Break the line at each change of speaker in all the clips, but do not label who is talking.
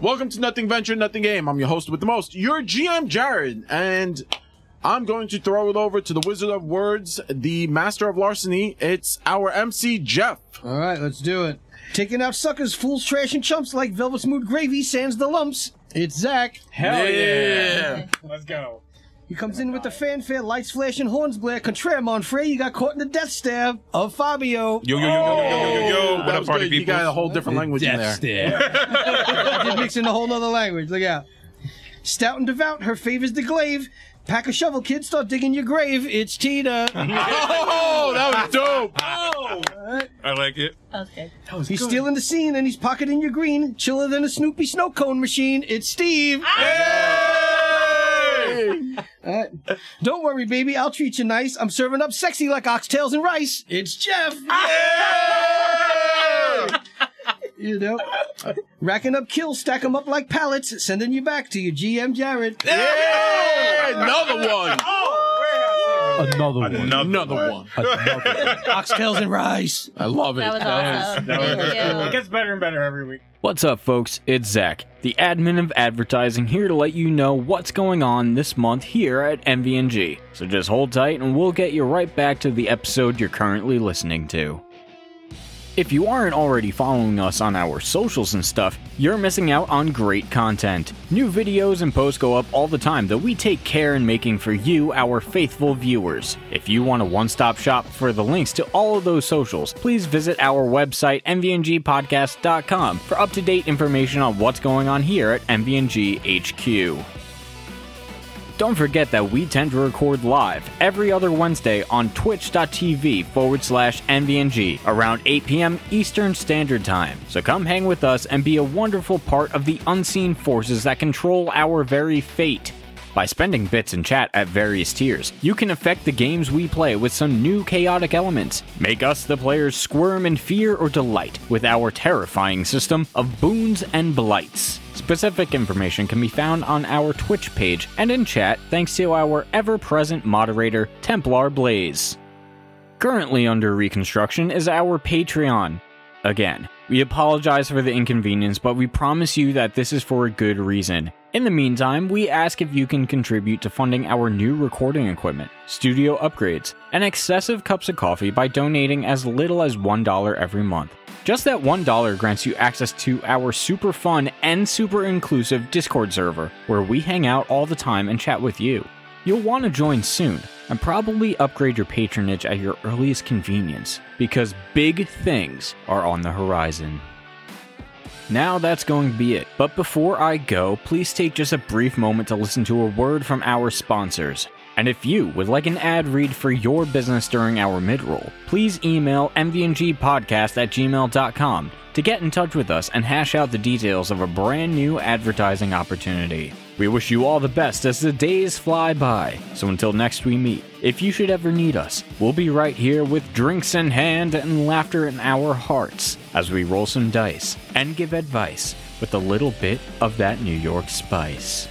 Welcome to Nothing Venture, Nothing Game. I'm your host with the most, your GM Jared, and I'm going to throw it over to the Wizard of Words, the Master of Larceny. It's our MC Jeff.
All right, let's do it. Taking out suckers, fools, trash, and chumps like velvet smooth gravy sands the lumps. It's Zach.
Hell yeah.
Yeah.
Let's go.
He comes in with the fanfare, lights flashing, horns blare. Contraire, Monfrey, you got caught in the death stab of Fabio.
Yo, yo, yo, yo, yo, yo, yo,
Oh.
yo.
That
What up,
was
party
good.
people?
You got a whole different language in there.
I did mix in a whole nother language. Look out. Stout and devout, her favors the glaive. Pack a shovel, kid, start digging your grave. It's Tita.
Oh, that was dope.
I like it.
Okay.
he's stealing the scene and he's pocketing your green. Chiller than a Snoopy snow cone machine. It's Steve.
Hey.
All right. Don't worry, baby. I'll treat you nice. I'm serving up sexy like oxtails and rice. It's Jeff. You know, uh, racking up kills, stack 'em up like pallets, sending you back to your GM Jared.
Yeah, another one.
Another one.
Another one.
Oxtails and rice.
I love it.
That was awesome.
It
Thank you.
gets better and better every week.
What's up, folks? It's Zach, the admin of advertising, here to let you know what's going on this month here at MVNG. So just hold tight and we'll get you right back to the episode you're currently listening to. If you aren't already following us on our socials and stuff, you're missing out on great content. New videos and posts go up all the time that we take care in making for you, our faithful viewers. If you want a one stop shop for the links to all of those socials, please visit our website, mvngpodcast.com, for up to date information on what's going on here at MVNG HQ. Don't forget that we tend to record live every other Wednesday on twitch.tv forward slash NVNG around 8 p.m. Eastern Standard Time. So come hang with us and be a wonderful part of the unseen forces that control our very fate. By spending bits in chat at various tiers, you can affect the games we play with some new chaotic elements. Make us, the players, squirm in fear or delight with our terrifying system of boons and blights. Specific information can be found on our Twitch page and in chat thanks to our ever present moderator, Templar Blaze. Currently under reconstruction is our Patreon. Again, we apologize for the inconvenience, but we promise you that this is for a good reason. In the meantime, we ask if you can contribute to funding our new recording equipment, studio upgrades, and excessive cups of coffee by donating as little as $1 every month. Just that $1 grants you access to our super fun and super inclusive Discord server, where we hang out all the time and chat with you. You'll want to join soon and probably upgrade your patronage at your earliest convenience because big things are on the horizon. Now that's going to be it. But before I go, please take just a brief moment to listen to a word from our sponsors. And if you would like an ad read for your business during our mid roll, please email mvngpodcast at gmail.com to get in touch with us and hash out the details of a brand new advertising opportunity. We wish you all the best as the days fly by. So until next we meet, if you should ever need us, we'll be right here with drinks in hand and laughter in our hearts as we roll some dice and give advice with a little bit of that New York spice.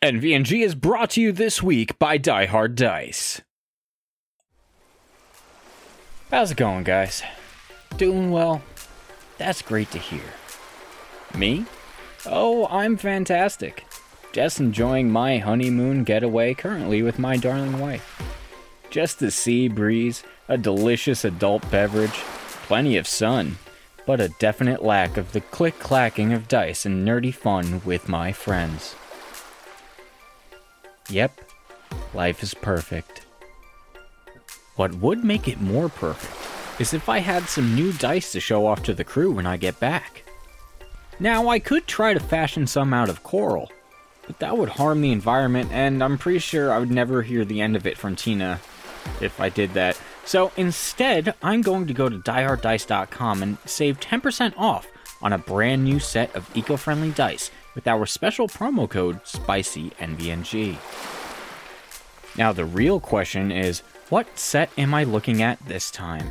NVNG is brought to you this week by Die Hard Dice. How's it going, guys? Doing well? That's great to hear. Me? Oh, I'm fantastic. Just enjoying my honeymoon getaway currently with my darling wife. Just the sea breeze, a delicious adult beverage, plenty of sun, but a definite lack of the click clacking of dice and nerdy fun with my friends. Yep, life is perfect. What would make it more perfect is if I had some new dice to show off to the crew when I get back. Now, I could try to fashion some out of coral, but that would harm the environment, and I'm pretty sure I would never hear the end of it from Tina if I did that. So instead, I'm going to go to dieharddice.com and save 10% off on a brand new set of eco friendly dice with our special promo code SPICYNVNG. Now, the real question is what set am I looking at this time?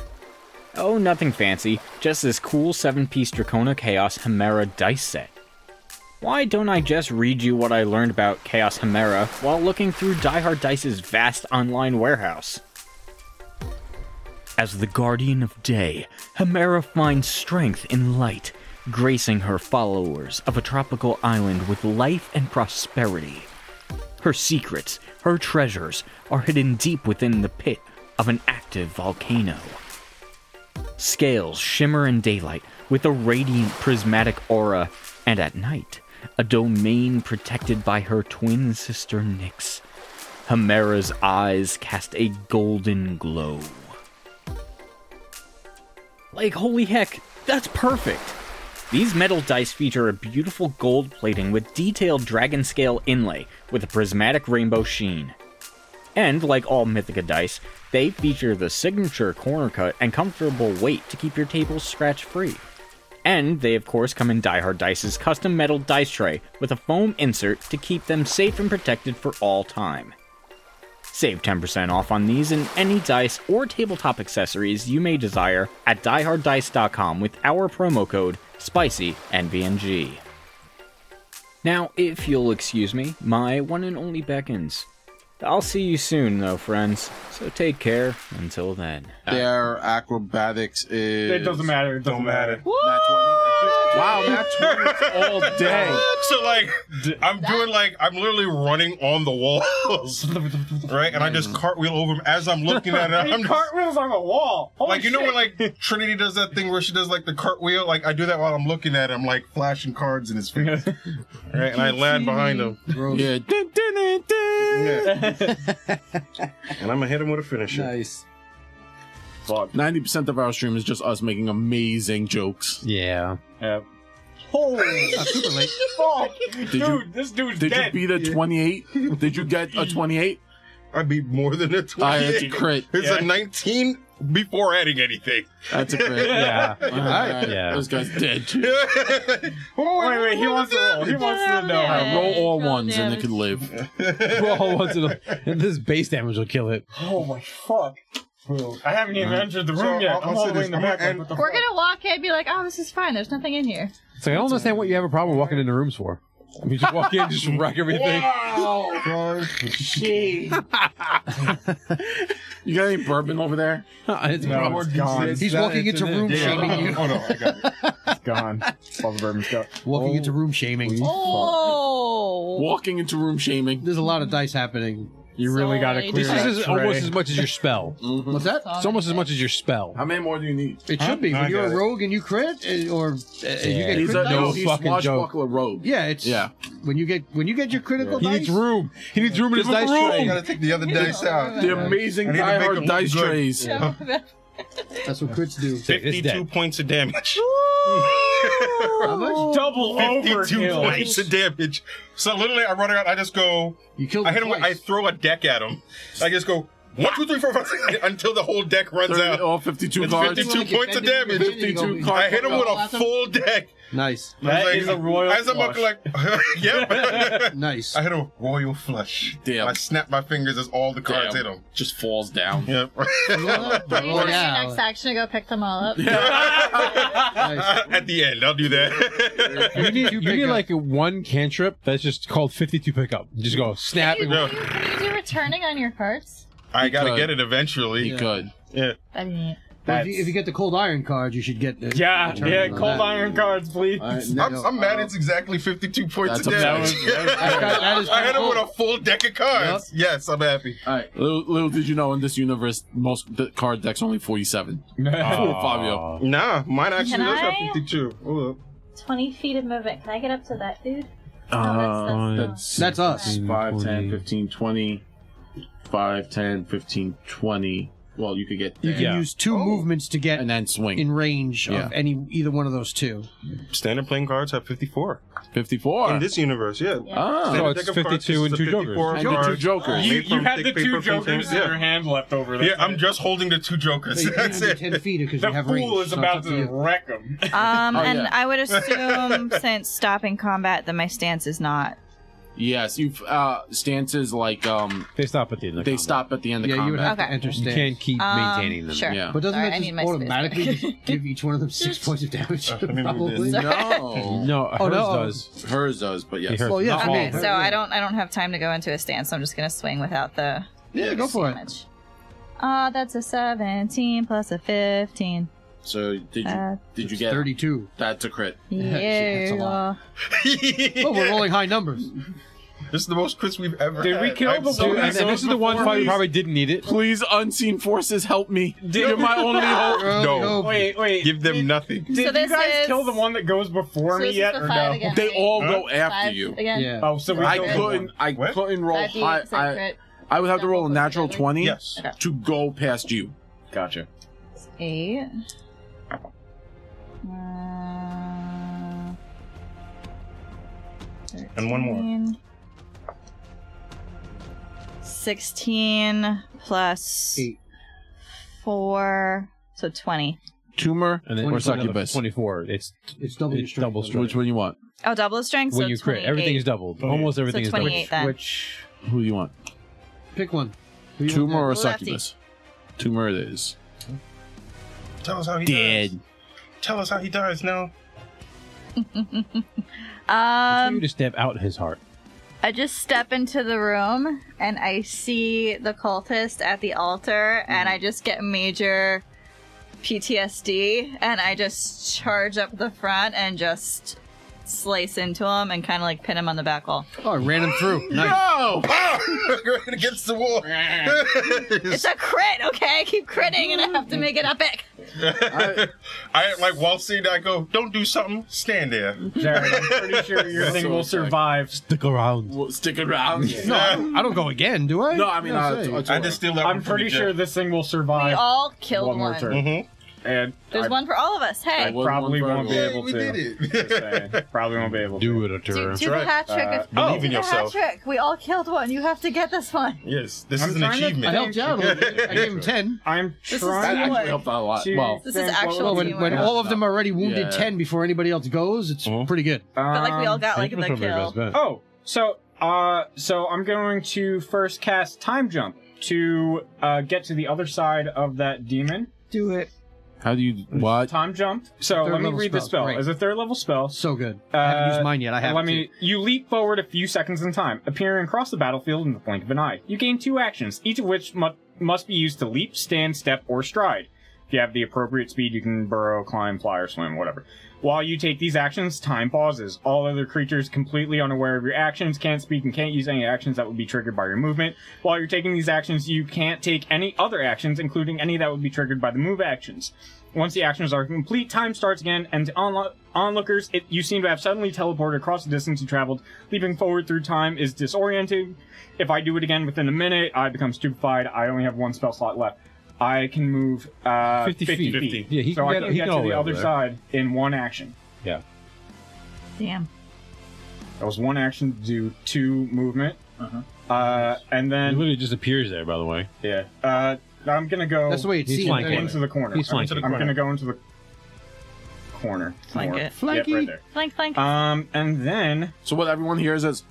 Oh, nothing fancy, just this cool 7 piece Dracona Chaos Hemera dice set. Why don't I just read you what I learned about Chaos Hemera while looking through Die Hard Dice's vast online warehouse? As the guardian of day, Hemera finds strength in light, gracing her followers of a tropical island with life and prosperity. Her secrets, her treasures, are hidden deep within the pit of an active volcano. Scales shimmer in daylight with a radiant prismatic aura, and at night, a domain protected by her twin sister Nyx. Hemera's eyes cast a golden glow. Like, holy heck, that's perfect! These metal dice feature a beautiful gold plating with detailed dragon scale inlay with a prismatic rainbow sheen. And like all Mythica dice, they feature the signature corner cut and comfortable weight to keep your table scratch free. And they, of course, come in Die Hard Dice's custom metal dice tray with a foam insert to keep them safe and protected for all time. Save 10% off on these and any dice or tabletop accessories you may desire at dieharddice.com with our promo code SPICYNVNG. Now, if you'll excuse me, my one and only beckons. I'll see you soon, though, friends. So take care until then.
Their acrobatics is.
It doesn't matter. It doesn't matter.
Nat 20. Wow, that's all day.
So like, I'm doing like I'm literally running on the walls, right? And I just cartwheel over them as I'm looking at it. I'm
He
just,
cartwheels on the wall. Holy
like, you know
shit.
when like Trinity does that thing where she does like the cartwheel? Like I do that while I'm looking at him, like flashing cards in his face, right? And I land behind him,
Yeah. Dun, dun, dun, dun.
Yeah. and I'm gonna hit him with a finisher.
Nice.
90% of our stream is just us making amazing jokes.
Yeah.
Yeah. Holy
super late.
fuck,
you-
dude! This dude's
Did you
dead.
beat a 28? Did you get a 28?
I beat more than a 20.
Ah, that's a crit.
It's
Yeah.
a 19 before adding anything.
That's a crit.
Yeah.
All right.
Yeah.
This guy's dead.
wait, wait. He wants to roll. Oh, He wants to know.
All right, roll all
Roll
ones and it
damage.
can live.
Well, once it'll, this base damage will kill it.
Oh my fuck. Dude, I haven't even entered the room
So,
yet.
I'll-
I'm
I'll
all
say
the way in
this.
the back.
I'm gonna-
Like, what the
We're
fuck?
gonna walk in and be like, oh, this is fine. There's nothing in here.
It's like I don't understand what you have a problem walking into rooms for. I mean, just walk in, just wreck everything.
You got any bourbon over there?
it's
No,
more
it's gone.
decent.
He's
That-
walking
it's
into
in
room
there.
shaming you.
Oh, no, I got it.
It's gone. All the bourbon's gone.
Walking into room shaming.
Oh,
Walking into room shaming.
There's a lot of dice happening.
You really gotta
Sorry,
clear
This
just-
that
is
tray.
almost as much as your spell.
What's that?
It's almost as much as your spell.
How many more do you need?
It should be.
I
When you're
got
a
it.
rogue and you crit, uh, or uh, you get
He's
crit
a
dice.
no,
No
he's
fucking joke.
swashbuckler rogue.
Yeah, it's
Yeah.
when you get when you get your critical
He
dice.
needs room. He needs room in his
Give him
dice
room. You
tray.
gotta take the other dice out.
The amazing
I need to
Die
make
Hard
them
dice
look good.
trays.
That's what crits do.
Take this deck.
52 points of damage.
How much?
double
52
overkill.
points of damage. So literally, I run around. I just go.
You killed.
I hit him. With, I
twice.
throw a deck at him. I just go one, two, three, four, five, six, until the whole deck runs
Thirty-
out.
All 52
It's
cards.
52 points of damage.
52 cards.
I hit him with a full deck.
Nice,
That
Like,
is a royal
As I'm
flush.
looking like, yep.
nice.
I hit a royal flush.
Damn.
I snap my fingers as all the cards
Damn.
hit him.
Just falls down.
Yep.
So you
Roll
want
it
your
out.
next action to go pick them all up?
nice.
At the end, I'll do that.
You need, you need
pickup.
like one cantrip that's just called 52 pickup. Just go snap
Can
and
you,
go.
No.
can you do returning on your cards?
I gotta
could.
get it eventually.
He could.
That'd be neat.
Well, if, you, if you get the cold iron card, you should get. The,
Yeah,
Turn
yeah.
it on
Cold
that.
iron cards, please.
All right, no,
I'm,
no.
I'm mad it's exactly 52 points
That's
of
a- that
damage.
That- that- that is
I hit him
kinda
with a full deck of cards. Yes, I'm happy.
All right. Little, little did you know, in this universe, most the card deck's only 47. Fool
Ah.
Fabio.
Nah, mine actually
Can
does have
I?
52. Hold up.
20 feet of movement. Can I get up to that dude? Oh,
Uh,
that's-
That's us.
5, 10, 15, 20. 5, 10, 15, 20. Well, you could get
You
there.
can use two
Oh.
movements to get
and then swing.
in range
Yeah.
of any either one of those two.
Standard playing cards have 54.
54.
In this universe, yeah.
ah.
So
Standard
it's
deck of cards
52 and
consists of
two
54
jokers. And the two
cards
jokers.
made
You, you
from
had
thick
the
paper
two
from
jokers
things.
in your
Yeah.
hand left over.
Yeah,
That's
I'm
it.
just holding the two jokers.
So you can
That's
do ten
it.
feet because you
The
have range.
fool is
so it's
about
up to
to
you.
wreck him.
Um,
Oh,
and
yeah.
I would assume since stopping combat that my stance is not.
Yes, you uh stances like um
They stop at the end of the
they
combat.
stop at the end of
Yeah,
combat.
you would have to
Okay.
enter
You
stance.
can't keep
Um,
maintaining them.
Sure.
Yeah.
But doesn't
Sorry,
that
I
just
need my space
automatically
back.
just give each one of them six points of damage?
let me move
Probably.
this.
No.
No,
Oh,
hers
no.
does.
Hers does, but yes.
Hers-
Well, yeah,
not
I
all
mean-
of them.
Okay, so I don't I don't have time to go into a stance. So I'm just gonna swing without the
Yeah, go for it.
damage.
Ah, that's a 17 plus a 15.
So did you
Uh,
did you
It's
get
32.
That's a crit.
Yeah.
that's a lot. Oh, we're rolling high numbers.
This is the most crits we've ever
Did
had.
we kill
I'm
the
so
one-
and
happy.
this is the one fight you probably didn't need it.
Please, unseen forces, help me. You're my only hope.
No.
Oh,
Wait, wait.
Give them nothing.
Did
So
you
this
guys
is-
kill the one that goes before
So
me
this is
yet,
the
or
five
no?
again.
They all go after
Five
you.
Again.
Yeah.
Oh, so we
I
killed the
couldn't.
one.
I
What?
couldn't roll
Five D
high.
eight
I,
crit.
I would have to roll a
Double
natural
crit.
twenty
Yes.
to go past you.
Gotcha.
8. Uh,
And one more.
13. 16 plus
Eight.
4. So 20.
Tumor
And
or succubus.
Twenty-four. It's
It's double
it's
your
double
strength.
strength.
Which one you want?
Oh, double strength?
when
so
you crit, everything is
28.
doubled. Almost everything
So
is doubled.
28 then.
Which,
Who do you want?
pick one. Who you
Tumor or
Lefty.
succubus? Tumor it is.
Tell us how he dies.
Dead.
Tell us how he dies now.
Um,
you just stamp out his heart.
I just step into the room and I see the cultist at the altar, and I just get major PTSD, and I just charge up the front and just slice into him and kind of like pin him on the back wall.
want? Oh, I ran him through. Nice.
No.
right against the wall.
It's a crit, okay? I keep critting and I have to make it epic.
I like while seeing that I go, don't do something, stand there.
Jared, I'm pretty sure your thing will survive.
Stick around.
Well, stick around.
No, I don't, I don't go again, do I?
No, I mean,
Yeah,
uh,
say.
t- t-
I just steal that
I'm
one from
pretty
you,
sure
Jeff.
this thing will
We
survive
all killed
one
one.
more turn. And
There's
I
one for all of us.
I
Hey,
will-
probably
One for
won't be
everyone.
able
We
to.
did it.
Just saying. Probably won't be able to.
Do it, a
do,
turn.
do the hat trick.
Uh,
of-
Believe
do
in
the
yourself.
hat trick. We all killed one. You have to get this one.
Yes, this
I'm
is an
trying to
I
achievement.
helped you out a little bit. I gave him 10.
I'm
that
is
trying.
actually helped out a lot.
to
Well,
This is
think
actual
what-
Uh, Well, when, when
Yeah,
all of them are already wounded
Yeah.
10 before anybody else goes, it's
Uh-huh.
pretty good.
But like we all
Um,
got like the kill.
Oh, so uh, so I'm going to first cast time jump to uh, get to the other side of that demon.
Do it.
how do you what?
Time jump. So
Third
let me
level
read the
spells,
spell.
right.
It's a third level spell.
So good. I haven't
Uh,
used mine yet. I have
Let
to.
me. You leap forward a few seconds in time, appearing across the battlefield in the blink of an eye. You gain two actions, each of which mu- must be used to leap, stand, step, or stride. If you have the appropriate speed, you can burrow, climb, fly, or swim, whatever. While you take these actions, time pauses. All other creatures completely unaware of your actions can't speak and can't use any actions that would be triggered by your movement. While you're taking these actions, you can't take any other actions, including any that would be triggered by the move actions. Once the actions are complete, time starts again, and to onlo- onlookers, it, you seem to have suddenly teleported across the distance you traveled. Leaping forward through time is disorienting. If I do it again within a minute, I become stupefied. I only have one spell slot left. I can move uh,
50
50,
feet.
50.
Yeah, he
so
can
I
get-
can
he
get
can all
to
the way
the
over
other
there.
side in one action.
Damn.
That was one action to do two movement. Uh-huh. and
He
then,
literally just appears there, by the way.
yeah. Uh, I'm going to go
That's the way it's
He's
seen.
flanking.
Anyway.
into the corner.
He's
I'm,
flanking.
I'm going to go into the corner.
Flank
more.
it.
Yep,
Flanky.
right there.
Flank, flank.
Um, and then
So what everyone hears is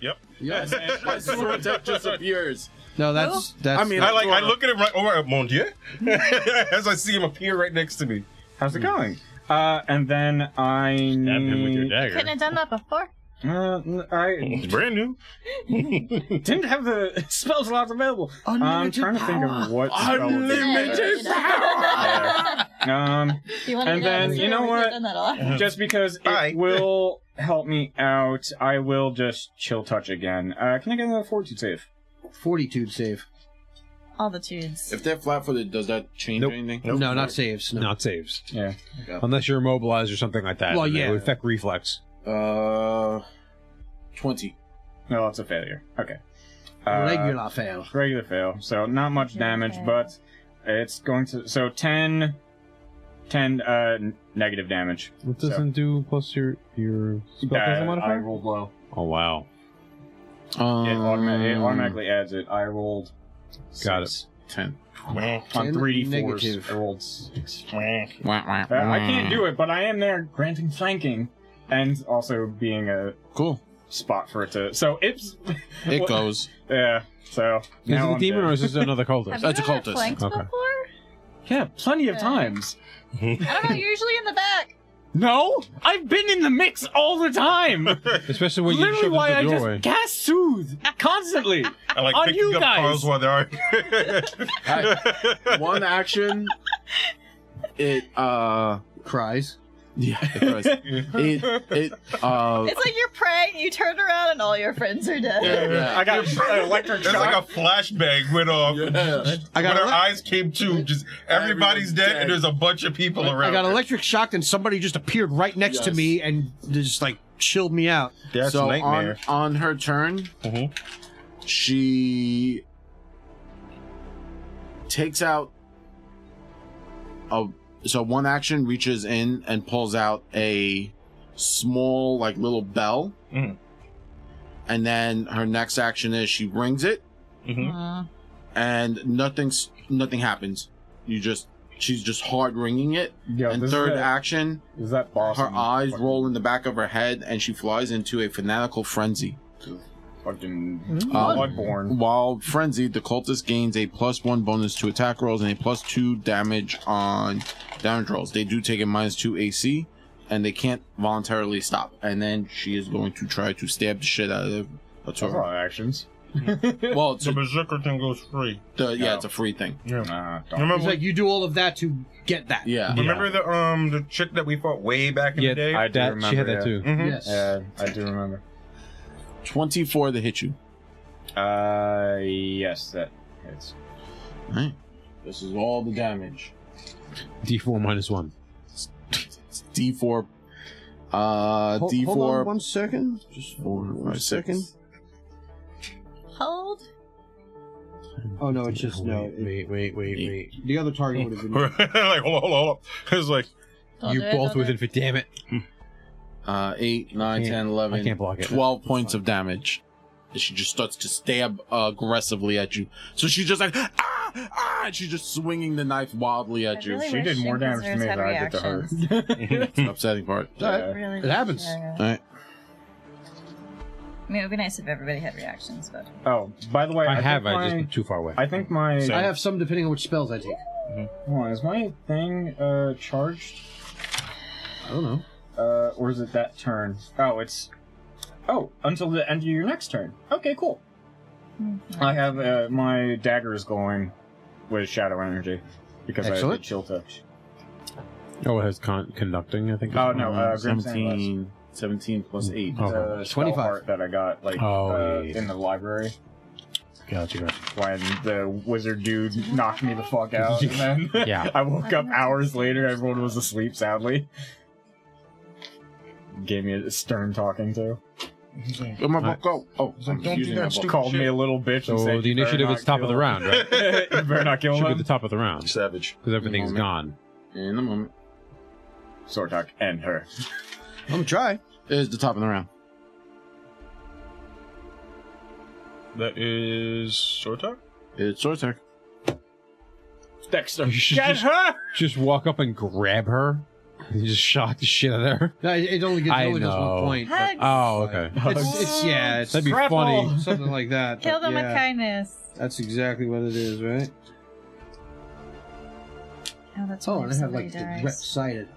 Yep.
Yes.
my sword tech just appears.
No, that's that's.
I mean,
I like. I look at him like, oh my, mon dieu, as I see him appear right next to me.
How's it going? Uh, and then I
Stab him with your dagger.
Couldn't have done that before.
Uh, n- I
It's brand new.
didn't have the spell slots available. I'm
Unlimited
trying to think of what spell would be
Unlimited
better. Um,
You wanna
And
be honest?
then, you
Yeah,
know
we could've
what?
done that a lot.
just because it
Bye.
will help me out, I will just chill touch again. Uh, can I get a fortitude save?
fortitude save.
All the tunes.
If they're flat-footed, does that change
Nope.
anything?
No, not saves. No.
Not saves.
Yeah.
Unless you're immobilized or something like that.
Well,
and It
yeah.
would affect reflex.
Uh, twenty.
No, that's a failure. Okay. Uh,
Regular fail.
regular fail so not much damage but it's going to so 10 10 uh n- negative damage
What
So-
doesn't do plus your your spell
Uh,
doesn't
i
modify?
rolled low
Oh wow.
Um,
it, automa- it automatically adds it i rolled
Got
six.
ten.
on
Ten
3d4s
negative.
i rolled six.
Wah, wah,
Uh, i can't
wah.
do it but i am there granting flanking and also being a
Cool.
spot for it to so it's
It
Well-
goes.
yeah so
Is
now
it a
I'm
demon
dead.
or is this another cultist?
Have
that's
you
a
ever
cultist.
flanked
Okay.
before?
yeah plenty of
Yeah.
times
I don't know. You're usually in the back.
No, I've been in the mix all the time.
Especially when you
Literally,
shove
why
it
I
in the
just
doorway.
cast soothe constantly
I like
on
picking
you
up
guys.
cars while they're arguing.
Alright, One action. It uh
Cries.
yeah. It it, it uh
It's like you're praying, you turn around, and all your friends are dead.
I got an electric
It's
shock.
like a flashbang went off.
I got
when
ele-
her eyes came to, just everybody's
Everyone's
dead,
dead.
and there's a bunch of people
I
around.
got
her.
electric shocked, and somebody just appeared right next to
Yes.
me and just like chilled me out.
That's
so
nightmare.
on on her turn,
Mhm.
she takes out a so one action reaches in and pulls out a small like little bell.
Mhm.
And then her next action is she rings it
Mhm.
Uh,
and nothing's nothing happens. You just she's just hard ringing it.
Yo,
and
this is
third
that-
action,
Is that boss?
her
in
eyes
fucking-
roll in the back of her head and she flies into a fanatical frenzy.
Fucking
Mm-hmm.
Oh,
Um,
Bloodborne.
While frenzied, the cultist gains a plus one bonus to attack rolls and a plus two damage on damage rolls. They do take a minus two AC, and they can't voluntarily stop. And then she is going to try to stab the shit out of the that's
That's a
her.
lot of actions.
Well, it's
The
a,
berserker thing goes free.
the, yeah, it's a free thing.
Nah, don't.
Remember,
It's like you do all of that to get that.
Yeah.
remember the um the chick that we fought way back in
Yeah,
the day.
I do
that,
remember.
she had that
yeah.
too.
Mhm.
Yes.
Hmm? Yeah, I do remember.
24 to hit you.
Uh, yes, that hits.
All right. This is all the damage.
D4 minus one.
It's D4. Uh,
Hol-
D4.
Hold on one second. Just
four,
one
five, six.
second.
Hold.
Oh no, it's just no. it-
Wait, wait, wait, wait.
the other target would have been.
like hold on, hold on, hold on. It's like
Don't
you
do it, don't
both
do
within
it.
50. Damn it.
Uh, 8, 9,
I can't-
10, 11.
I can't block it.
12 points of damage. And She just starts to stab uh, aggressively at you. So she's just like, ah, ah, and she's just swinging the knife wildly at
I
you.
really
She
wish
did more damage to
Inquisitors
me
had
than I did to her.
reactions.
It's an upsetting part.
Yeah.
Really
It
wish
happens.
they had-
All right.
I mean, it would be nice if everybody had reactions, but
Oh, by the way,
I,
I,
have,
Think
I
my,
just been too far away.
I think my.
I have some depending on which spells I take.
Hold on, is my thing uh charged?
I don't know.
Uh, or is it that turn? Oh, it's. Oh, until the end of your next turn. Okay, cool.
Hmm.
I have uh, my dagger is going with shadow energy because I
Excellent.
did chill touch.
oh, it has con- conducting, I think.
Oh no, uh, Grim
17, 17 plus 8.
Oh.
the
25.
25 heart that I got like
Oh,
uh,
yeah.
in the library
Gotcha, gotcha.
when the wizard dude knocked me the fuck out. And then
Yeah.
I woke up hours later. Everyone was asleep. Sadly, gave me a stern talking to.
Come on, go. Oh,
like,
I'm
don't do
using
that
that
stupid-
book.
Called me a little bitch. and
So
said,
the
"You better
initiative
not
is top of the
kill
round, right?
him." you better not kill
Should be at the
him.
top of the round
savage.
because everything's
Moment.
gone.
In a moment.
Sortak and her.
I'm gonna try.
It is the top of the round.
That is Sortak.
It's your turn.
Dexter,
You should
get
just-
her.
Just walk up and grab her. You just shock the shit out of her.
No, it it only gets
I
it only does
know.
one point. but
hugs.
Oh, okay.
It's, it's yeah, it's
That'd be
Grapple.
funny.
something like that.
kill
but
them
yeah,
with kindness.
That's exactly what it is, right?
Oh, that's
Oh,
why
and I have like the
dies.
red sighted.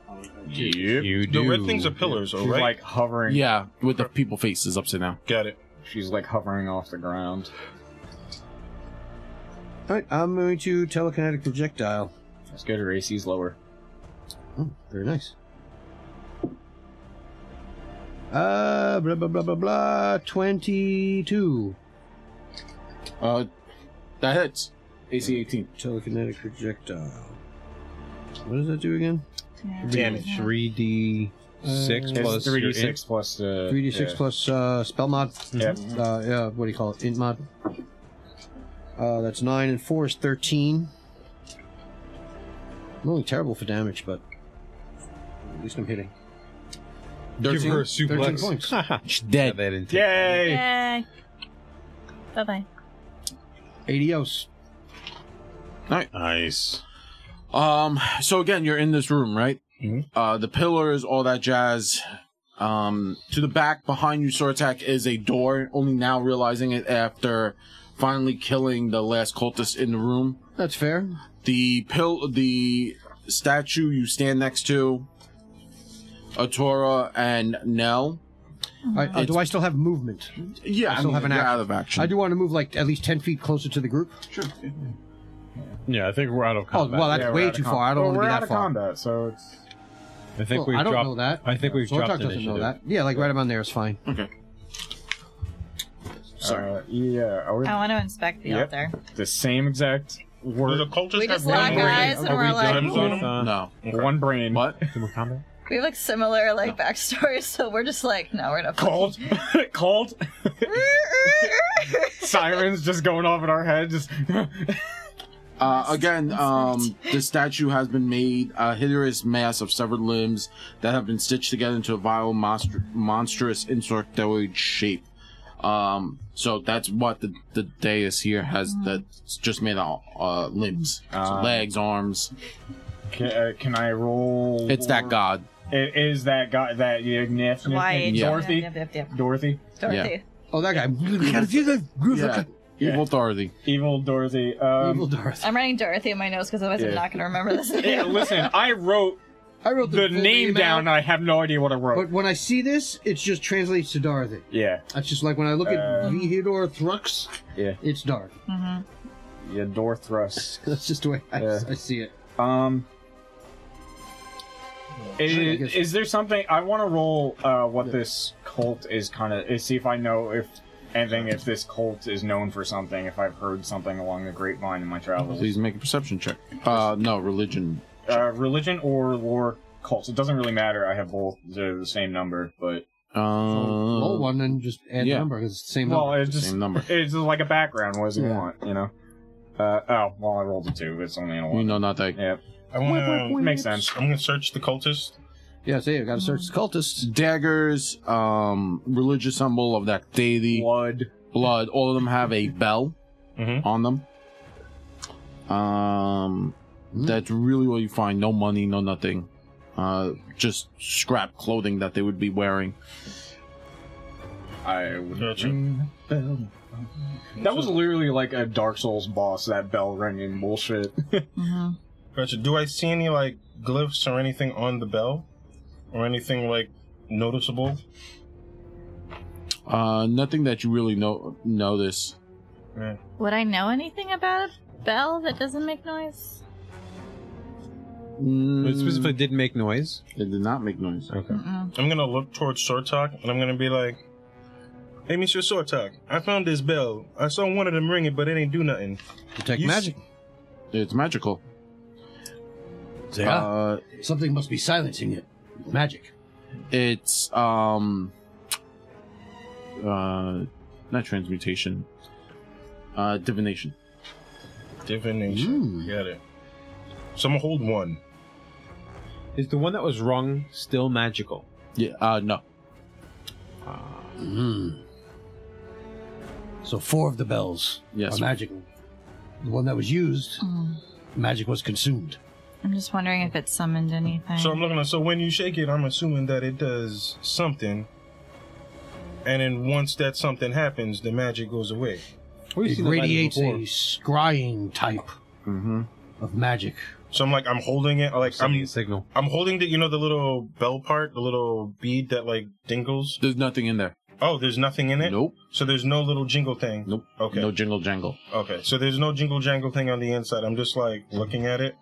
Yep.
You
The
do.
red things are pillars,
She's
all right.
like hovering.
Yeah, with the people faces upside down.
Got it.
She's like hovering off the ground.
Alright, I'm going to telekinetic projectile.
Let's go to AC's lower.
Oh, very nice. Uh, blah blah blah blah blah. Twenty-two
Uh, that hits. AC 18.
telekinetic projectile. What does that do again?
Yeah.
Damage. Three D six
Uh,
plus
It's
your
3d6
int.
plus. Uh,
Three d six
yeah.
plus uh, spell mod.
Yeah.
Uh, yeah. What do you call it? Int mod. Uh, that's nine and four is thirteen. I'm only terrible for damage, but at least I'm hitting.
Give her
13
a suplex.
points.
She's dead.
That didn't take-
Yay!
Yay. Bye bye.
oh
Adios.
Nice.
Um, so again, you're in this room, right?
Mm-hmm.
Mhm.
Uh, the pillars, all that jazz. Um, to the back behind you, Sortak, is a door. Only now realizing it after finally killing the last cultist in the room.
That's fair.
The pill, the statue you stand next to Atora and Nell.
All right, uh, do I still have movement?
Yeah, I
still have an
you're
action.
out of action.
I do want to move like at least ten feet closer to the group.
Yeah, I think we're out of
Oh,
combat.
well, that's
Yeah, we're
way
out of
too
com-
far. I don't
well,
want to
we're
be
out
that
of
far.
combat, so it's
I think
Well,
we've
I don't
dropped.
know that.
I think we've
Zortok
dropped
doesn't
initiative.
know that. Yeah, like right around there is fine.
Okay.
Sorry. Uh, yeah, are we
I want to inspect the
Yep.
altar.
the same exact
Do
word?
the cultists
We
have
just lock
one brain?
eyes and
Are
we're
we
like,
done
"Ooh."
with uh,
No.
One brain.
What?
Mortal Kombat?
we have like similar like backstories, so we're just like, no, we're not.
Called? Called? Sirens just going off in our heads. Just
Uh, again, um, the statue has been made a hideous mass of severed limbs that have been stitched together into a vile, monstr- monstrous insectoid shape. Um, so that's what the, the dais here has that's just made out uh, limbs, Mm-hmm. So
Ah.
legs, arms.
can, uh, can I roll?
It's that god.
It is that guy. That yeah, Nif- Nif-
Why?
Yeah.
Dorothy.
Yep, yep, yep.
Dorothy.
Dorothy.
Oh, that guy.
Yeah. Evil Dorothy.
Evil Dorothy. Um,
Evil
Uh,
Dorothy.
I'm writing Dorothy in my notes because otherwise
Yeah.
I'm not going to remember this
yeah,
name.
listen, I wrote
I wrote the,
the
full
name
out,
down. and I have no idea what I wrote.
But when I see this, it just translates to Dorothy.
yeah,
That's just like when I look
Uh,
at Vehidor Thrux.
Yeah.
It's Dorothy.
yeah, Dorthrust.
That's just the way I,
Yeah.
I see it.
Um, is,
guess-
is there something I want to roll? Uh, what this cult is kind of see if I know if anything if this cult is known for something. If I've heard something along the grapevine in my travels,
Please make a perception check. Uh, no, religion.
uh, religion or lore cults. It doesn't really matter. I have both. They're the same number, but
Oh,
Roll
Uh,
one and just add
yeah.
the number 'cause it's the same
well,
number.
it's just
same number.
it's just like a background. What does it
Yeah.
want? You know. Uh, oh, well, I rolled a two. It's only a
You
one.
know, not that.
Mm.
Yeah,
I want
makes sense.
to. I'm gonna search the cultist.
Yeah, so you gotta search the cultists.
Daggers, um, religious symbol of that deity.
Blood.
blood. All of them have a bell
Mhm.
on them. Um, that's really what you find. No money, no nothing. Uh, just scrap clothing that they would be wearing.
I would.
Gotcha.
ring the bell. That was literally like a Dark Souls boss. That bell ringing bullshit.
Mm-hmm.
Gotcha. Do I see any like glyphs or anything on the bell, or anything like noticeable?
Uh, nothing that you really know notice.
Would I know anything about a bell that doesn't make noise?
Mm,
It specifically didn't make noise.
it did not make noise.
Okay.
I'm gonna look towards Sortok and I'm gonna be like, "Hey, Monsieur Sortok, I found this bell. I saw one of them ring it, but it ain't do nothing.
Detect
You s-
magic.
It's magical.
Yeah.
Uh,
Something must be silencing it. Magic.
it's um, uh, not transmutation. Uh, divination.
Divination.
Ooh.
Got it. So I'm gonna hold one.
Is the one that was rung still magical?
Yeah. Uh, no.
Mm. So four of the bells
Yes.
are magical. The one that was used, magic was consumed.
I'm just wondering if it summoned anything.
So I'm looking at. So when you shake it, I'm assuming that it does something. And then once that something happens, the magic goes away.
We've
It
seen the magic
radiates a
before.
scrying type
Mm-hmm.
of magic.
So I'm like, I'm holding it. Like
Sending
I'm,
a signal.
I'm holding the, you know, the little bell part, the little bead that like dingles.
There's nothing in there.
Oh, there's nothing in it.
Nope.
So there's no little jingle thing.
Nope.
Okay.
No jingle jangle.
Okay. So there's no jingle jangle thing on the inside. I'm just like looking at it.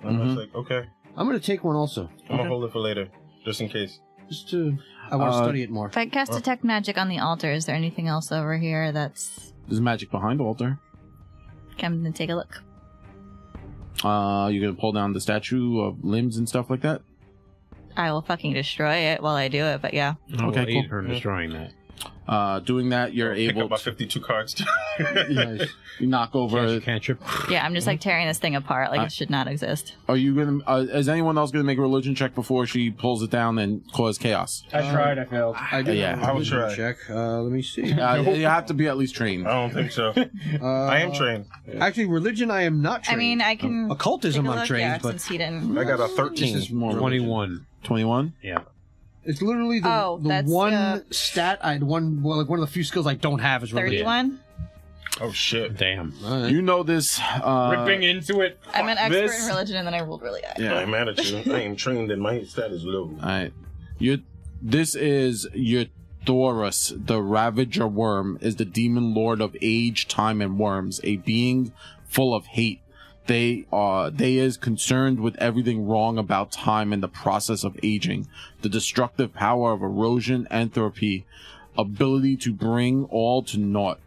And I'm
Mm-hmm.
just like, okay,
I'm gonna take one also,
I'm gonna hold it for later, just in case.
just to. I want to
Uh,
study it more.
if I cast detect magic on the altar, is there anything else over here that's.
There's magic behind the altar.
I'm going to take a look.
Uh, you're gonna pull down the statue of limbs and stuff like that.
I will fucking destroy it while I do it, but yeah.
Oh,
I will
Okay,
aid
cool.
her in destroying that.
Uh, doing that, you're
Pick
able
up my
to
52 cards.
Nice.
you knock over.
Cantrip.
Yeah, I'm just like tearing this thing apart like
I-
it should not exist.
Are you gonna? Uh, is anyone else gonna make a religion check before she pulls it down and cause chaos?
I tried. Uh, I failed.
I do.
yeah,
have a
I will
religion
try.
Check. Uh, let me see.
Uh, You have to be at least trained.
I don't think so.
Uh,
I am trained.
Actually, religion. I am not trained.
I mean, I can.
occultism.
take a
I'm
look,
trained,
yeah,
but
since he didn't.
I got a
This
13.
is more
Twenty-one.
Twenty-one.
Yeah.
it's literally the,
Oh,
the
that's,
one
uh,
stat. I one well, like one of the few skills I don't have is religion.
31.
Oh shit.
Damn.
All right.
You know this. Uh,
Ripping into it.
I'm an
Fuck
expert
this.
in religion and then I rolled really high.
yeah.
I'm mad at you. I am trained and my stat is low.
All right. Your this is your Thorus, the Ravager Worm, is the demon lord of age, time, and worms, a being full of hate. They are they is concerned with everything wrong about time and the process of aging, the destructive power of erosion, entropy, ability to bring all to naught.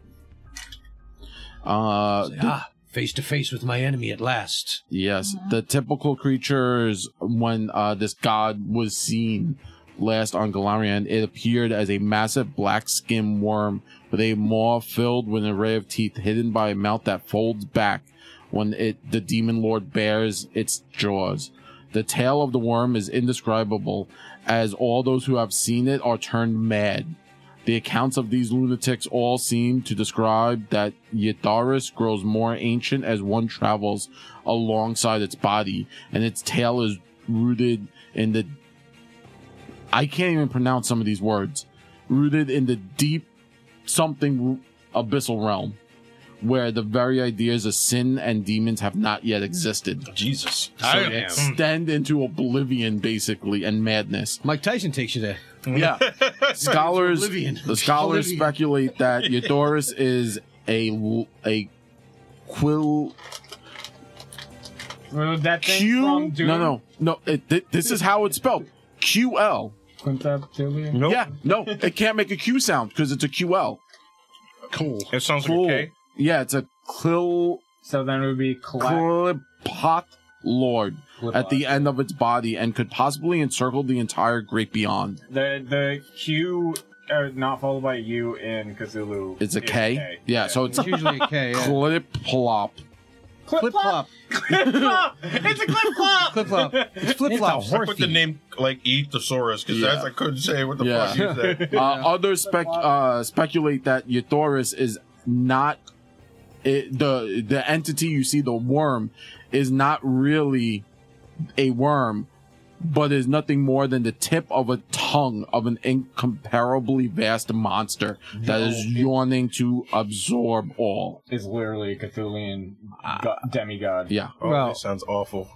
Uh,
ah, face to face with my enemy at last.
Yes, the typical creatures when uh, this god was seen last on Galarian, it appeared as a massive black skin worm with a maw filled with an array of teeth hidden by a mouth that folds back when it the demon lord bears its jaws. The tail of the worm is indescribable, as all those who have seen it are turned mad. The accounts of these lunatics all seem to describe that Yatharis grows more ancient as one travels alongside its body, and its tail is rooted in the. I can't even pronounce some of these words. Rooted in the deep something abyssal realm, where the very ideas of sin and demons have not yet existed.
Jesus.
So extend into oblivion, basically, and madness.
Mike Tyson takes you there.
Yeah. scholars
Oblivion.
the scholars
Oblivion.
speculate that Eudorus is a l- a quill
Remove that thing
Q
from Doom?
No, no. No, it, thi- this is how it's spelled. QL.
Quintuptillion?
Nope.
Yeah, no. It can't make a Q sound because it's a QL.
Cool.
It sounds
Cool.
like a K.
Yeah, it's a quill
So then it would be collapse.
Clipot Lord at the end of its body and could possibly encircle the entire great beyond.
The the Q, uh, not followed by U in Cthulhu.
It's a
is
K. Yeah, so it's
It's usually a K. Yeah.
clip plop.
Flip flop.
Clip flop! It's a clip flop!
Flip flop. It's flip flop.
I put the name like Ethosaurus because
Yeah.
that's I couldn't say what the
Yeah.
fuck you said.
Uh, others spec uh, speculate that Euthaurus is not it, the the entity you see the worm is not really a worm, but is nothing more than the tip of a tongue of an incomparably vast monster that is yawning to absorb all.
It's literally a Cthulhuian go- demigod.
Ah. Yeah,
Oh,
Well-
that sounds awful.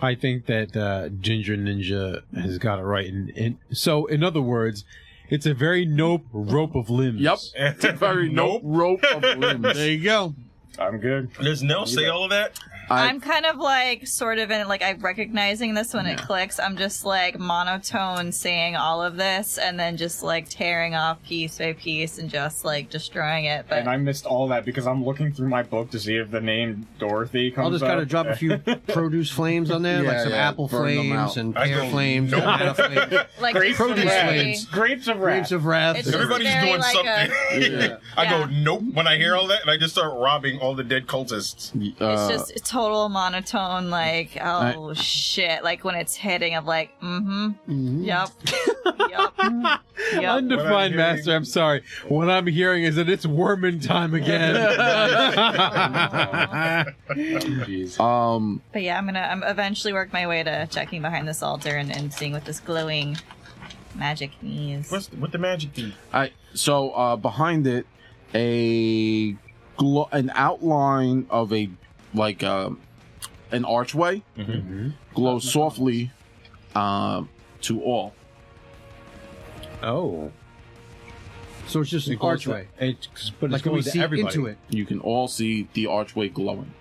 I think that uh, Ginger Ninja has got it right. And, and so, in other words, it's a very nope rope of limbs.
Yep. it's a very nope rope of limbs.
There you go.
I'm good.
Does Nell say all of that?
I-
I'm kind of like sort of in like I'm recognizing this when it clicks. I'm just like monotone saying all of this and then just like tearing off piece by piece and just like destroying it. But
And I missed all that because I'm looking through my book to see if the name Dorothy comes
I'll just
up.
kind of drop a few produce flames on there,
Yeah,
like some
yeah,
apple
burn them
flames
out.
and
I
pear
go,
flames,
nope.
banana flames,
like
Grapes of
Produce
wrath.
flames.
Grapes of wrath.
grapes of wrath.
It's just-
Everybody's
very
doing
like uh,
something.
Yeah.
I
Yeah.
go nope when I hear all that, and I just start robbing all the dead cultists.
uh,
it's just total monotone, like oh shit, like when it's hitting of like mm-hmm, yep, yep, yep.
Undefined
hearing-
master, I'm sorry. What I'm hearing is that it's worming time again. Ah.
um.
But yeah, I'm gonna I'm eventually work my way to checking behind this altar and, and seeing what this glowing magic means.
What's what the magic do?
I so uh, behind it a glo- an outline of a like um an archway
Mm-hmm.
glows softly uh, to all.
oh.
So it's just an archway.
It's, but it's
Like
going
we
to
see
everybody.
into it.
You can all see the archway glowing.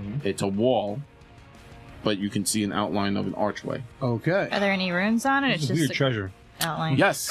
Mm-hmm.
It's a wall, but you can see an outline of an archway.
Okay.
Are there any runes on it? It's
It's a
just
weird
a
treasure.
outline.
Yes,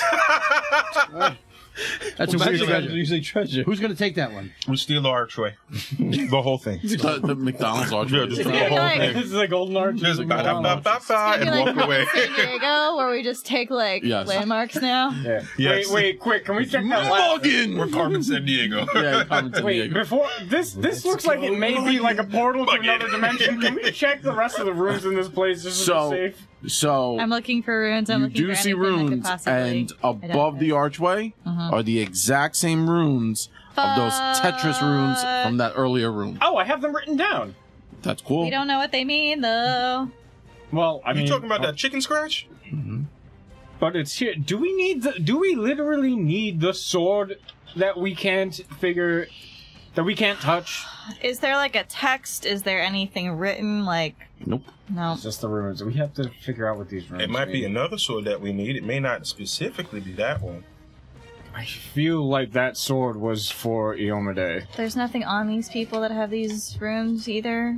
That's a
It's
weird
usually-
treasure.
usually treasure.
Who's going to take that one?
We steal the archway, the whole thing.
the, the McDonald's archway.
Yeah, just
is
the
glowing.
whole
Like-
thing.
this is a golden arch.
Just ba ba ba ba ba
Maybe
and
like
walk away.
San Diego, where we just take like
Yes.
landmarks now.
Yeah.
Yes.
Wait, wait, quick. Can we check that last?
Mulligan!
We're Carmen San Diego.
Yeah, Carmen San
Wait,
Diego.
before this, this looks like it may be like a portal to
Fuck it.
another dimension. Can we check the rest of the rooms in this place just to
So-
be safe?
So
I'm looking for runes. I'm
you
looking
do
for
see
anything that could
runes,
possibly
and
identify.
above the archway
Uh-huh.
are the exact same runes of those Tetris runes from that earlier room.
Oh, I have them written down.
That's cool.
We don't know what they mean though.
Well, I
You
mean,
talking
oh.
about that chicken scratch?
But it's here. Do we need the? Do we literally need the sword that we can't figure that we can't touch.
Is there like a text? Is there anything written? Like,
Nope.
no.
It's just the ruins. We have to figure out what these ruins.
It might be
mean.
another sword that we need. It may not specifically be that one.
I feel like that sword was for Iomade.
There's nothing on these people that have these rooms either.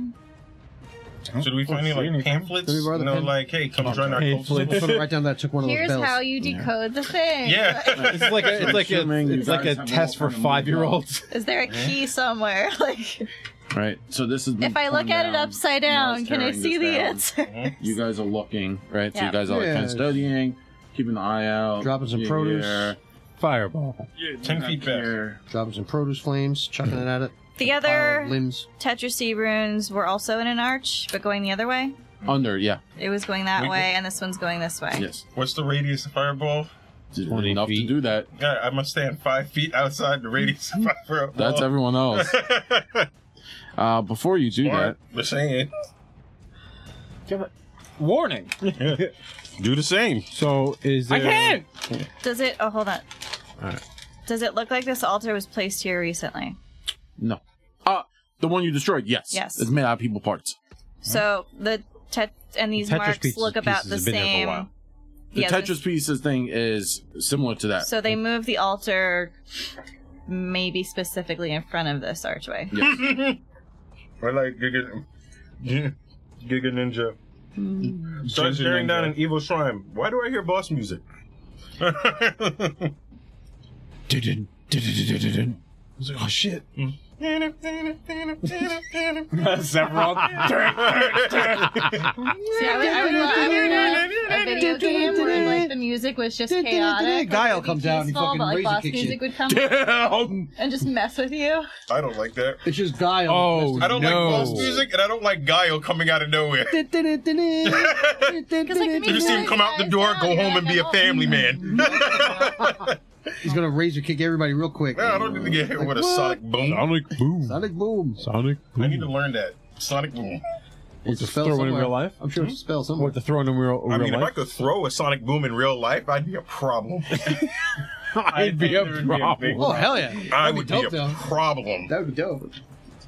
Should we find any like pamphlets?
Can we borrow
You
the
know,
pen?
like, hey, come join our
Someone
cult.
put it right down that took one of
Here's
those bells.
how you decode the thing.
Yeah.
It's like a, it's like
Assuming
a,
you
it's like a
guys have
test
all
for
kind of
five year olds.
Is there a key somewhere? Like,
Right. So this is.
if I look at it upside down, can I see the answer?
You guys are looking, right? So
Yeah.
you guys are like kind
Yeah.
of studying, keeping an eye out,
Dropping some
Yeah,
produce.
yeah.
Fireball.
Ten feet back.
Here.
Dropping some produce flames, chucking it at it.
The
Pile of
other
limbs.
Tetra Sea runes were also in an arch, but going the other way.
Under, yeah,
It was going that
We-
way, and this one's going this way.
yes.
What's the radius of fireball?
Did
20
enough
feet.
to do that.
Yeah, I must stand five feet outside the radius of fireball.
That's
Oh.
everyone else. uh, before you do that,
Alright, We're saying.
Warning!
Do the same.
So is
I
there,
can't.
Does it? Oh, hold on.
Alright.
Does it look like this altar was placed here recently?
no. Uh, the one you destroyed, yes.
Yes.
It's made out of people parts.
So the tet and these
Tetris
marks
pieces-
look about the
pieces have been there for a
same.
while.
The
Yeah,
Tetris
this-
pieces thing is similar to that.
So they move the altar, maybe specifically in front of this archway.
We're like Giga, Giga Ninja. Start
Ginger
staring down
Ninja.
an evil shrine. Why do I hear boss music?
Didn't- didn't- didn't- didn't. I was like, oh shit.
See, I would, I would love a, a video game where like the music was just chaotic.
Guile
like, it'd be
comes out and he
peaceful,
fucking
but, like,
razor
boss
kicks you.
music would come and just mess with you.
I don't like that.
It's just guile.
Oh,
I don't
No.
like boss music, and I don't like Guile coming out of nowhere.
Because like it
You
makes
see him
really
come out the
nice
door,
sound,
go
you're
home,
like,
and be a
"Oh,
family man.
He's gonna razor kick everybody real quick.
I don't need to get hit with a sonic boom.
Sonic boom.
Sonic boom.
Sonic boom.
I need to learn that. Sonic boom.
It's a spell
throw it in
somewhere.
real life? Hmm?
I'm sure it's a spell somewhere.
What the throne in real,
I
real
mean, if I
life?
could throw a sonic boom in real life, I'd be a problem.
I'd be
think
a
there would be a
problem.
big-
oh hell yeah!
I
That'd
would be
dope,
a
though.
problem.
That would be dope.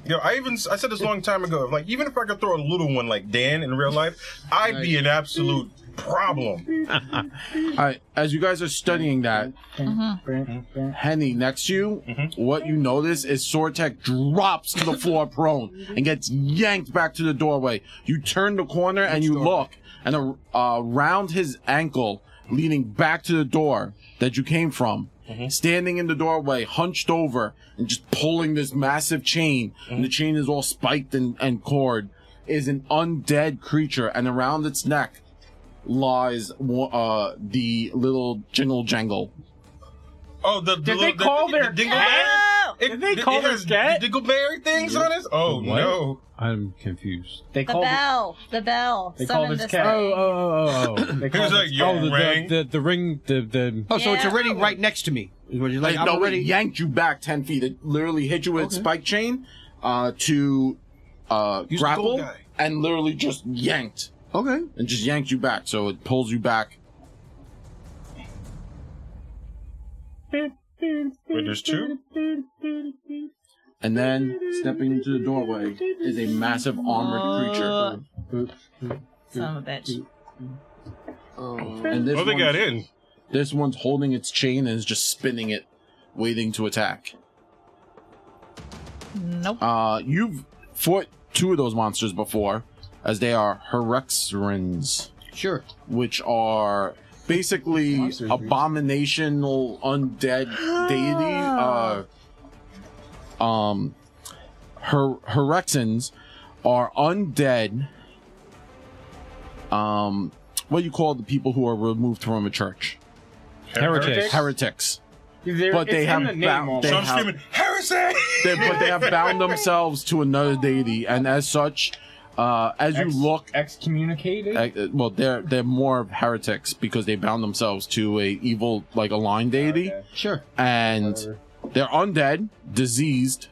Yo, I even I said this a long time ago. if, Like, even if I could throw a little one like Dan in real life, I'd be an absolute problem.
All right, as you guys are studying that, Henny next to you, what you notice is Sortek drops to the floor prone and gets yanked back to the doorway. You turn the corner and you look, and a, uh, around his ankle, leading back to the door that you came from, standing in the doorway, hunched over, and just pulling this massive chain, and the chain is all spiked and, and cord, is an undead creature, and around its neck lies uh, the little jingle jangle.
Oh, the, the
Did
little,
they
the-
call
the,
their
the dingleberry?
Oh!
It-
Did they
it-
call
it
their
has
cat?
dingleberry things on us? Oh
What?
no!
I'm confused.
They
The
called. it-
bell. The bell.
They
Summon
call this
this
cat.
thing.
Oh, oh, oh, oh.
They
He was
called
like,
it-
"Yo,
oh, the,
ring."
the, the, the ring, the, the.
Oh, so it's
Yeah.
already right next to me. Is what you're like,
Like,
I'm
no,
already.
it yanked you back ten feet. It literally hit you with its spike chain uh, to uh,
Use the gold
grapple,
guy.
and literally just yanked
Okay.
and just yanked you back. So it pulls you back.
Wait, there's two.
And then stepping into the doorway is a massive armored
Uh,
creature,
Son of a bitch.
and this
Oh, they
one's,
got in.
this one's holding its chain and is just spinning it, waiting to attack.
Nope.
Uh, you've fought two of those monsters before, as they are Herexrins.
Sure.
which are basically
Monsters, dude.
abominational undead deity. Uh, um, her Herexins are undead. Um, what do you call the people who are removed from a church?
Heretics.
Heretics.
They're-
But they
it's in
have
the name
bound-
already.
they
So I'm
have-
screaming, "Heresy!"
They, but they have bound themselves to another deity, and as such, uh, as you
Ex-
look
excommunicated.
Uh, uh, well they're they're more of heretics because they bound themselves to a evil like a line deity
Okay.
Sure.
and
Whatever.
they're undead diseased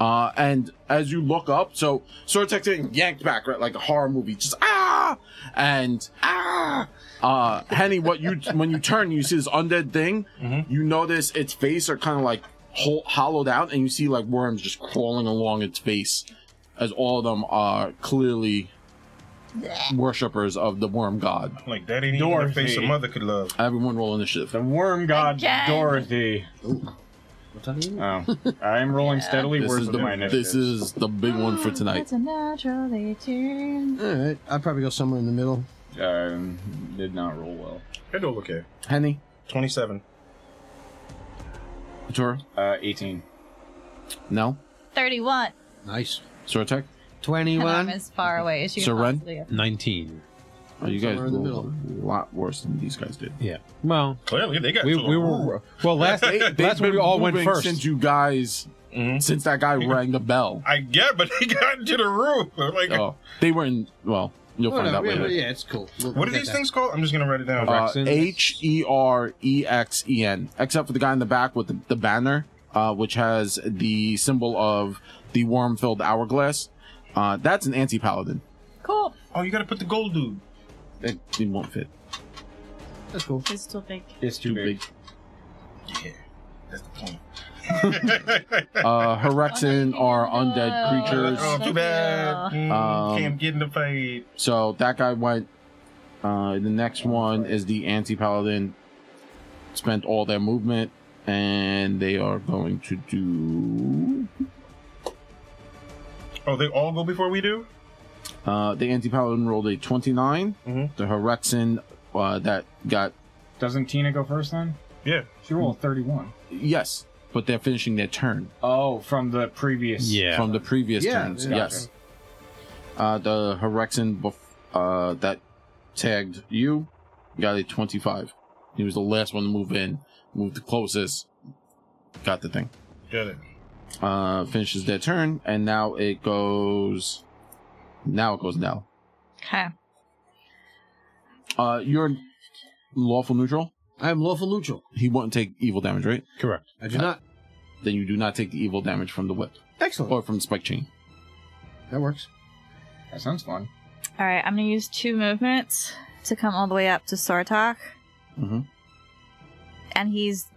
uh and as you look up so Sortex getting yanked back right like a horror movie just ah and ah uh
Mm-hmm.
henny what you when you turn you see this undead thing you notice its face are kind of like hol- hollowed out, and you see like worms just crawling along its face, as all of them are clearly worshippers of the worm god.
Like that ain't even a face a
Dorothy.
mother could love.
Everyone roll initiative.
The worm god
Again.
Dorothy. Oh, I am rolling steadily
This
worse
is,
than my
the,
initiative.
this is the big one for tonight.
That's a natural 18.
All right, I'd probably go somewhere in the middle.
Um, did not roll well.
I do okay.
Henny,
twenty-seven.
Toro,
Uh, 18.
no,
31.
nice. Sortek,
I'm as far away as you can possibly
Soren,
get.
nineteen. Oh, you guys
Somewhere in the
rolled a lot worse than these guys did.
Yeah. Well,
Clearly, they got
we,
to the
we were
room.
well last
They-
last
they've
when we
been
all went
moving
first.
Since you guys, since that guy rang the bell,
I get, but they got into the room. Like,
oh, they were in. Well, you'll find out later. Uh,
it's cool.
what are these things called? I'm just gonna write it down.
H E R E X E N, except for the guy in the back with the, the banner, uh, which has the symbol of the worm filled hourglass. Uh, that's an anti paladin.
Cool.
Oh, you gotta put the gold dude.
It, it won't fit.
That's cool.
It's too big.
It's too,
big.
Yeah, that's the point.
Uh, Herexin are undead creatures.
Oh, too bad. Mm,
Um,
can't get in the fight.
So that guy went. Uh, the next one is the anti paladin. Spent all their movement, and they are going to do.
Oh, they all go before we do.
Uh, the anti paladin rolled a 29. The Herexin uh, that got.
Doesn't Tina go first then?
Yeah.
She rolled 31.
Yes, but they're finishing their turn
Oh, from the previous.
from the previous
Yeah,
turns.
yeah.
Yes. Uh, the Herexin bef- uh, that tagged you got a 25. He was the last one to move in, moved the closest, got the thing.
Got it.
Uh, finishes their turn, and now it goes. Now it goes now.
Okay.
Uh, you're lawful neutral.
I am lawful neutral.
He won't take evil damage, right?
Correct.
I do not.
Then you do not take the evil damage from the whip
Excellent.
or from the spike chain.
That works.
That sounds fun.
All right, I'm going to use two movements to come all the way up to Sortok.
Mm-hmm.
And he's.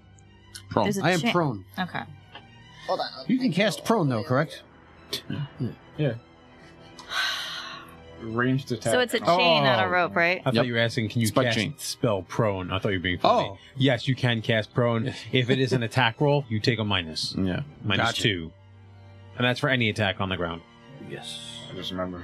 Prone.
there's a
I am
chan-
prone.
Okay.
You can cast prone though, correct?
Yeah. Ranged attack. Oh,
So it's a chain, not
Oh.
a rope, right?
I thought you were asking, can you cast spell prone? I thought you were being funny.
Oh.
Yes, you can cast prone. if it is an attack roll, you take a minus.
Yeah.
Minus
Gotcha.
two. And that's for any attack on the ground.
Yes.
I just remember.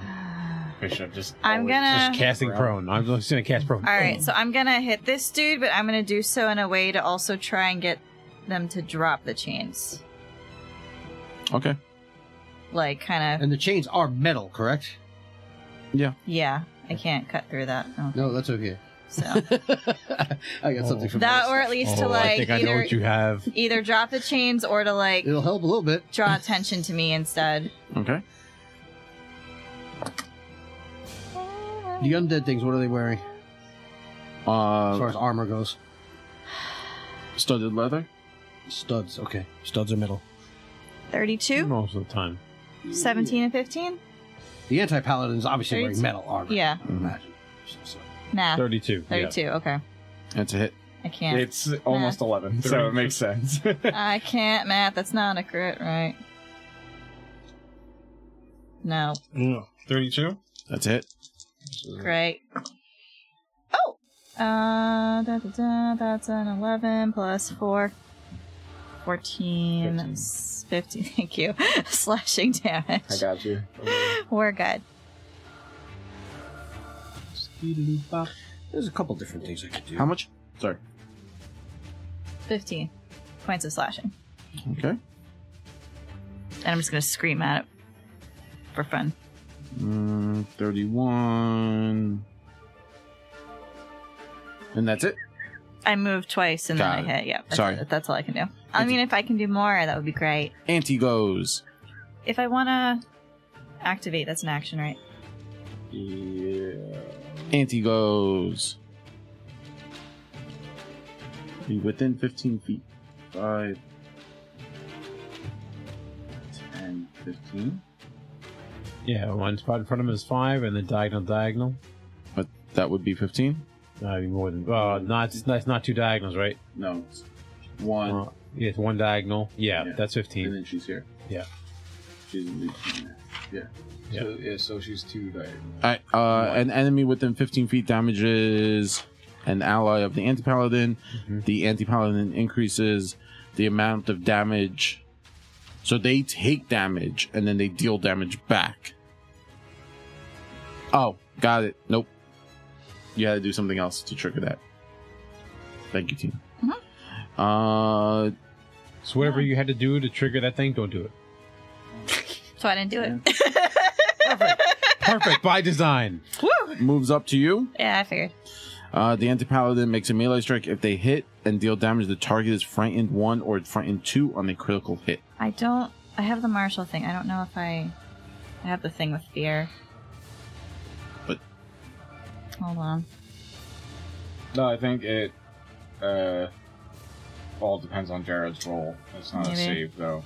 We should have just.
I'm
always
gonna-
Just casting prone. I'm just going to cast prone.
All right, so I'm going to hit this dude, but I'm going to do so in a way to also try and get them to drop the chains.
Okay.
Like, kind of.
And the chains are metal, correct?
Yeah.
Yeah, I can't cut through that. Oh,
No, that's okay.
so.
I got something for
That, or at least to
Oh,
like
I think I know
either
what you have.
either drop the chains or to like
It'll help a little bit.
draw attention to me instead.
Okay.
The undead things. What are they wearing? As far
Uh,
as armor goes,
studded leather.
studs. Okay, studs are metal.
32,
Most of the time.
17, and 15.
The anti paladins obviously wearing
32.
metal armor.
Yeah,
Imagine. So-
math.
32. yeah.
32. Okay,
That's a hit.
I can't.
It's almost 11, so it makes sense.
I can't math. That's not a crit, right? No,
No. Thirty-two.
That's a hit.
great. Oh, uh, da, da, da, that's an 11 plus four. 14, 15. 15 thank you. Slashing damage.
I got you.
We're good.
There's a couple different things I could do.
How much? Sorry.
15 points of slashing.
Okay.
And I'm just going to scream at it for fun.
Mm, 31. And that's it?
I move twice and
Got
then
it.
I hit. Yeah. That's,
Sorry.
That's all I can do. I mean, if I can do more, that would be great.
Anti goes.
If I want to activate, that's an action, right?
Anti goes. Be within 15 feet. 5, 10, 15.
Yeah, one spot in front of him is five, and the diagonal, diagonal.
But that would be 15?
That'd be more than. Uh, not, that's not two diagonals, right?
No. it's 1,
Well, Yeah, it's one diagonal. Yeah, that's 15. And
then she's here.
Yeah.
She's in the, yeah. So, yeah, so she's two diagonal.
I, uh, an enemy within 15 feet damages an ally of the anti paladin.
Mm-hmm.
The anti paladin increases the amount of damage. So they take damage and then they deal damage back. Oh, got it. Nope. You had to do something else to trigger that. Thank you, Tina. Uh,
so whatever you had to do to trigger that thing, don't do it.
So I didn't do it.
Perfect by design.
Moves up to you.
yeah, I figured.
Uh, the anti paladin makes a melee strike. If they hit and deal damage, the target is frightened one or frightened two on a critical hit.
I don't. I have the martial thing. I don't know if I. I have the thing with fear.
But-
Hold on.
No, I think it uh, all depends on Jared's roll. It's not a
Maybe.
save though.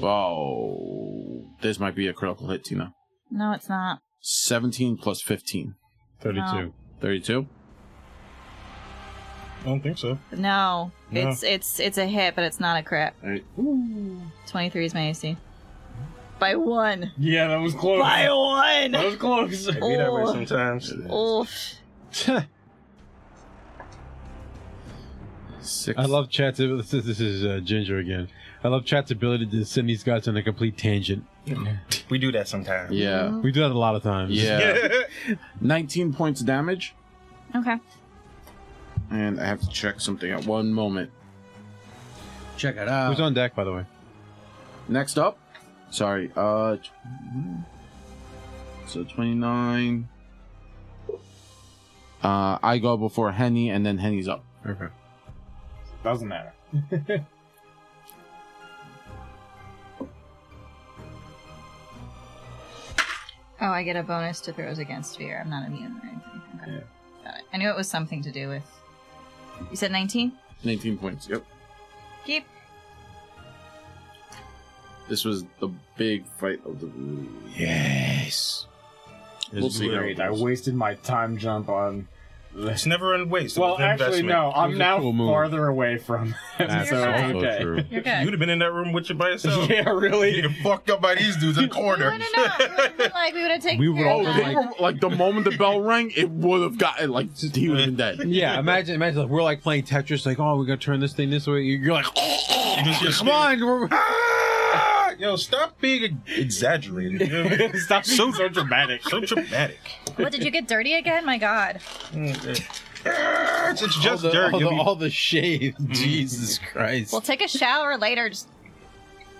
Whoa. This might be a critical hit, Tina.
No, it's not.
17 plus 15.
32. No.
32?
I don't think so.
No,
No.
it's it's it's a hit, but it's not a crit.
Alright.
Twenty three is my AC. By one.
Yeah, that was close.
By one.
That was close.
It be that way Oh.
sometimes.
Oof.
Six.
I love Chat's. This is, this is uh, Ginger again. I love Chat's ability to send these guys on a complete tangent.
We do that sometimes.
Yeah.
We do that a lot of times.
Yeah. 19 points of damage.
Okay.
And I have to check something out. One moment.
Check it out.
Who's on deck, by the way?
Next up. Sorry. Uh. So 29. Uh, I go before Henny, and then Henny's up.
Okay.
Doesn't matter.
Oh, I get a bonus to throws against fear. I'm not immune or anything. Okay. Got it. I knew it was something to do with. You said 19?
19 points. Yep.
Keep.
This was the big fight of the. Yes. We'll see how it
Great. I
goes.
wasted my time jump on.
It's never in waste. It
Well,
was an
actually,
investment.
no.
It
I'm
was a
now
cool move.
farther away from. Him,
That's
so it's
also
okay.
true.
You're good.
You'd have been in that room with you by yourself.
Yeah, really.
Getting fucked up by these dudes in the corner.
like we would have taken.
We would
care of
all
that.
be
They were- Oh, like the moment the bell rang, it would have gotten like just- he would have been dead.
Yeah, imagine, imagine like, we're like playing Tetris, like, oh, we gotta turn this thing this way. You're like, come on, we're-
Yo, stop being exaggerated.
stop so, so dramatic.
So dramatic.
What did you get dirty again? My God.
It's, it's just
all the,
dirt.
All the,
You'll be-
all the shade. Jesus Christ.
We'll take a shower later. Just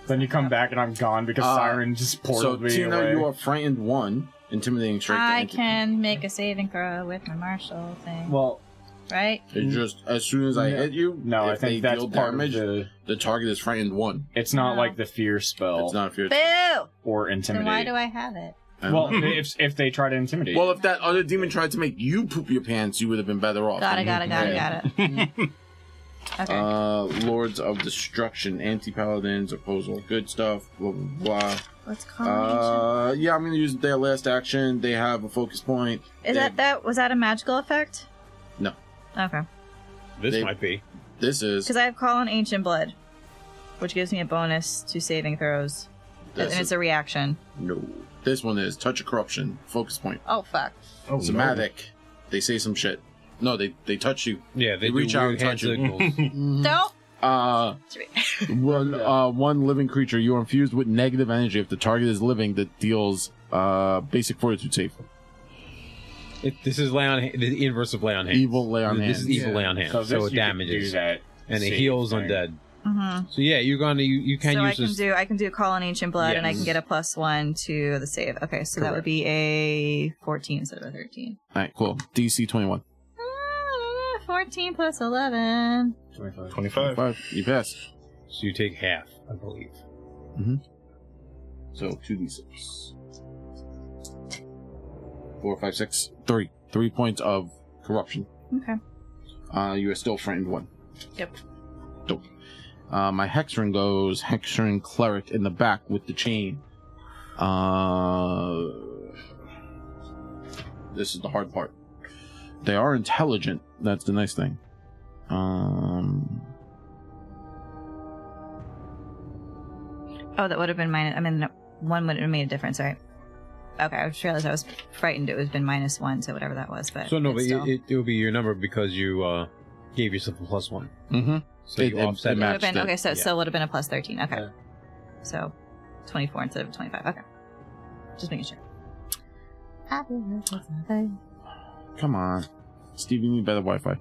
Then you
Uh,
come back and I'm gone because
Uh,
Siren just
So
portaled me
Tina,
away.
you are frightened one, intimidating strike.
I
and-
can make a saving throw with my martial thing.
Well,
right?
It just as soon as I
No.
hit you,
No, I
if
think
they
that's
deal
part of
damage, the... target is frightened one.
It's not
No.
like the fear spell.
It's not a fear.
Boo!
or
Then
intimidate.
why do I have it?
I
well,
don't know.
if if they try to intimidate.
Um, Well, if that other demon tried to make you poop your pants, you would have been better off.
Got it, got it, got it, got it. Okay.
Uh, Lords of Destruction, anti paladins, opposal, good stuff, blah blah
Let's call
blah. Uh, yeah, I'm gonna use their last action. They have a focus point.
Is that that? Was that a magical effect?
No,
Okay.
Mm-hmm.
this might
be.
This is
Because I have call on ancient blood, which gives me a bonus to saving throws,
That's
and it's
it.
a reaction.
no. This one is touch of corruption, focus point.
Oh fuck!
Oh, Somatic. They say some shit. No, they they touch you.
Yeah, they do
reach out and
weird
touch
hand
you.
Hmm.
No.
uh, one uh, one living creature. You are infused with negative energy. If the target is living, that deals uh basic fortitude save.
It, this is lay on ha- the inverse of lay on hands.
Evil lay on
This
hands.
is evil lay on hands. So,
So this you
it
could
damages
do that
and it
save
heals
thing.
undead.
hmm
So yeah, you're gonna you, you can
so I
use
can
this.
do I can do call on ancient blood, and I can
Yes.
get a plus one to the save. Okay, so that would
Correct.
be a fourteen instead of a thirteen.
All right, cool. DC twenty one.
Ah, Fourteen plus eleven.
25.
Five. You pass.
So you take half, I believe.
Mm-hmm. So two d six. Four, five, six, three. Three points of corruption.
Okay.
Uh, you are still frightened one.
Yep.
Dope. Uh, my hexerin goes hexerin cleric in the back with the chain. Uh, this is the hard part. They are intelligent. That's the nice thing. Um,
Oh, that would have been minus. I mean, one would have made a difference, right? Okay, I just realized I was frightened. It would have been minus one, so whatever that was. But
So no, but
it's
it,
still-
it, it would be your number because you uh, gave yourself a plus one.
Mm-hmm.
So
It-
you
it-
offset
it
it.
Would have been,
matched
okay, so it
Yeah.
still would have been a plus 13. Okay. So 24 instead of 25. Okay. Just making sure. Happiness is nothing.
Come on, Steve, you need better Wi-Fi.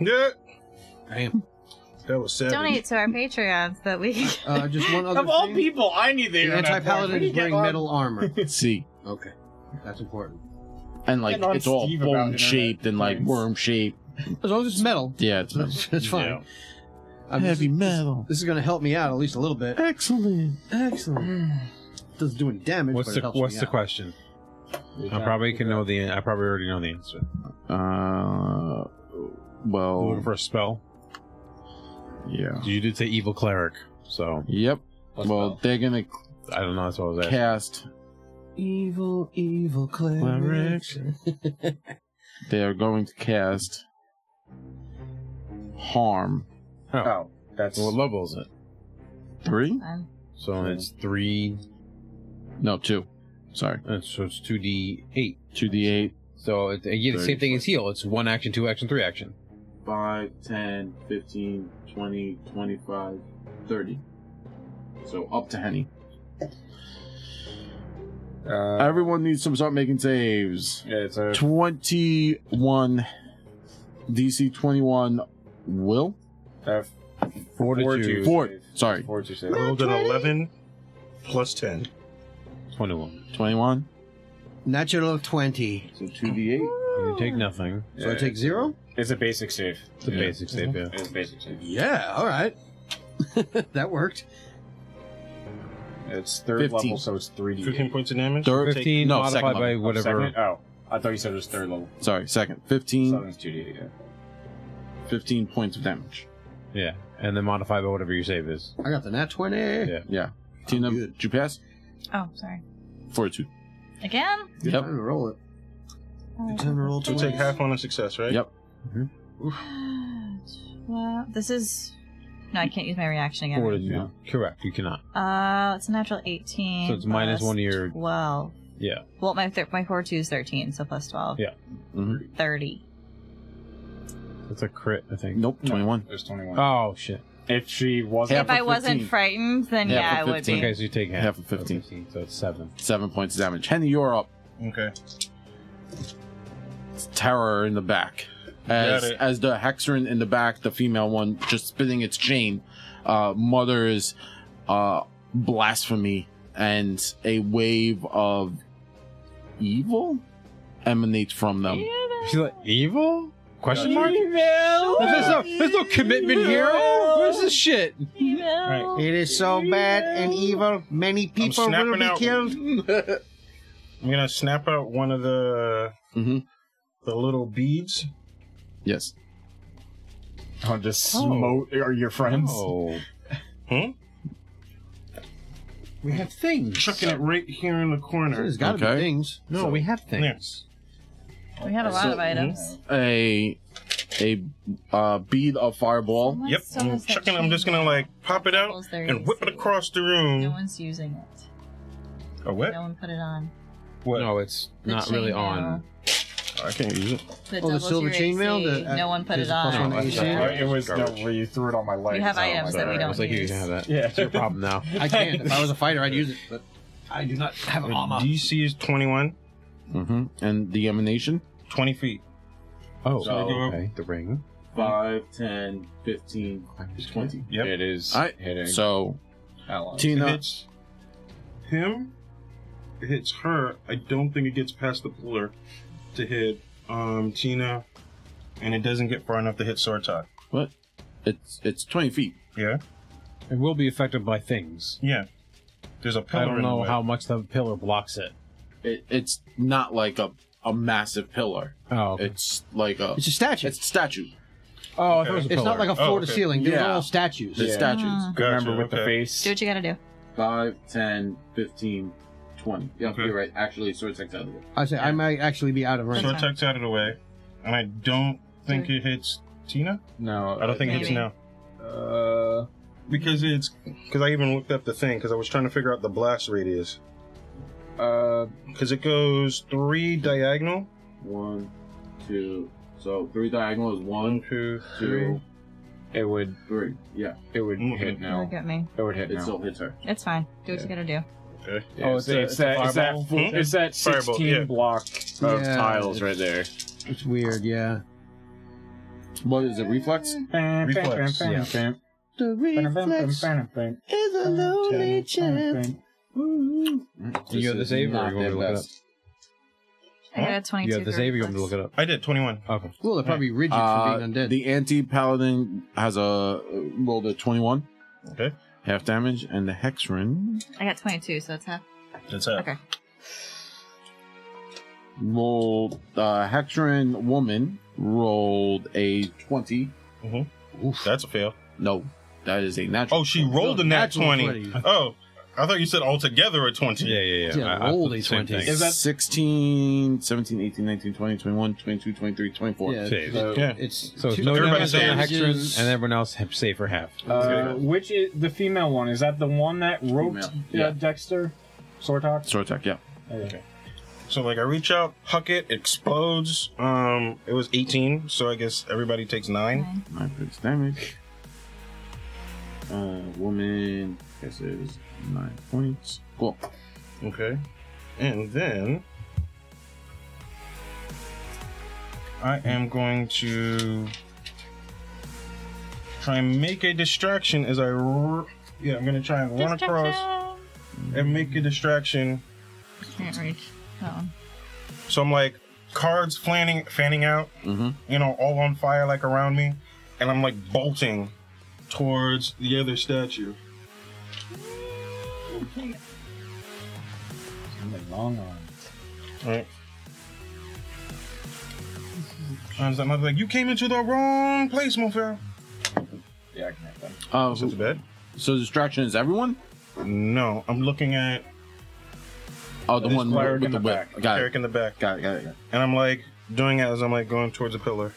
Yeah.
Damn.
That was sad.
Donate to our Patreon so that we can.
Uh, just one other
of all
thing.
people, I need the
The
internet porn. What do
anti-paladins
you get
wearing
on-
metal armor.
See,
Okay, that's important.
and like
Get on
it's all
Steve about
bone
internet
shaped and like
things.
worm shaped.
As long as it's metal,
Yeah, it's
that's fine.
Yeah.
I'm
Heavy
just-
metal.
This is going to help me out at least a little bit.
Excellent.
Excellent. Doesn't do any damage,
What's
but
the
it helps
What's
me
the
out.
question? I probably can know the. I probably already know the answer.
Uh, well,
Looking for a spell.
Yeah.
You did say evil cleric, so
Yep. well, they're gonna.
I don't know. That's what I was asking.
Cast.
Evil, evil cleric.
They are going to cast harm.
Oh, that's
What level is it?
Three?
Um,
So it's three. uh,
No, two. Sorry.
so it's two d eight.
Two d eight.
So it, yeah, the same thing as heal. It's one action, two action, three action.
5, 10, 15, 20, 25, 30. So up to Henny. Everyone needs to start making saves.
uh, Yeah, it's a
21. DC 21 will?
uh, fortitude.
Fort. Sorry.
Fortitude
I
save.
rolled an 11 plus 10.
21.
21.
Natural 20.
So 2d8.
You take nothing.
So I take zero?
It's a basic save.
It's a basic
Uh-huh.
save, yeah.
It's a basic save.
Yeah, all right. that worked.
It's third
15.
level, so it's three d.
15 points of damage?
Third,
Fifteen
no,
modified
second
by
level.
whatever.
Second? Oh, I thought you said it was third level.
Sorry, second.
So
15,
it's two d. Yeah.
15 points of damage.
Yeah, and then modify by whatever your save is.
I got the nat 20.
Yeah.
Yeah. Tina, did you pass?
Oh, sorry.
Fortitude.
Again?
Yep.
Time to roll it.
Oh,
Time to roll
So take half on a success, right?
Yep.
Well, this is. No, I can't use my reaction again.
Fortitude. Correct. You cannot.
Uh, it's a natural 18.
So it's minus
plus
one of your-
12.
Yeah.
Well, my, th- my 4 2 is 13, so plus 12.
Yeah. Mm-hmm.
Mhm.
30.
That's a crit, I think.
Nope, 21.
There's twenty one.
Oh shit.
if she wasn't,
Half
if I
of
wasn't
15.
frightened, then
Half
yeah, I
of
would
15.
be.
Okay, so you take half.
Half of
So
15.
So it's seven.
7 points of damage. Henny, you're up.
Okay.
terror in the back as
Got it.
as the hexerin in the back the female one just spinning its chain uh mutters uh blasphemy and a wave of evil emanates from them
She's like evil? Question mark?
Evil.
There's no, there's no commitment here. Where's this shit?
It is so bad and evil. Many people will
snapping
be
out.
killed.
I'm gonna snap out one of the
mm-hmm.
the little beads.
yes
I'll just smote are your friends.
Oh.
Hmm?
We have things.
Chucking it right here in the corner.
There's got to
Okay.
be things.
No, we have things.
Yes.
We had a lot of items.
a a uh, bead of fireball
Yep. I'm chucking. I'm just gonna like pop it out
Almost there, you
and whip
see
it
it.
across the
No
room.
one's using it.
Oh what?
No one put it on.
What?
No, it's
The
not really
chainmail.
on.
I can't use it.
The
Oh, the
double
silver
tier
chainmail?
AC,
The-
No one put
there's
it
a plus
on.
one AC.
Uh, it was the, where you threw it on my leg.
We have
so I'm
items
like,
that we
I
don't
uh, was like, you
use.
can have that.
Yeah.
It's your problem now.
I can't. If I was a fighter, I'd use it, but I do not have
The
armor.
DC is 21,
hmm and the emanation
20 feet.
Oh,
So I give up-
okay. The ring.
5 10 15 20
Yep.
It is
All right,
hitting.
so
allies.
It
tina
hits him. It hits her. I don't think it gets past the pillar to hit um Tina, and it doesn't get far enough to hit Sortok.
what it's it's 20 feet
Yeah.
It will be affected by things.
Yeah. There's a pillar.
I don't
in the
know
way.
how much the pillar blocks it.
it, it's not like a, a massive pillar.
Oh, okay.
It's like a
It's
it's,
a statue. It's,
a statue.
oh, I thought it was a pillar.
not like a
Oh,
floor to
okay.
ceiling. They're
Yeah.
all statues.
The statues.
Mm.
Gotcha,
Remember with the
okay.
face.
Do what you gotta do.
5, 10, 15, 20. Yeah,
Okay.
you're right. Actually, sword takes out of it.
I say I might actually be out of range.
So it tucks out of the way, and I don't think it hits Tina.
No,
I don't think it hits
Maybe.
now.
Uh,
because it's because I even looked up the thing because I was trying to figure out the blast radius. Because it goes three diagonal.
One, two. So three diagonal is one, two, two.
three.
It would three. Yeah, it would hit now.
Look at me.
It would hit. It
now.
still hits her.
It's fine. Do what you gotta do.
Okay.
oh, it's, it's, that, it's that full- it's that
Fireball,
16
yeah.
block of
Yeah,
tiles right there.
It's weird, yeah.
What is it? Reflex?
Reflex, yeah. The reflex is a lonely champ.
Do you have the
is
save or
not
you want me
their
to look it up?
best.
I got a
You have
22.
the save or you want me to look it up?
I did twenty-one.
Okay.
Well, they're probably rigid
Uh,
for being undead.
The anti paladin has a rolled a twenty-one.
Okay.
Half damage, and the hexrin
I got 22, so it's half.
That's it.
Okay.
rolled. Uh, hexrin woman rolled a 20
Mm-hmm. That's a fail.
No, that is a natural.
Oh, she rolled a nat
Natural
twenty. Oh, I thought you said altogether a twenty.
Yeah, yeah, yeah. Yeah, I- I rolled thought a the same 20. thing.
Is that 16, 17, 18, 19, 20, 21, 22, 23, 24.
Yeah,
Save.
so
Yeah.
it's
So it's
two-
no
everybody
damage on the
saves.
hexen, and everyone else have save for half.
Uh, which is the female one? Is that the one that roped
Female,
uh,
yeah.
Dexter? Sortok?
Sword attack, yeah.
Okay.
So like I reach out, huck it, explodes. Um, it was eighteen, so I guess everybody takes nine.
Nine points damage. Uh, woman, guess it is nine points. Cool.
Okay, and then I am going to try and make a distraction as I. r- yeah, I'm gonna try and run across and make a distraction.
Can't reach. Oh.
So I'm like cards fanning fanning out,
Mm-hmm.
you know, all on fire like around me, and I'm like bolting towards the other statue.
Long arm.
All right. I was I'm like, you came into the wrong place, Mofair.
Yeah, I can have that.
Uh,
So it's bad.
So distraction is everyone?
No, I'm looking at
Oh, the
This
one
cleric
with
in
the
the
whip.
back.
Got
Cleric
it.
in the back,
Got it. Got it. Got it.
and I'm like doing it as I'm like going towards the pillar.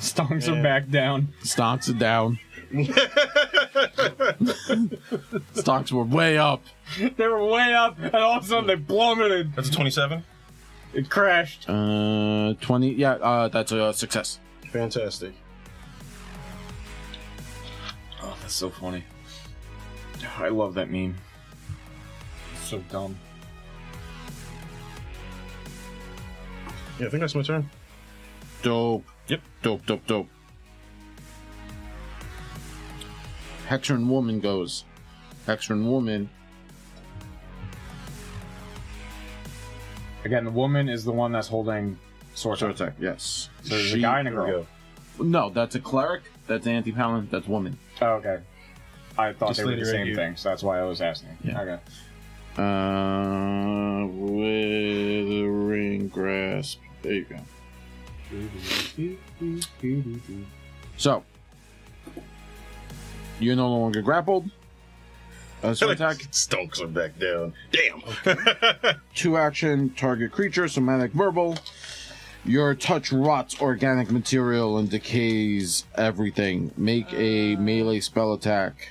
Stonks
Yeah.
are back down.
Stocks are down. Stocks were way up.
They were way up, and all of a sudden they plummeted.
That's a 27.
It crashed.
Uh, twenty. Yeah. Uh, that's a success.
Fantastic.
Oh, that's so funny. Oh, I love that meme.
So dumb.
Yeah, I think that's my turn.
Dope.
Yep.
Dope. Dope. Dope. Hexron woman goes. Hexron woman.
Again, the woman is the one that's holding Sortok.
Sword attack. Yes.
So there's a guy and a girl.
No, that's a cleric. That's an anti-paladin. That's woman.
Oh, okay. I thought
Just
they were
leave
the
it right
same
here.
thing, so that's why I was asking.
Yeah.
Okay.
Uh, withering grasp. There you go. So, you're no longer grappled. Uh, sword attack.
Stonks are back down. Damn.
Two action, target creature, somatic verbal. Your touch rots organic material and decays everything. Make a melee spell attack.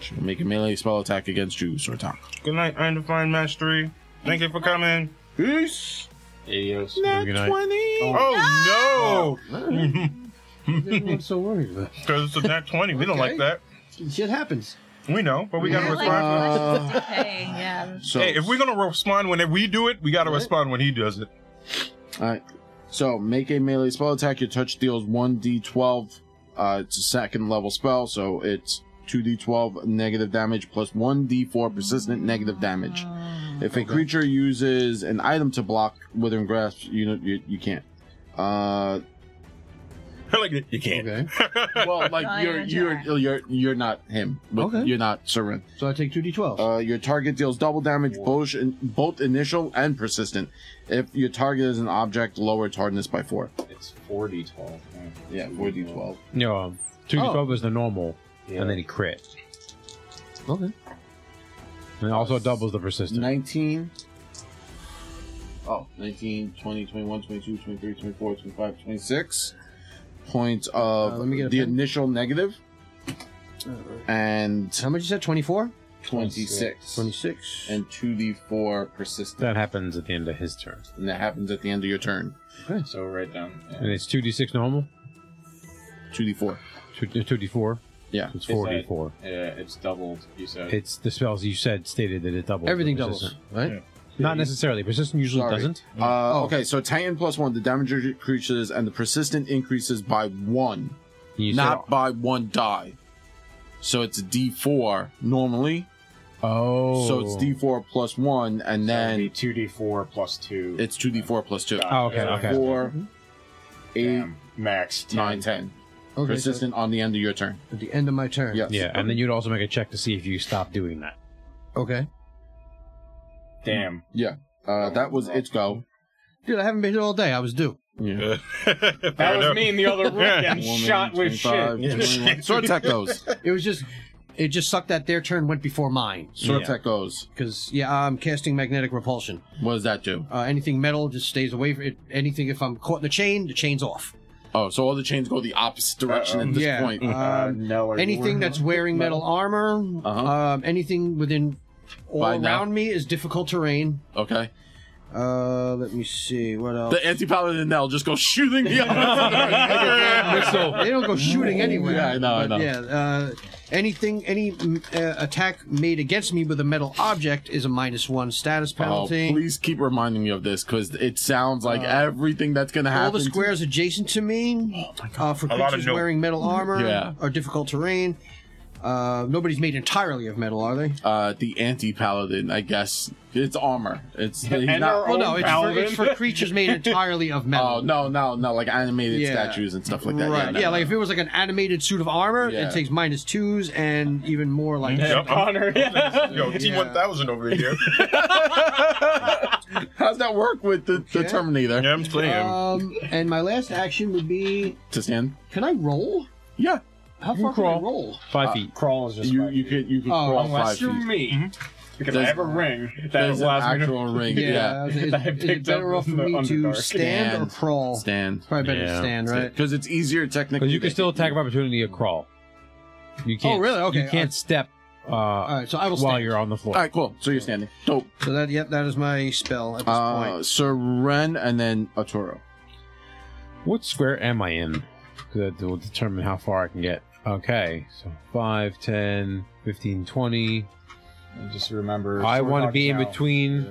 She'll make a melee spell attack against you, Sortak.
Good night, Undefined Mastery. Thank you for coming.
Peace!
Adios.
Oh, no!
I'm so worried about.
Because it's a nat 20. We don't
Okay.
like that.
Shit happens.
We know, but we gotta
You're like,
respond.
Uh,
hey, yeah.
So,
hey, if we're gonna respond when we do it, we gotta respond when he does it.
Alright. So make a melee spell attack. Your touch deals one d12. Uh, it's a second level spell, so it's two d12 negative damage plus one d4 persistent negative damage. If a creature uses an item to block Withering Grasp, you know you, you can't. Uh,
like you can't.
Okay.
well,
Oh,
like you're
yeah,
you're
yeah.
you're you're, not him.
Okay.
You're not Seren.
So I take two d12.
Uh, your target deals double damage, both in, both initial and persistent. If your target is an object, lower its hardness by four.
It's 4d12.
Yeah, four d twelve.
No, um, two to
Oh.
twelve is the normal,
Yeah.
and then he crit,
okay.
and it also doubles the persistent.
19. Oh, 19, 20, 21, 22, 23, 24, 25, 26 points of
Uh, let me get a
the
pen. Uh,
initial negative and
how much is that? Twenty four.
26.
26.
And 2d4 persistent.
That happens at the end of his turn.
And that happens at the end of your turn.
Okay. So right down. yeah.
And it's 2d6 normal?
2d4.
2, 2d4?
Yeah.
It's
Is that-
4d4.
Yeah, it's doubled. You said.
It's the spells you said stated that it doubles.
Everything
the
doubles,
resistant.
right?
Not necessarily. Persistent usually
Sorry.
doesn't.
Uh, Okay, so Titan plus one, the damage of creatures and the persistent increases by one,
You said-
not by one die. So it's a d4 normally.
Oh.
So it's d4 plus one, and then
Two D four plus two.
it's 2d4 plus two.
Oh, okay, okay.
Four,
Mm-hmm.
eight,
max
nine, ten.
Okay,
persistent on the end of your turn.
At the end of my turn.
Yes.
Yeah, and then you'd also make a check to see if you stop doing that.
Okay.
Damn.
Yeah. Uh, that was its go.
Dude, I haven't been here all day. I was due.
Yeah.
That was me in the other room getting shot with shit.
Sword attack goes.
It was just, it just sucked that their turn went before mine.
Sword attack goes.
Because yeah, I'm casting magnetic repulsion.
What does that do?
Uh, anything metal just stays away from it. Anything if I'm caught in the chain, the chain's off.
Oh, so all the chains go the opposite direction at this
Yeah.
point.
Uh,
Um,
no. are you
anything
wearing
that's
one?
wearing metal armor,
Uh-huh.
um, anything within all
By now?
around me is difficult terrain.
Okay.
Uh, let me see what else.
The anti paladin Nell just goes shooting the Oh, other.
they don't go shooting anywhere.
Yeah, I know, I
But
know.
Yeah, uh, anything, any mm, uh, attack made against me with a metal object is a minus one status
Oh,
penalty.
please keep reminding me of this because it sounds like everything that's gonna
All
happen.
the squares adjacent to me uh, for
A lot of
creatures
nope.
wearing metal armor
Oh Yeah.
or difficult terrain. Uh, nobody's made entirely of metal, are they?
uh, the anti paladin, I guess it's armor. It's he's
And
not.
our
Well, no,
own
it's for,
paladin.
it's for creatures made entirely of metal.
Oh no, no, no! Like animated
Yeah.
statues and stuff like that.
Right.
no,
Yeah,
no.
like if it was like an animated suit of armor,
Yeah. Mm-hmm.
it takes minus twos and even more like
Yep.
Connor. Yeah.
Yo, T1000 over here.
How's that work with the, the
Okay.
Terminator?
Yeah, I'm playing him.
Um, and my last action would be
To stand?
can I roll?
Yeah.
How far can I roll?
Five feet.
Crawl is just
You
my-
you could you could
Oh,
crawl five
Unless you're
feet.
me, because I
There's-
have a ring that
There's an
allows me to
actual ring. Yeah.
Is,
I
is it
picked
better
up
off for
from the
me to
Underdark.
stand or
Stand.
crawl?
Stand.
Probably better to
Yeah.
stand, Oh. right?
Because it's easier technically.
Because you can
to-
still attack of opportunity or crawl. You
Oh,
can't.
really? Okay,
You can't step. Uh,
All right, so I will
while
stand.
you're on the floor.
All right, cool. So you're standing. Dope.
So that yep, that is my spell at this
Uh,
point.
Sir Ren and then Arturo.
What square am I in? 'Cause That will determine how far I can get. Okay, so 5, 10, 15, 20.
And just remember.
I
sword
want to
dog
be in
now.
between.
Yeah.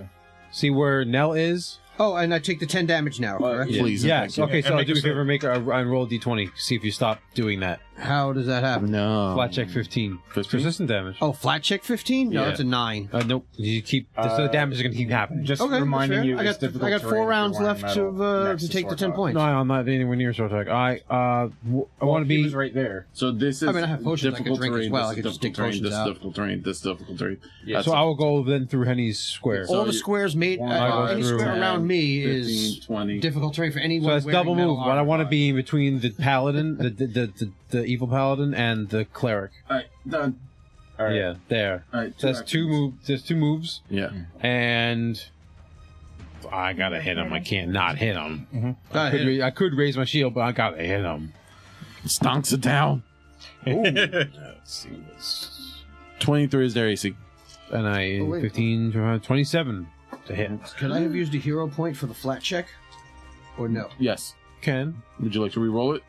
See where Nell is?
Oh, and I take the ten damage now, correct?
Please.
Yes. Okay,
And
so
make
do
a
me a
save.
favor, make a, and roll a d20. See if you stop doing that.
How does that happen?
No.
Flat check 15.
15?
Persistent damage.
Oh, flat check fifteen? No,
Yeah.
that's a nine.
Uh, nope. You keep. so the damage is going to keep happening.
Just
Okay,
reminding
that's fair.
you,
I
it's
got
difficult
I got
terrain if
four
you're
rounds
wearing
left
metal
to uh,
next
to take the
sword
ten
dog.
points.
No, I'm not anywhere near sword attack. I uh, w- I want to
He
be.
was right there.
So this is
I mean, I have potions I could
difficult
drink as
terrain,
well.
this
I could
is
just dig
difficult terrain,
potions
This is
out.
difficult terrain. This is difficult terrain.
Yeah.
That's
so I will go then through Henny's square.
All
So
the
you-
squares made
One,
uh,
five,
any
through.
square around me
15,
is
20.
difficult terrain for
So
anyone.
that's
wearing
double
metal
move, but I
armor.
want to be in between the paladin, the, the, the, the, the evil paladin, and the cleric.
All right, done.
All right.
Yeah, there.
All right,
So that's two
actions.
move. There's two moves,
Yeah.
and I gotta hit him. I can't not hit him.
Gotta
I could,
hit
ra- I could raise my shield, but I gotta hit him.
Stonks it down.
Let's see this.
Twenty-three is their AC.
And I
Oh, wait.
15, uh, 27 to hit.
Could I have used a hero point for the flat check, or no?
Yes.
Can
Would you like to re-roll it?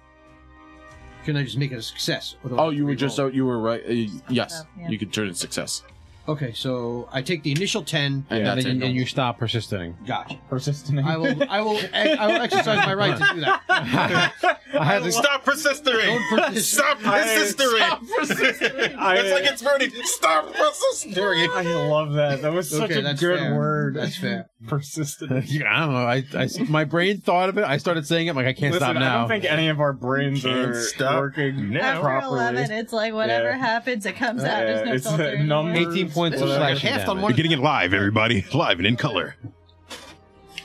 Can I just make it a success? Or do I
Oh,
have
you
to
were just
re-roll?
out. You were right. Uh, yes,
Oh, yeah.
you could turn it success,
okay. So I take the initial ten.
and
and,
that's
then,
it.
and you stop persisting.
Gotcha.
persistent.
I will. I will. I will exercise my right to do that.
I had to.
Stop persistering! Stop persistering!
I-
It's like it's Verdi. Stop persistering!
I love that. That was such
Okay,
a
that's
good
fair.
word.
That's fair.
Persistent.
Yeah, I don't know. I, I- my brain thought of it. I started saying it like I can't
Listen,
stop
I
now.
don't think any of our brains
Can't
are
stop
working
now.
After
properly.
eleven, it's like whatever
Yeah.
happens, it comes out.
Yeah,
There's no
it's uh,
filter
a
anymore.
number.
18 points of
This is like
slashing
half on
damage.
one-
You're getting it live, everybody. Live and in color.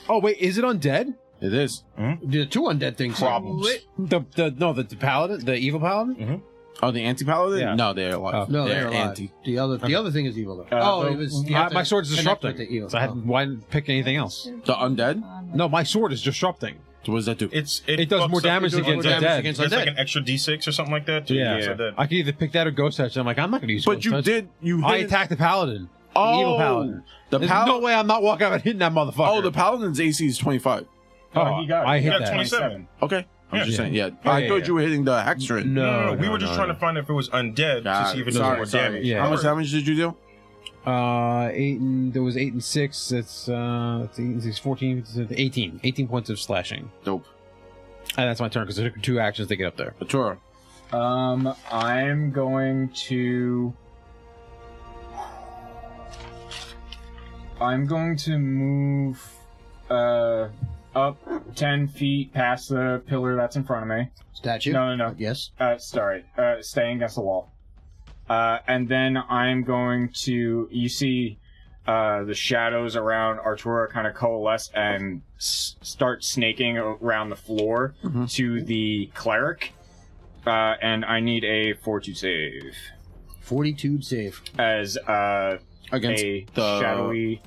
Oh wait, is it undead?
It is.
The two undead things.
Problems.
Lit.
The the no the, the paladin, the evil paladin. Uh,
Oh, the anti-paladin?
Yeah.
No, they're alive.
No, they're, alive.
anti.
Oh, The other. The other thing is evil though.
Uh,
oh,
the-
it was. you
I-
have to
my sword's
connect with
disrupting,
The evil.
so I
Oh.
hadn't why didn't pick anything else.
The undead?
No, my sword is disrupting.
So what does that do?
It's
It does
fucks
more
up-
damage
does more
against undead.
It's
Against
like
undead.
an extra d6 or something like that. to
Yeah.
against undead.
I can either pick that or Ghost Touch. I'm like, I'm not going to use
But
Ghost
you
Touch.
did- you
I
hit-
attacked the Paladin.
Oh,
the evil Paladin.
the
There's
Pal-
no way I'm not walking out and hitting that motherfucker.
Oh, the Paladin's AC is 25.
Oh, he got- I he hit got that.
27.
Okay. I was
Yeah.
just saying, yeah.
Yeah,
I
yeah,
thought
yeah.
you were hitting the Hextran.
No, no, we were just trying to find if it was undead to
Got
see
it.
if it does
sorry,
more
sorry.
damage.
How much damage did you do?
Uh, eight and there was eight and six. That's uh, that's eight and six, 14, it's, uh, 18. 18 points of slashing.
Dope.
And that's my turn because I took two actions to get up there.
Atura.
Um, I'm going to. I'm going to move uh up ten feet past the pillar that's in front of me.
Statue?
No, no, no.
Yes.
Uh, sorry. Uh, staying against the wall. Uh, and then I'm going to. You see, uh, the shadows around Artura kind of coalesce and s- start snaking around the floor
Mm-hmm.
to the cleric. Uh, and I need a fortitude save
42 save.
as uh,
Against
a
the-
shadowy. uh,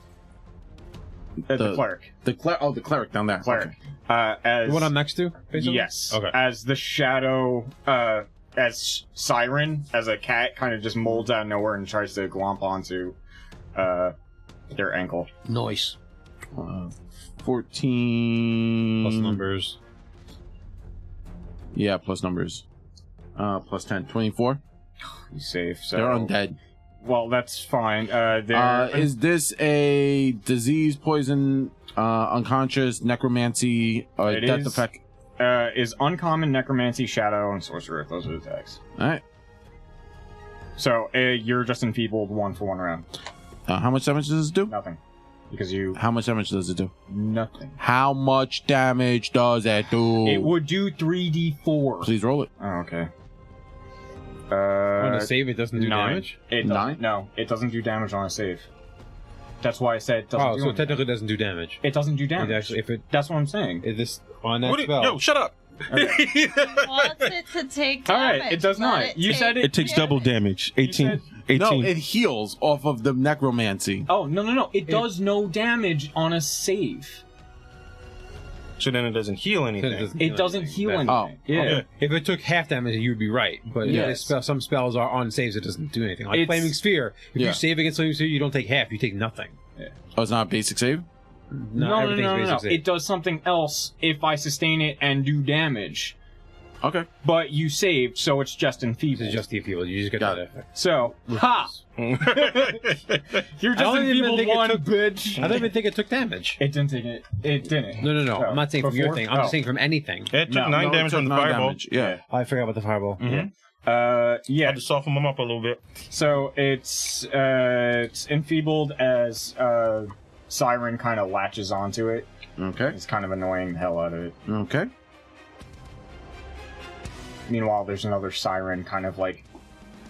the,
the-
cleric.
The cleric. Oh, the cleric down there.
Cleric. Uh, as
The one I'm next to? Basically?
Yes.
Okay.
As the shadow, uh, as Siren, as a cat, kind of just molds out of nowhere and tries to glomp onto, uh, their ankle.
Noise.
Uh, 14.
Plus numbers.
Yeah, plus numbers. Uh, plus 10. 24.
You save. So
They're undead.
Well, that's fine. Uh, there
Uh, is this a disease, poison, uh, unconscious, necromancy, uh,
It
death
is-
effect?
uh, is uncommon necromancy, shadow, and sorcerer. Those are the attacks.
All right.
So uh, you're just enfeebled one for one round.
Uh, how much damage does this do?
Nothing, because you
How much damage does it do?
nothing.
How much damage does it do?
It would do three d four.
Please roll it.
Oh, okay. Uh,
On a save, it doesn't do
nine.
damage?
It nine? No, it doesn't do damage on a save. That's why I said it doesn't
Oh,
do
so it
anything.
technically doesn't do damage.
It doesn't do damage.
It actually, if it
That's what I'm saying.
if this on that
What do you-
spell,
yo, shut up.
wants it to take
All
damage.
right, it does
Let
not.
It
you
take-
said it.
It takes double damage. 18.
No,
18.
it heals off of the necromancy.
Oh no no no! It, does no damage on a save.
so then it doesn't heal anything.
It doesn't heal anything.
Oh,
yeah.
okay.
If it took half damage, you'd be right. But if
Yes.
this spell, some spells are on saves, it doesn't do anything. Like
It's-
Flaming Sphere, if
Yeah.
you save against Flaming Sphere, you don't take half, you take nothing.
Oh, it's not a basic save?
Not
No no no
everything's
no, no.
basic save.
It does something else if I sustain it and do damage.
Okay.
But you saved, so it's just enfeebled.
It's just the appeal. You just get
Got
that.
so ha! You're
I
just
don't even
enfeebled
think it
one,
took-
bitch.
I don't even think it took damage.
It didn't take it. It didn't.
No, no, no.
So,
I'm not saying from your
before-
thing. I'm
oh.
just saying from anything.
It took
No,
nine
No, it
damage
took
on the
nine
fireball.
damage. Yeah.
I forgot about the fireball.
Mhm.
Uh, yeah.
To soften them up a little bit.
So it's uh, it's enfeebled as uh, Siren kind of latches onto it.
Okay.
It's kind of annoying the hell out of it.
Okay.
Meanwhile, there's another Siren kind of like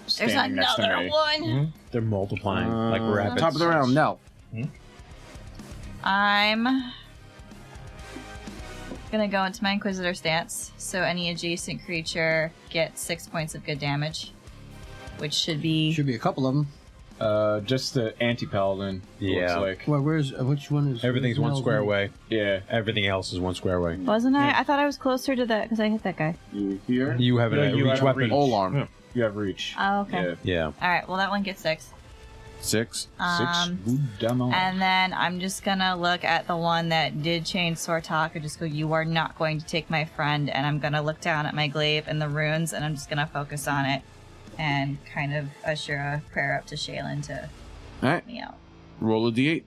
There's
standing next to
another
me.
one.
They're multiplying like
Uh,
rabbits.
Top of the round, Nell.
I'm gonna go into my Inquisitor stance, so any adjacent creature gets six points of good damage, which should be
Should be a couple of them.
Uh, just the anti paladin. Looks
Yeah.
like
Well, where's uh, which one is?
Everything's one
no,
square away.
yeah.
Everything else is one square away.
wasn't I? I thought I was closer to that because I hit that guy.
You here?
You have
No,
a
you
reach
have
weapon.
reach.
All arm.
You have reach.
Oh, okay.
Yeah.
Yeah.
All right. Well, that one gets six.
Six.
Um,
Six. Demo.
And then I'm just gonna look at the one that did change Sortak and just go, You are not going to take my friend. And I'm gonna look down at my glaive and the runes and I'm just gonna focus on it and kind of usher a prayer up to Shaylin to
All right.
help me out.
Roll a d8.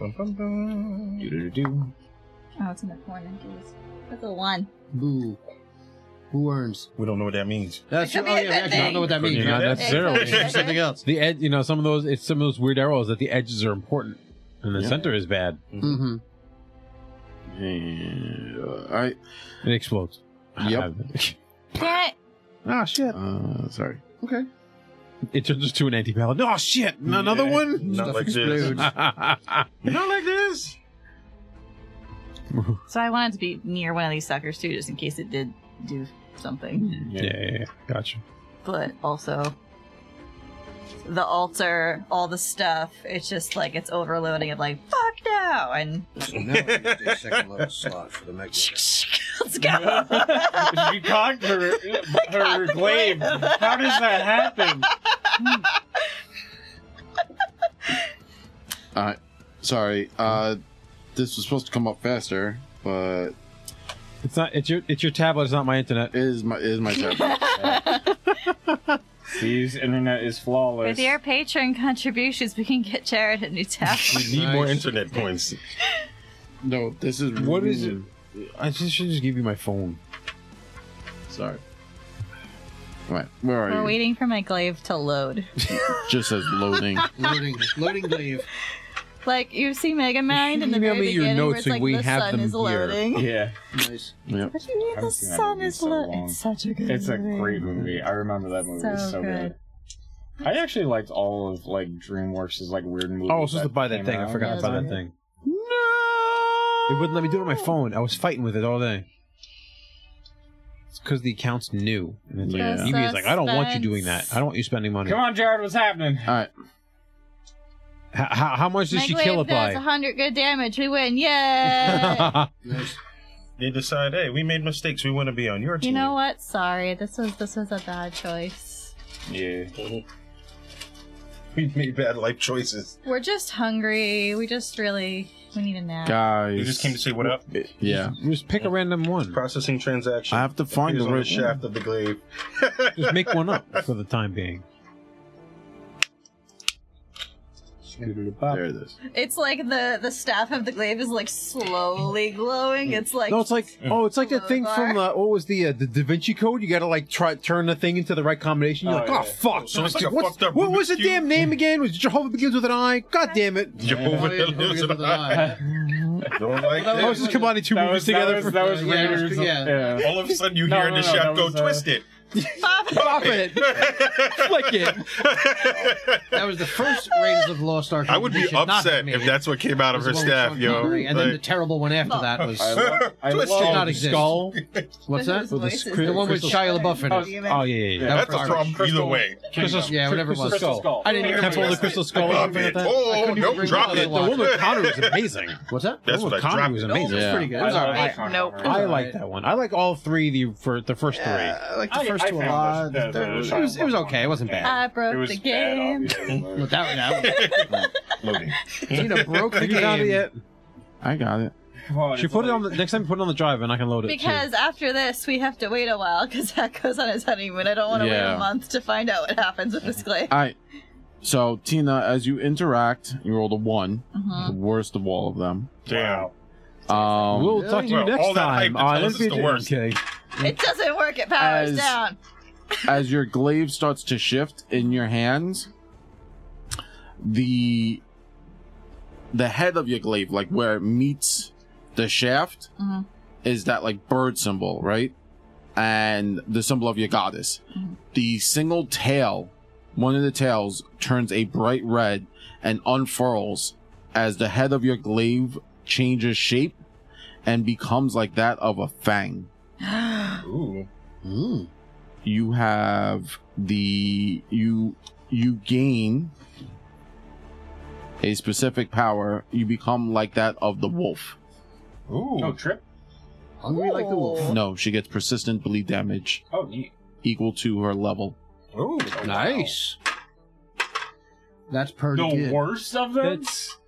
Bum, bum, bum.
Do-do-do-do.
Oh, it's in the corner. Jeez. That's a one.
Boo. Who earns?
We don't know what that means.
That's
It could
oh
be
yeah.
a
We
bad
actually don't know what that
Could be
means.
not
right?
necessarily.
It's actually something else.
The ed, you know, some of those it's some of those weird arrows that the edges are important, and the
Yeah.
center is bad.
Mm-hmm.
And, uh, all right.
It explodes.
Yep.
Damn it!
oh shit!
Uh, sorry.
Okay.
It turns into an anti-paladin. Oh shit! Another
Yeah,
one.
Not
Stuff
like this.
explodes.
Not like this.
So I wanted to be near one of these suckers too, just in case it did do something.
yeah, yeah, yeah. Gotcha.
But also, the altar, all the stuff, it's just like it's overloading of like, fuck now, and
now I need to take second level slot for the mega.
let's go.
she cocked her, her glaive. How does that happen?
Uh, sorry. Uh, this was supposed to come up faster, but
It's not. It's your. It's your tablet. It's not my internet.
It is my. It is my tablet.
Steve's internet is flawless.
With your Patreon contributions, we can get Jared a new tablet.
We need more internet points.
no, this is
What is it?
rude.
I just should just give you my phone.
Sorry. Right, where are
We're
you?
waiting for my glaive to load.
Just says loading.
loading, loading glaive.
Like you see Mega Mind in the
Email
very
me your
beginning, where
notes
it's
so
like
we
the
have
sun
them
is
here.
loading.
Yeah.
Nice.
Yep.
What do you mean
I
the
haven't seen that
sun
movie in
is
so
loading?
long.
It's such a good
It's a
movie.
great movie. I remember that movie. It's
So
so
good.
good. I actually liked all of like DreamWorks' like weird movies.
Oh, I was supposed to buy that
came
thing. I
out.
forgot to
Yeah,
buy that
it's
thing. No! It wouldn't let me do it on my phone. I was fighting with it all day. It's because the account's new. And it's like,
Yeah.
yeah. is like, I don't want you doing that. I don't want you spending money.
Come on, Jared, what's happening?
All right.
How, how, how much does
my
she
glaive
kill it
does
by?
100 good damage. We win. Yay!
They decide, hey, we made mistakes. We want to be on your
you
team.
know what? Sorry, this was this was a bad choice.
Yeah.
Mm-hmm. we made bad life choices.
We're just hungry. We just really we need a nap.
Guys.
We just came to say what up.
Yeah.
Just pick a random one.
Processing transaction.
I have to find
Appears
the
on the
right
shaft of the glaive.
Just make one up for the time being.
There it is.
It's like the the staff of the glaive is like slowly glowing.
Mm.
It's like
no, it's like oh, it's like that thing
Logar.
from uh, what was the uh, the Da Vinci Code? You got to like try turn the thing into the right combination. You're
Oh,
like,
yeah.
oh fuck!
So it's like a
What's-
fucked up
what
Rubik's
was the
Cube?
damn name again? Was it Jehovah begins with an I? God damn it!
Jehovah
yeah,
lives
Jehovah
in
lives in
Don't like
I was
this.
just combining two
That
movies
was
together.
that was,
for-
that was
Yeah, it was-
Raiders.
yeah.
All of a sudden, you
No,
hear
no,
the
no,
shaft
that
go
was, uh,
twisted.
Stop it! Flick it!
That was the first Raiders of the Lost Ark.
I would
we
be
should not have
upset
made.
if that's what came out of
It
her
was the one
staff,
with Sean
yo.
Connery, And then the
Like,
terrible one after that was
I love, I
Twisted
love
did not exist.
Skull.
what's that?
His voice is
cri-
The one with
crystal-
Shia LaBeouf in
Oh,
it.
Oh yeah, yeah, yeah.
That
That's a
was
problem either way.
Crystal-
Yeah, whatever it
Crystal
was.
Skull.
Skull.
I didn't even
Temple of the Crystal Skull.
Drop it. Oh, no, drop
bring
it.
it
The one with Connor was amazing.
What's that?
That's
the one
what
with
I
Connor
dropped.
was
it.
amazing.
It's
Yeah.
pretty good. It was
I love
all right.
that Conor
Nope.
Conor.
I
Alright.
like that one. I like all three. The for the first three.
Uh, I like the
I-
first
I
two a lot.
found the- the-
It was it was okay. It wasn't bad.
I broke
It was
the
bad,
game.
obviously, but-
But that, that
Loading.
Tina broke the
Have you found it
game.
yet?
I got it.
Come on,
Should
it's
put it
like-
on the next time. you Put it on the drive, and I can load it. too.
Because after this, we have to wait a while because that goes on his honeymoon. I don't want to wait
Yeah. Uh,
a month to find out what happens with this glaive.
All right. So Tina, as you interact, you rolled a one,
Uh-huh. Mm-hmm.
the worst of all of them.
Damn.
Um,
we'll talk to you
Well,
next
all that hype
time uh,
to
on
tell us it's the
NBJ.
worst.
Okay.
It doesn't work. It powers
As-
down.
as your glaive starts to shift in your hands, the the head of your glaive, like where it meets the shaft,
Mhm.
is that like bird symbol, right? And the symbol of your goddess. The single tail, one of the tails, turns a bright red and unfurls as the head of your glaive changes shape and becomes like that of a fang
Mm-hmm.
Ooh.
Mmm,
you have the you you gain a specific power you become like that of the wolf
Ooh.
Oh, trip.
Hungry like the wolf.
no she gets persistent bleed damage
Oh, neat.
equal to her level
Ooh.
Nice. That's pretty
The
good.
worst of them.
That's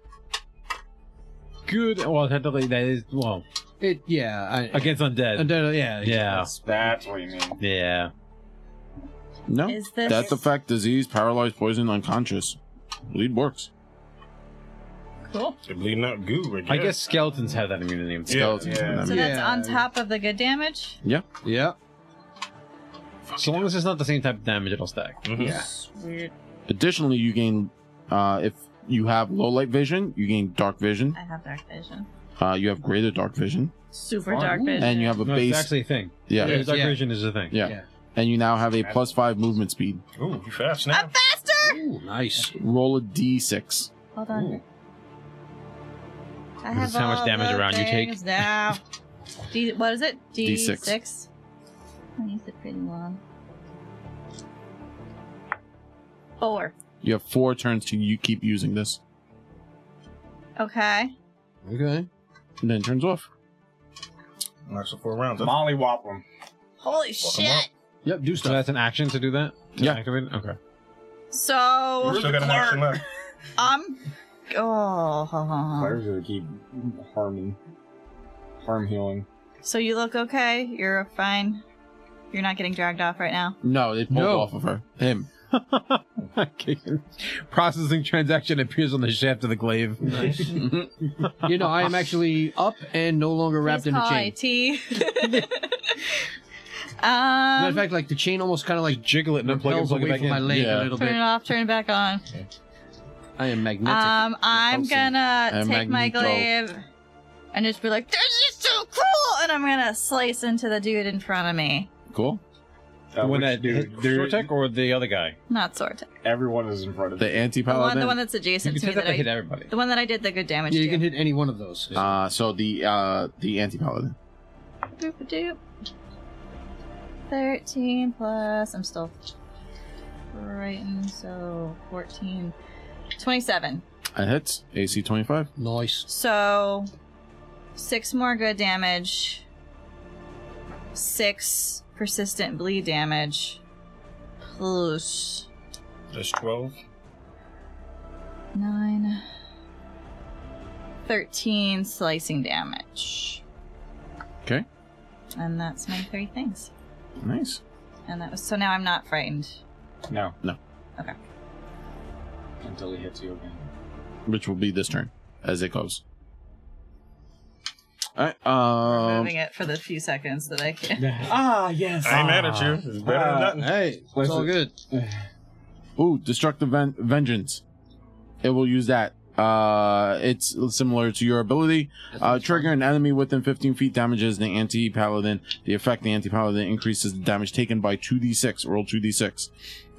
good. Well, technically, that is well
It yeah. I,
against undead.
and then, uh, yeah.
Yeah,
That's what you mean.
yeah.
no
Is this-
death effect disease paralyzed poison unconscious bleed works
Cool.
They're bleeding out goo.
I guess skeletons have that immunity.
Yeah.
skeletons
yeah.
yeah,
So
yeah.
that's
Yeah.
on top of the good damage.
Yeah.
So long as it's not the same type of damage, it'll stack.
Mm-hmm.
Yeah.
additionally you gain uh if you have low light vision you gain dark vision
I have dark vision.
uh you have greater dark vision
Super dark vision.
and you have a
No,
base
it's actually a thing.
yeah,
Yeah,
yeah
dark
Yeah.
vision is a thing.
Yeah.
and you now have a plus five movement speed
Ooh, you fast
I'm
now.
faster.
Ooh, nice.
roll a d6
Hold on. I
This
have
is how much
all
damage
the
around you take.
things Now. D, what is it? D
D6.
six. I used it pretty long. Four.
You have four turns to you keep using this.
Okay.
Okay. And then it turns off.
That's four rounds.
Molly whop them.
Holy shit!
Yep, do
So that's an action to do that? To
Yeah.
activate it? Okay.
So
We're still got an action left.
I'm. Oh.
Fires gonna keep harming, harm healing.
So you look okay. You're fine. You're not getting dragged off right now.
No, they pulled
No.
off of her. Him.
Processing transaction appears on the shaft of the glaive.
Nice. you know, I am actually up and no longer wrapped
Please
in a
call
chain.
IT.
Matter of
um,
fact, like the chain almost kind of like
jiggle it and then plug it,
repels
plug it
away
back
from
in.
my leg
Yeah.
a little
turn it
bit.
off. Turn it back on.
I am magnetic.
Um, I'm
Repulsive.
gonna
And
take my
magneto.
glaive and just be like, "This is so cool!" And I'm gonna slice into the dude in front of me.
Cool.
Uh,
The one
which
that
dude?
hit
There-
Sortek or the other guy?
Not Sortek.
Everyone is in front of
The anti
The one, the one
paladin.
that's adjacent to me. That I,
everybody.
the one that I did the good damage
Yeah, you
to.
can hit any one of those.
Uh, so the uh the anti paladin.
Boop-a-doop. Thirteen plus. I'm still frightened, so fourteen. 27.
It hits AC twenty five.
Nice.
So, six more good damage, six persistent bleed damage, plus
That's 12.
nine, 13 slicing damage.
Okay.
And that's my three things.
Nice.
And that was so now I'm not frightened.
No,
Okay.
until he hits you again.
Which will be this turn as it goes. Alright,
Moving
um
it for the few seconds that I can.
Ah, yes.
I ain't mad at you. It's better
Ah.
than nothing.
Hey.
It's all good.
Ooh, destructive ven- vengeance. It will use that. Uh, it's similar to your ability. Uh, trigger an enemy within 15 feet damages the anti paladin. The effect the anti paladin increases the damage taken by 2d6. Roll 2d6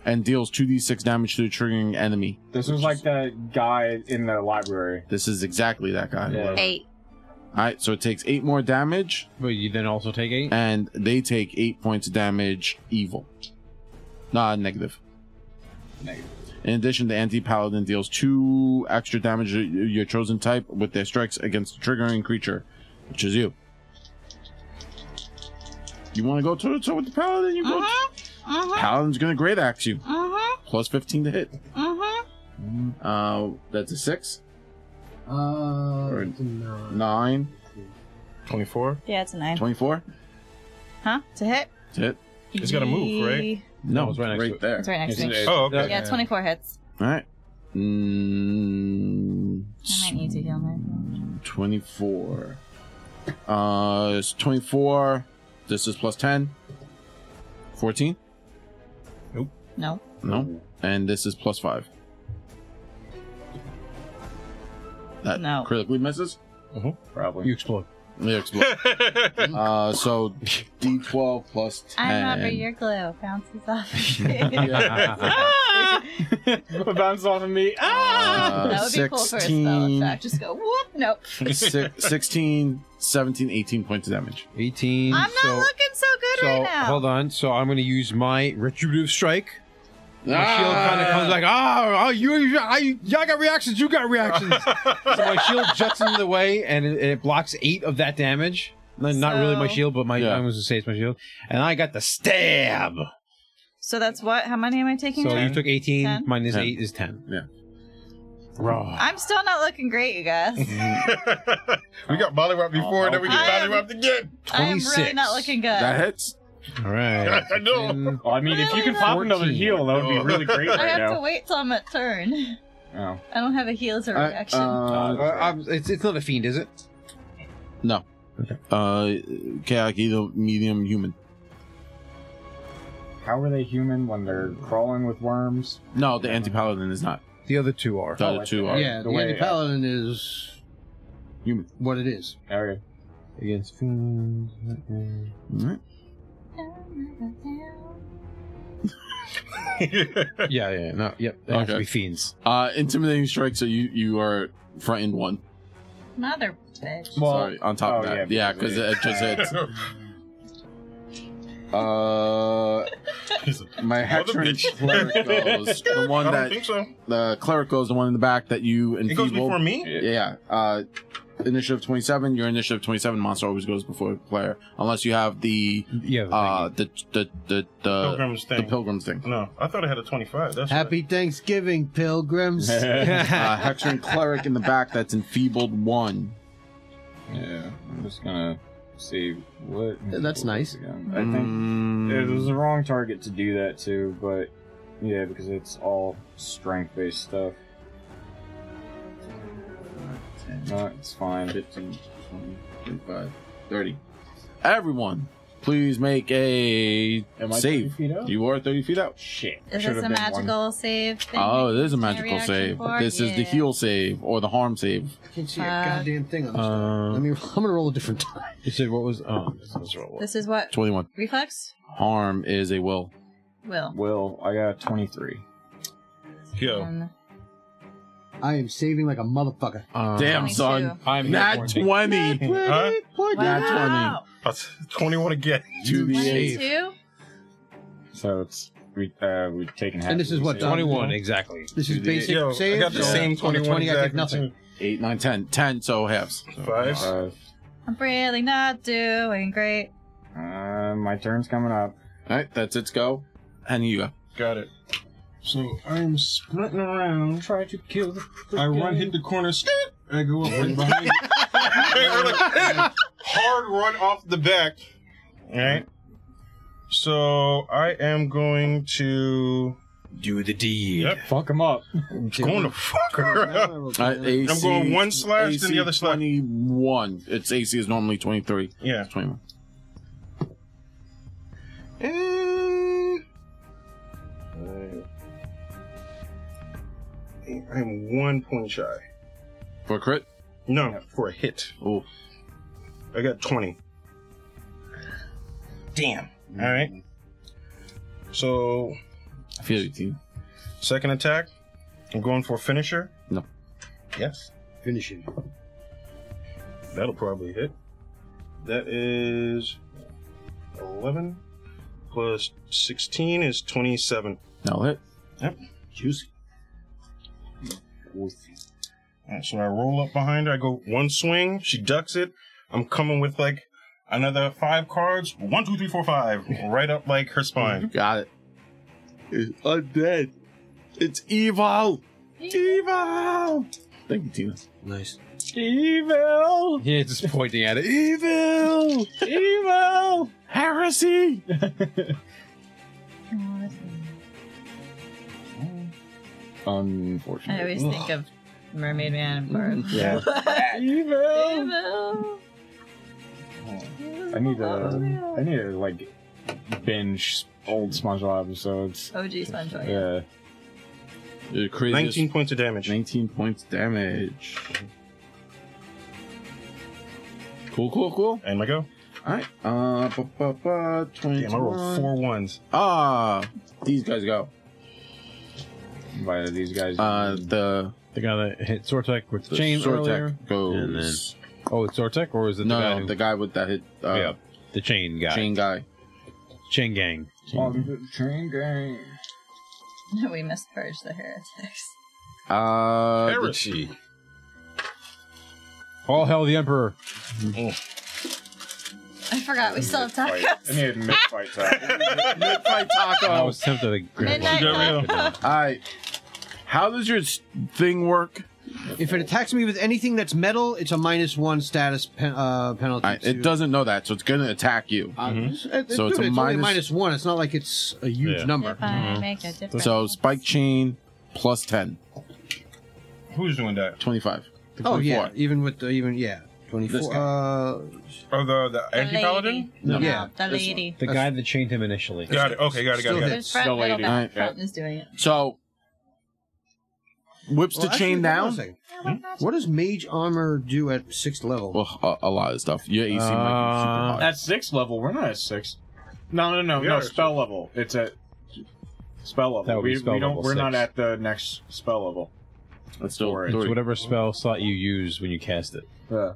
and deals 2d6 damage to the triggering enemy.
This was like the guy in the library.
This is exactly that guy.
Yeah.
Eight.
All right, so it takes eight more damage,
But you then also take eight?
and they take eight points of damage. Evil, nah, negative.
Negative.
In addition, the anti paladin deals two extra damage to your chosen type with their strikes against the triggering creature, which is you. You want to go toe to toe with the paladin? You go.
Uh-huh.
Paladin's gonna great axe you.
Mm-hmm,
Plus fifteen to hit. Uh, that's a six,
Uh,
Or-
no.
nine,
24.
Yeah, it's a nine.
twenty-four
Huh? To hit?
to hit.
He's gotta move, right?
Yee.
No,
it's right next to it.
there.
It's right next to me.
Oh, okay.
Yeah, 24 hits.
All right. Mm,
I might need to heal my.
24. Uh, it's 24. This is plus 10. 14?
No.
No. And this is plus 5. That
No.
critically misses?
Probably.
You explode.
It explodes. uh, so d12 plus 10.
I'm rubber, your glue bounces off.
it bounces off of me. Ah!
Uh,
that would be cool for a spell
16,
effect. Just go whoop. Nope.
six- 16, 17, 18 points of damage.
18.
I'm not
so,
looking so good
so,
right now.
Hold on. So I'm going to use my retributive strike. My shield kind of
Ah!
comes like, ah, oh, you, you, I, y'all got reactions, you got reactions. so my shield juts into the way, and it, it blocks eight of that damage. No, Not really my
So-
shield, but my
Yeah.
I was gonna say it's my shield. And I got the stab.
So that's what? How many am I taking?
So
now?
you took 18
Ten.
minus
Ten.
eight is 10.
Yeah.
Raw.
I'm still not looking great, you guys.
we got Molly Wop before, and then we get
I
Molly
am-
Wop again.
I am really
26.
not looking good.
That hits?
All right.
I know.
Ten.
Well, I mean, if you can pop another
14.
heal, that would be really great
I
right
have
now.
to wait till I'm at turn.
Oh.
I don't have a heal as a
Uh,
reaction.
uh,
Uh, I'm- it's, it's not a fiend, is it?
No. Uh, chaotic either medium human.
How are they human when they're crawling with worms?
No, the anti paladin is not.
The other two are.
The
Oh,
other
I
two
see.
are
yeah, the
way-
Andy Paladin is
human.
what it is.
Okay.
Against fiends.
Alright.
Yeah, yeah, no, yep. They have to
Okay.
be fiends.
Uh, intimidating strike. So you you are frightened one.
Mother bitch.
Well,
Sorry, on top of
oh,
that.
yeah,
Yeah, because it just hits.
He's a
Uh, my hexer
bitch.
cleric goes the one
I don't
that
think so.
the cleric goes the one in the back that you
It goes
enfeebled.
before me?
Yeah. Uh, initiative 27, your initiative 27 monster always goes before the player, unless you have the
yeah, the
uh the the the the
Pilgrim's
the
thing.
pilgrims thing.
No, I thought I had a 25. That's
uh, Happy Thanksgiving, pilgrims.
uh, Hector and cleric in the back that's enfeebled one.
Yeah, I'm just gonna save what.
That's nice.
Again. I think
Mm.
it was the wrong target to do that to, but yeah, because it's all strength based stuff. No, it's fine.
15, 20, 25, 30. Everyone, please make a
Am I 30
save.
feet out?
You are 30 feet out.
Shit.
Is this a magical save? Thing
Oh,
that
this is a
you can
magical
reaction
save.
for?
This is the
Yeah.
heal save or the harm save.
I can't see a
Fuck.
goddamn thing on this.
Uh,
I mean, I'm gonna roll a different time.
you said what was? Oh, that's roll.
This is what
21.
reflex
Harm is a will.
will.
Will I got 23?
Yo.
Um,
I am saving like a motherfucker.
Uh,
Damn,
22.
son.
I'm
Nat 20.
Huh?
Wow.
That's 21 again.
To the eighth.
22?
So it's we uh we've taken half.
And this
of
is
the
what
save.
Dom-
Twenty-one exactly.
This is
Dude,
basic
Yo,
save.
I got the
so
same
on the
21
I get
exactly,
nothing.
8, 9, 10. 10, so halves.
too. Five.
Uh,
I'm really not doing great.
uh, my turn's coming up.
All right, that's its go. And you go.
Got it. So I'm sprinting around. Try to kill I run, hit the corner, skirt, and I go up right behind it. Hard run off the back. Alright. So I am going to.
Do the deed.
Yep.
Fuck him up.
Going to fuck her up.
Uh, AC,
I'm going one slash,
AC
then the other slash.
21. Its AC is normally 23.
Yeah.
It's 21.
And I'm one point shy.
For a crit?
No, for a hit.
Oh,
I got 20. Damn. All right. So,
I feel you, team.
second attack. I'm going for finisher.
No.
Yes.
Finishing.
That'll probably hit. That is 11 plus 16 is 27.
Now hit.
Juicy.
Alright, so I roll up behind her. I go one swing. She ducks it. I'm coming with like another five cards. One, two, three, four, five. Right up like her spine.
Got it. It's undead. It's evil. Evil. Thank you, Tina.
Nice.
Evil.
Yeah, just pointing at it.
Evil. evil. Heresy.
I
Unfortunately.
always think of Mermaid Man and Barb.
Yeah.
Evil.
Evil.
I need
Oh,
to. I need to like binge old SpongeBob episodes.
OG SpongeBob.
Yeah.
You're the craziest.
19 points of damage.
19 points damage. Cool, cool, cool.
And my go.
All right. Uh, ba, ba, ba, 21.
Damn, I rolled four ones.
Ah, these guys go.
By these guys.
Uh, the
The guy that hit Sortek with the
the
chain
sword
earlier.
attack goes.
And then- Oh, it's Sortek, or is it the
no,
guy?
no,
who-
the guy with that hit. Uh,
yeah, the chain guy, chain,
Chain guy.
gang.
on the train gang.
we must purge the heretics.
Uh, the
Heresy.
All hell, the emperor.
I forgot we still have
Fight. I
tacos.
need mid fight time.
Midnight
I
taco.
was tempted to grab
Midnight
one.
taco.
All right. How does your s- thing work?
If it attacks me with anything that's metal, it's a minus one status pen, uh, penalty.
I, it
to-
doesn't know that, so it's gonna attack you.
Uh, it's- it-
Mm-hmm. So
dude,
it's a
only
minus-
minus one. It's not like it's a huge
Yeah.
number.
If I make a difference.
Mm-hmm. So spike chain plus 10,
Who's doing that?
25.
Oh yeah,
24.
even with the even yeah, twenty four. Uh,
Oh, the, the
The
anti
lady.
paladin?
no,
Yeah,
yeah,
the lady.
The guy that chained him initially.
Got it. Okay, got it, got it, got it.
The front,
the
middle,
lady.
back,
Alright.
front is doing it.
So whips
Well,
the chain
actually, hold on a
down.
second. What does mage armor do at sixth level?
Well, a, a lot of stuff. Your AC
Uh,
might be super high.
At sixth level, we're not at six. No, no, no,
We
no.
are.
Spell level. It's at spell level.
That would be
we,
spell
we don't.
level
we're not
six.
at the next spell level.
That's still
Or
three.
it's
It's whatever spell slot you use when you cast it.
Yeah.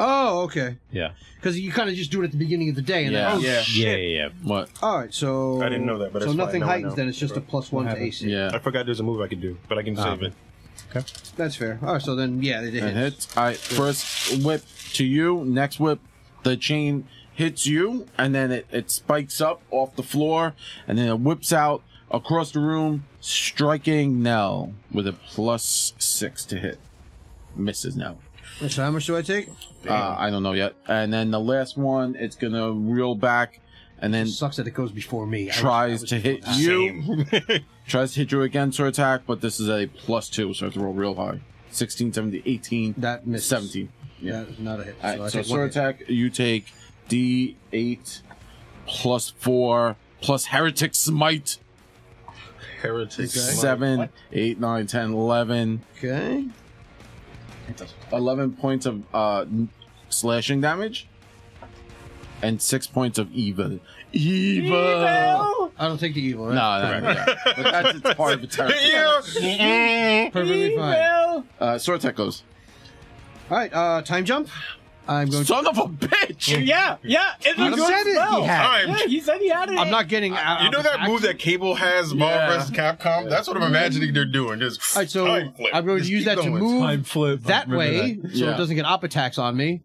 oh, okay.
Yeah.
Because you kind of just do it at the beginning of the day. And
Yeah.
Then,
Yeah.
Yeah, yeah, yeah.
What?
oh, all right, so
I didn't know that, but
so
it's fine.
nothing
Now I
heightens.
know.
Then it's just a plus one to AC.
Yeah.
I forgot there's a move I could do, but I can save it.
Okay.
That's fair. Oh, so then yeah, it
It
hits.
hits. I first whip to you. Next whip, the chain hits you, and then it, it spikes up off the floor, and then it whips out across the room, striking Nell with a plus six to hit. Misses Nell.
So how much do I take?
Uh, I don't know yet. And then the last one, it's gonna reel back, and then
sucks that it goes before me. I was- I
Tries
was
to hit
before that.
you. tries to hit you again's her attack, but this is a plus two, so I have to roll real high. 16, 17, 18,
that misses.
17.
Yeah, that is not a hit.
All right,
I
so
take one
sword
hit.
attack, you take D8 plus 4 plus heretic smite.
Heretic
Seven, eight, nine, ten, eleven.
Okay.
11 points of uh, n- slashing damage and 6 points of evil. Evil!
I don't take the evil. Right?
No, no, no, no. But that's it's part of the territory.
Evil. Perfectly fine.
Uh, sword attack goes.
All right, uh, time jump. I'm going.
Son of a bitch!
Yeah, yeah, it's a
I
good
said it, he
spell.
had
it.
Yeah, he said he had it.
I'm not getting out.
You know
of
that move
action.
that Cable has, Marvel vs. Capcom? That's what I'm imagining they're doing. Just
All right, so
time flip.
I'm going
Just
to use
keep
that to
going.
move
flip.
that way, so
Yeah.
it doesn't get op attacks on me.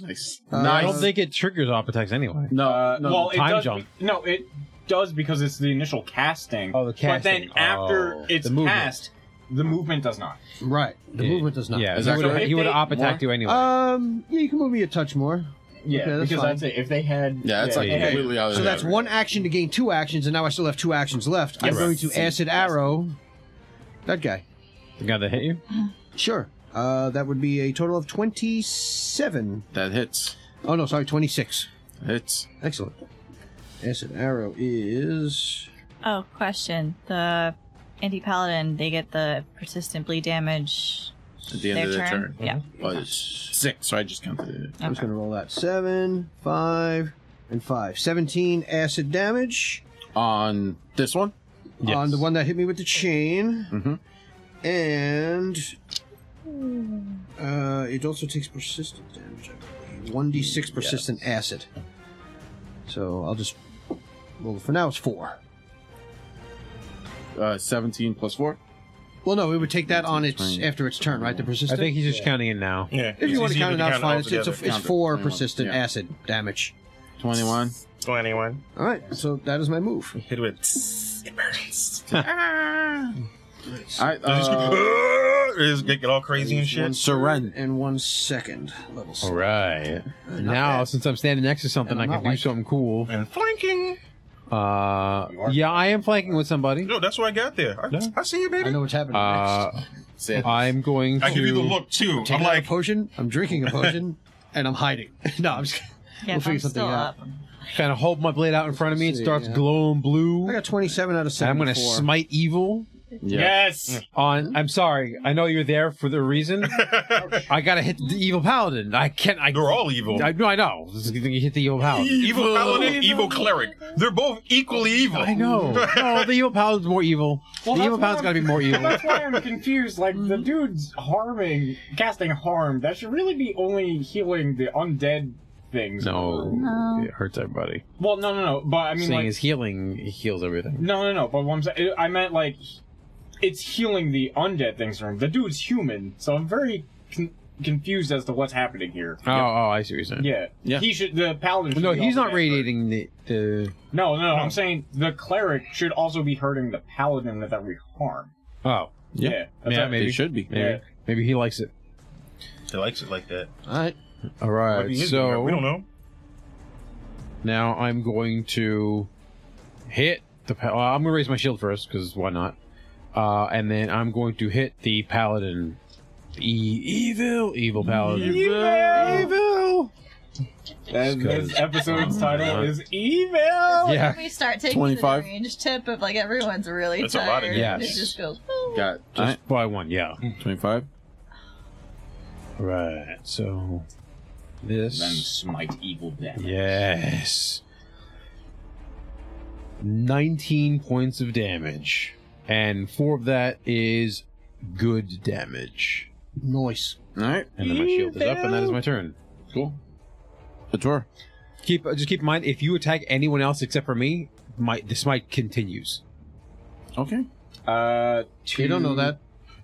Nice.
Uh,
I
nice.
don't think it triggers op attacks anyway.
no, no.
well, it
Uh, time
does,
jump.
No, it does because it's the initial casting.
Oh, the
But then
casting.
after
Oh,
it's
the movement.
cast, the movement does not.
Right, the
Yeah.
movement does not.
Yeah,
Is
he
that
would've-
correct?
he would have op
More?
attacked you anyway.
Um, yeah, you can move me a touch more.
Yeah,
Okay, that's
because
fine.
I'd say if they had,
Yeah, that's
yeah,
like
yeah, yeah.
completely out of
So
the
that's one action to gain two actions, and now I still have two actions left. I'm
Yes.
going to acid arrow that guy.
the guy that hit you?
Sure. Uh, that would be a total of twenty-seven.
That hits.
Oh no, sorry, twenty-six.
Hits.
Excellent. Acid arrow is
Oh, question. The anti paladin, they get the persistent bleed damage.
At the end
their
of their
turn.
turn.
Yeah.
Well, it's six, so I just counted it.
I'm just going to roll that seven, five, and five. Seventeen acid damage
On this one?
on the one that hit me with the chain.
Mm-hmm.
And uh, it also takes persistent damage. One d six persistent acid. So I'll just well for now it's four.
Uh, 17 plus 4.
Well, no, it would take that on its
Twenty.
after its turn, right? The
I
persistent.
think he's just counting it now.
Yeah.
if you want to count it, that's fine. It's, it's, a, it's
Count it.
four
Twenty-one.
persistent
Yeah.
acid damage.
21.
21.
All right, so that is my move.
Hit with. It burns.
Ah.
All right,
They just go,
uh,
"Ah!" They just get all crazy and shit.
Surrender.
And one second level.
All right. now, since I'm standing next to something,
And
I
I'm
can
not
do
like-
something cool.
And flanking.
Uh, yeah, I am flanking with somebody.
No, that's where I got there. I,
No.
I see you,
I
baby.
know what's happening next.
Uh,
Sad.
I'm going to.
I give you the look too. I'm
I'm
like,
a potion. I'm drinking a potion, and I'm hiding. no, I'm just. We'll
Yeah, if
figure
I'm
something
still
out.
up.
Kind of hold my blade out in front of me. It
Let's see,
starts
yeah.
glowing blue.
I got 27 out of
and I'm
74.
going to smite evil.
Yeah.
Yes. Hmm?
On, I'm sorry. I know you're there for the reason. I gotta hit the evil paladin. I can't. I,
they're all evil.
I know. I know. This is gonna hit the evil paladin.
Evil paladin, evil cleric. They're both equally evil.
I know. No, the evil paladin's more evil.
Well,
the
that's
evil
why
paladin's gotta be
I'm-
more evil.
That's why I'm confused. Like the
Mm-hmm.
dude's harming, casting harm. That should really be only healing the undead things.
No.
it hurts everybody.
Well, no, no, no. But I mean,
Seeing
like,
as healing heals everything.
no, no, no. But what I'm saying, I meant like, it's healing the undead things from him. The dude's human, so I'm very con- confused as to what's happening here.
Oh, oh, I see what you're saying.
Yeah.
Yeah.
He should. The paladin. Should
No,
be
he's
also
not
getting
radiating the, the.
hurt. No, no, no. I'm saying the cleric should also be hurting the paladin with every harm.
Oh,
Yeah.
that's
Yeah,
what-
maybe.
It should be.
maybe,
Yeah.
maybe he likes it.
He likes it like that.
All right.
All
Might
right,
be his
so
we don't know.
now I'm going to hit the. pa- Uh, I'm gonna raise my shield first because why not? Uh, and then I'm going to hit the paladin. E- evil, evil paladin.
Evil.
Just
And
'cause-
this episode's title is Evil.
Yeah.
We start taking
25.
the range tip of like everyone's really
That's a lot of
tired.
damage.
It just goes.
Got it. All right,
Just by one, yeah.
25.
Right. So
Then
this.
smite evil death.
Yes. 19 points of damage. And four of that is good damage.
Noise.
All right.
And then my shield is up, and that is my turn.
Cool. It's her.
Keep uh, just keep in mind if you attack anyone else except for me, my the smite continues.
Okay.
Uh, two,
You don't know that.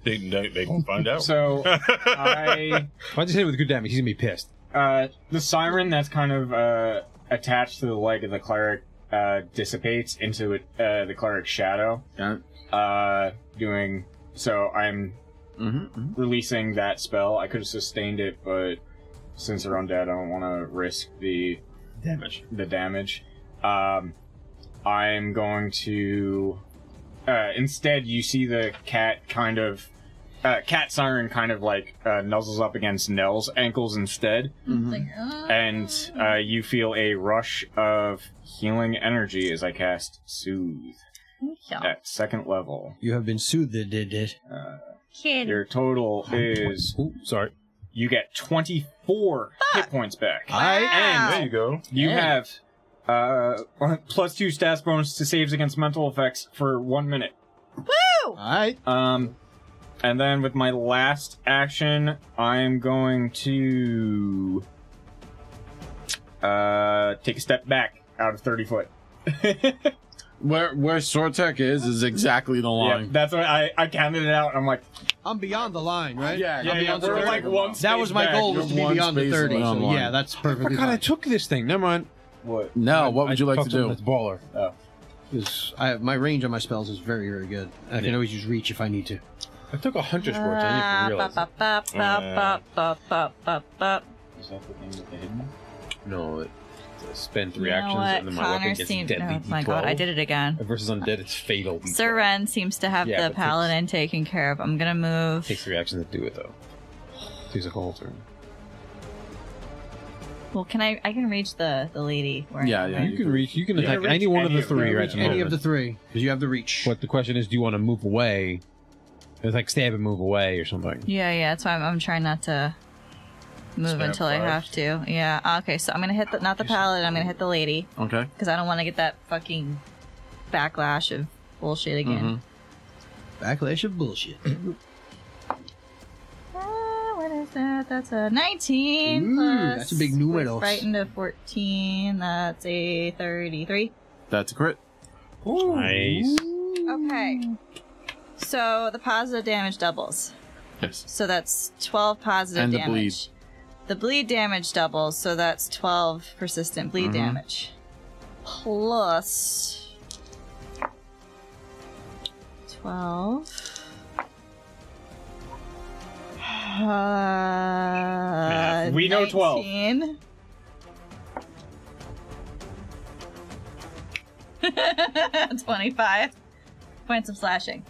They, they, they can find out.
So I
I just hit it with good damage. He's gonna be pissed.
uh, the siren that's kind of uh, attached to the leg of the cleric uh, dissipates into uh, the cleric's shadow. Uh, doing so, I'm
Mm-hmm,
releasing that spell. I could have sustained it, but since they're undead, I don't want to risk the
Damage.
The damage. Um, I'm going to. Uh, instead, you see the cat kind of. Uh, cat siren kind of like uh, nuzzles up against Nell's ankles instead, and uh, you feel a rush of healing energy as I cast Soothe at second level.
You have been soothed. Did it?
Kid.
Your total is
sorry.
You get twenty four hit points back.
I-
and
There you go.
You
Yeah.
have uh plus two stats bonus to saves against mental effects for one minute.
Woo!
Alright. Um and then with my last action, I'm going to uh take a step back out of thirty foot.
Where where Sortek is is exactly the
Yeah,
line.
that's what I, I counted it out and I'm like
I'm beyond the line, right?
Yeah, yeah,
I'm
yeah,
beyond the
we're
30.
like one
That was
space
my
back.
goal
You're
was to be
one
beyond the
space
30.
beyond
So
line.
yeah, that's
I
perfectly
forgot I
fine.
took this thing. Never mind.
What?
No, what would you like to
fucked up
do?
with Baller.
Oh.
'Cause I have, my range on my spells is very, very good. I can always use reach if I need to.
I took a hunter's
worth.
Ah, Uh,
Is that the thing with the hidden?
No, it, it spend three
You know
actions
what?
and then my
Connor
weapon gets
seemed-
deadly.
oh my god, I
D12.
did it again.
Versus undead, it's fatal. D12.
Sir Ren seems to have
Yeah, but
the
takes-
paladin taken care of. I'm gonna move.
takes three actions to do it though. Takes a whole turn.
Well, can I? I can reach the the lady. Where I am, right?
You can reach. You can
You can
attack
reach
any one of
any
the
of them.
three.
You can reach
right
any of the three because you have the reach.
But the question is, do you want to move away? It's like stab and move away or something.
Yeah, yeah. That's why I'm, I'm trying not to move
Spam
until I have
fives.
to. Yeah. ah, Okay. So I'm gonna hit the not the paladin. I'm gonna hit the lady
Okay.
because I don't want to get that fucking backlash of bullshit again.
Backlash of bullshit. Mm-hmm.
Ah, what is that? That's a 19.
Ooh,
plus
that's a big numeros.
Frightened of 14. That's a 33.
That's a crit.
Nice.
Okay. So the positive damage doubles.
Yes.
So that's 12 positive
And the
damage.
bleed.
The bleed damage doubles, so that's 12 persistent bleed
Mhm.
damage. Plus 12. Uh,
we know 12.
19. Twenty-five points of slashing.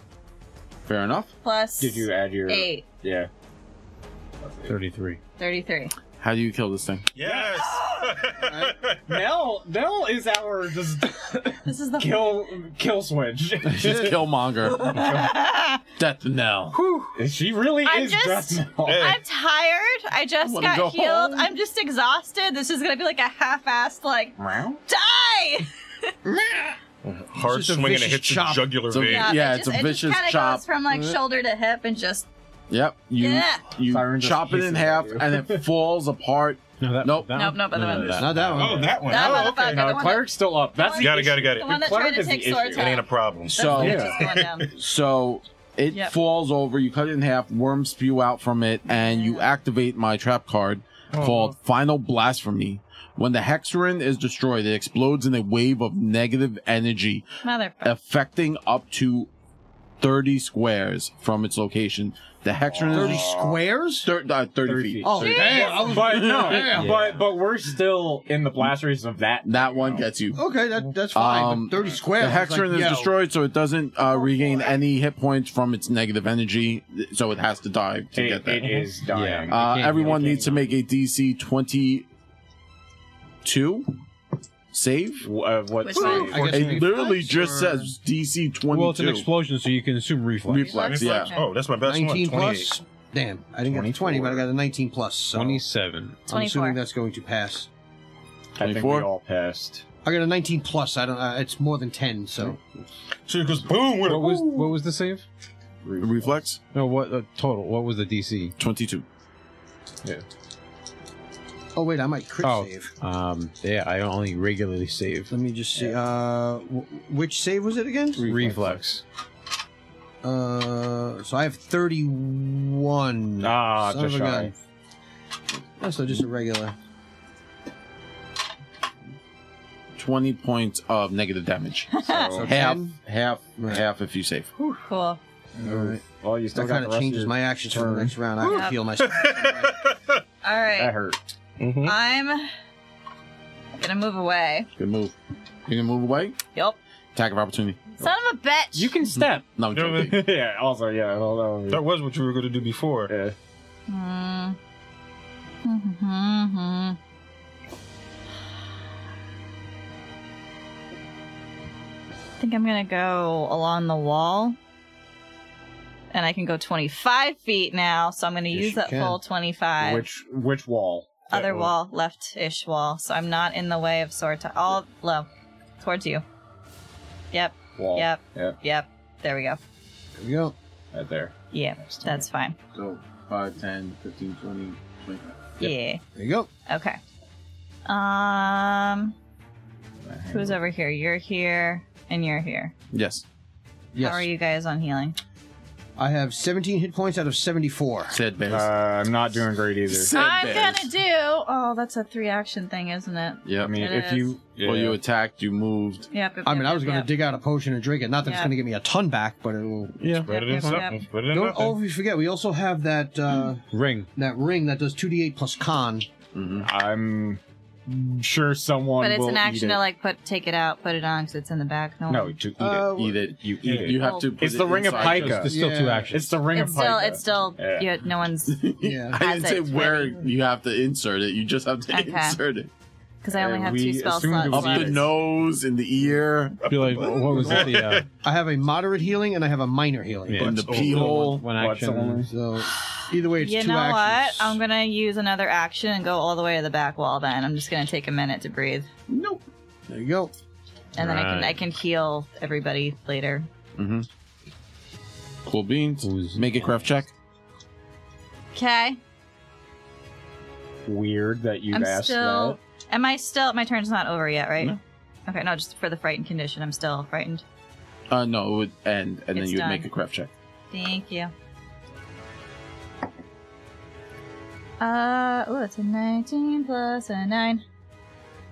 Fair enough.
Plus
Did you add your-
eight?
Yeah.
Thirty-three.
Thirty-three.
How do you kill this thing?
Yes.
Nell Nell is our just
This is the
kill kill switch.
She's Killmonger. Death now.
She really
I'm
is
just-
just Nell.
I'm tired. I just
wanna
got
go
healed.
home.
I'm just exhausted. This is gonna be like a half-assed like
Meow.
die.
Hard
It's just a
swing and it
vicious
hits
chop.
your jugular
It's a-
vein.
Yeah,
it
it's a
just-
vicious
it just kinda
chop.
Goes from like
Yeah.
shoulder to hip and just
Yep. You
Yeah.
you
Siren just
chop it in
hisses
half
at you.
and it falls apart.
No, that,
nope.
Nope, nope, other one.
Not that one.
Oh, that one.
That
oh,
motherfucker,
okay.
the one
Cleric's still up. That's the
got it, got it,
issue.
got it.
The one that
Cleric
tried to
is the
take
issue.
swords
It ain't a problem.
So
That's just going down.
so it
Yep.
falls over. You cut it in half. Worms spew out from it, and you activate my trap card
Oh,
called Final Blasphemy. When the Hexerin is destroyed, it explodes in a wave of negative energy,
Motherfucker.
affecting up to 30 squares from its location. The Hexerin
Thirty
is
squares.
thir- uh, 30, feet.
Oh,
Sorry.
damn! I was-
But no,
Damn.
but but we're still in the blasters of that.
That one gets you.
Okay, that, that's Oh, fine. but
Um,
Thirty
The
squares. it's
Hexerin
like,
is
yo. Oh,
destroyed, so it doesn't uh, regain any hit points from its negative energy, th- so it has to die to
It-
get that.
it is dying.
Uh, everyone needs to make a DC 22 save.
Of uh, what?
Which one?
I guess
It literally
reflex
just
or-
says DC 22.
Well, it's an explosion, so you can assume reflex.
Reflex, yeah.
Okay.
Oh, that's my best one.
19
28.
plus. Damn, I didn't get a 20, but I got a 19 plus. So
Twenty-seven.
I'm
24.
assuming that's going to pass.
I think we
24?
all passed.
I got a 19 plus. I don't. Uh, it's more than 10, so
So it goes boom. With a,
What was what was the save?
Reflex
No, what uh, total? What was the DC?
22.
Oh wait, I might crit
Oh,
save.
um, yeah, I only regularly save
Let me just see. Uh, w- which save was it again?
reflex.
Uh, so I have 31.
Ah,
Son
just
of a
shy.
gun. Oh, so just a regular.
20 points of negative damage.
So
half,
10?
half,
Right.
half if you save.
Whew, cool.
All right.
Well, you still
That
got
kind
the
of
rest
changes
your
my actions for the
turn.
next round. I have to
Yep.
heal myself.
All
That
right.
hurt. Mm-hmm.
I'm gonna move away.
Good move. You can move away.
Yep.
Attack of opportunity.
Son of a bitch.
You can step.
No, I'm joking.
yeah. Also, yeah. Although
That was what you were going to do before.
Yeah.
Mm. Mhm. I think I'm gonna go along the wall. And I can go 25 feet now, so I'm gonna
Yes,
use
you
that
can.
full 25.
Which which wall?
Other wall, left ish wall, so I'm not in the way of Sorta. All low. Towards you. Yep.
Wall.
Yep.
Yep.
Yep. There we go.
There we go.
Right there.
Yeah, that's fine.
So 5, 10, 15, 20, 25.
There you go.
Yeah. Okay. Um, who's over here? You're here, and you're here.
Yes.
Yes.
How are you guys on healing?
I have 17 hit points out of 74.
Said bears.
Uh, I'm not doing great either.
I'm gonna do. Oh, that's a three action thing, isn't it?
Yeah, I
mean, It if is. you-
well,
Yeah.
you attacked, you moved.
Yep. yep,
I mean,
yep,
I was
yep,
going to
yep.
dig out a potion and drink it. Not that it's
Yeah.
going to give me a ton back, but it will.
Yeah.
Yep,
Put it in
yep,
something.
yep.
Put it in
Don't
nothing.
always forget, Oh, we also have that uh,
Ring.
that ring that does 2d8 plus con.
Mm-hmm.
I'm sure someone.
But it's
will
an
eat
action
it.
to like put take it out, put it on because it's in the back. No.
No,
one-
to eat
Uh,
Eat it. You eat it. You have to. Put
It's the
it
ring of
inside
pica.
There's still two
Yeah.
actions.
It's the ring
It's
of
still.
pica.
It's still.
Yeah.
Yeah. No one's.
Yeah.
I didn't
As
say
it's
where you have to insert it. You just have to
Okay.
insert it.
Because I only
And
have
we
two spell
assumed it
slots
Up
was
left.
the nose, in the ear,
Be like, what was it? The, uh,
I have a moderate healing and I have a minor healing.
Yeah.
in the pee hole.
one
What's
action.
only-
So either way, it's
You
two
know
actions.
what? Um, I'm gonna use another action and go all the way to the back wall. Then I'm just gonna take a minute to breathe,
Nope.
There you go.
and then I can
Right.
I can heal everybody later.
Mm-hmm. Cool beans. Make a craft check.
Okay.
Weird that you
I'm
asked
still. Am I still? My turn's not over yet, right?
No.
Mm-hmm.
Okay, no, just for the frightened condition. I'm still frightened.
Uh, no, it would end, and then
It's
you would
done.
make a craft check.
Thank you. Uh, oh, it's a 19 plus a 9.
that.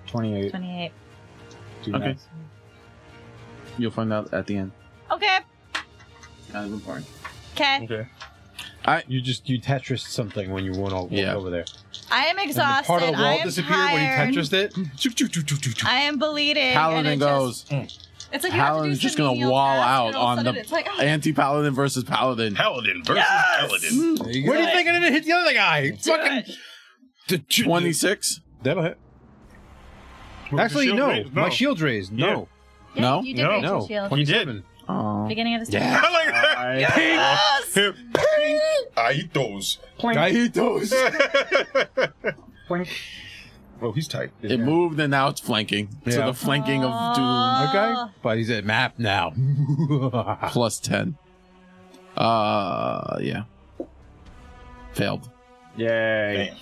Twenty-eight.
28.
Two
Okay.
nines.
You'll find out at the end.
Okay,
Kind of important.
okay.
Okay.
You just you Tetris something when you went all
Yeah.
over there.
I am
And the
exhausted.
part of the
I
wall
am
disappeared
tired.
when you Tetrised it.
I am bleeding. and
Paladin
it
goes.
Just, it's like you have to do
Paladin's just
some
gonna
menial
wall
tasks,
out
and all of a
on the
sudden It's like, oh,
anti-paladin versus paladin.
Paladin versus Paladin.
There you
What
go.
do you think it hit the other guy? Fucking
Twenty-six.
that'll hit.
Well,
Actually,
your
no.
shield raised?
My shield's raised. No,
yeah,
No?
You did
No.
raise your
no.
shield.
Twenty-seven.
Oh.
Beginning of the
Yeah.
step.
I like that.
I-
Yes!
I eat those.
Plink.
hate those.
Plink.
Oh, he's tight.
It moved and now it's flanking. So
Yeah.
the flanking of doom
Okay,
Oh.
but he's at map now.
plus ten. Uh yeah. Failed.
Yay.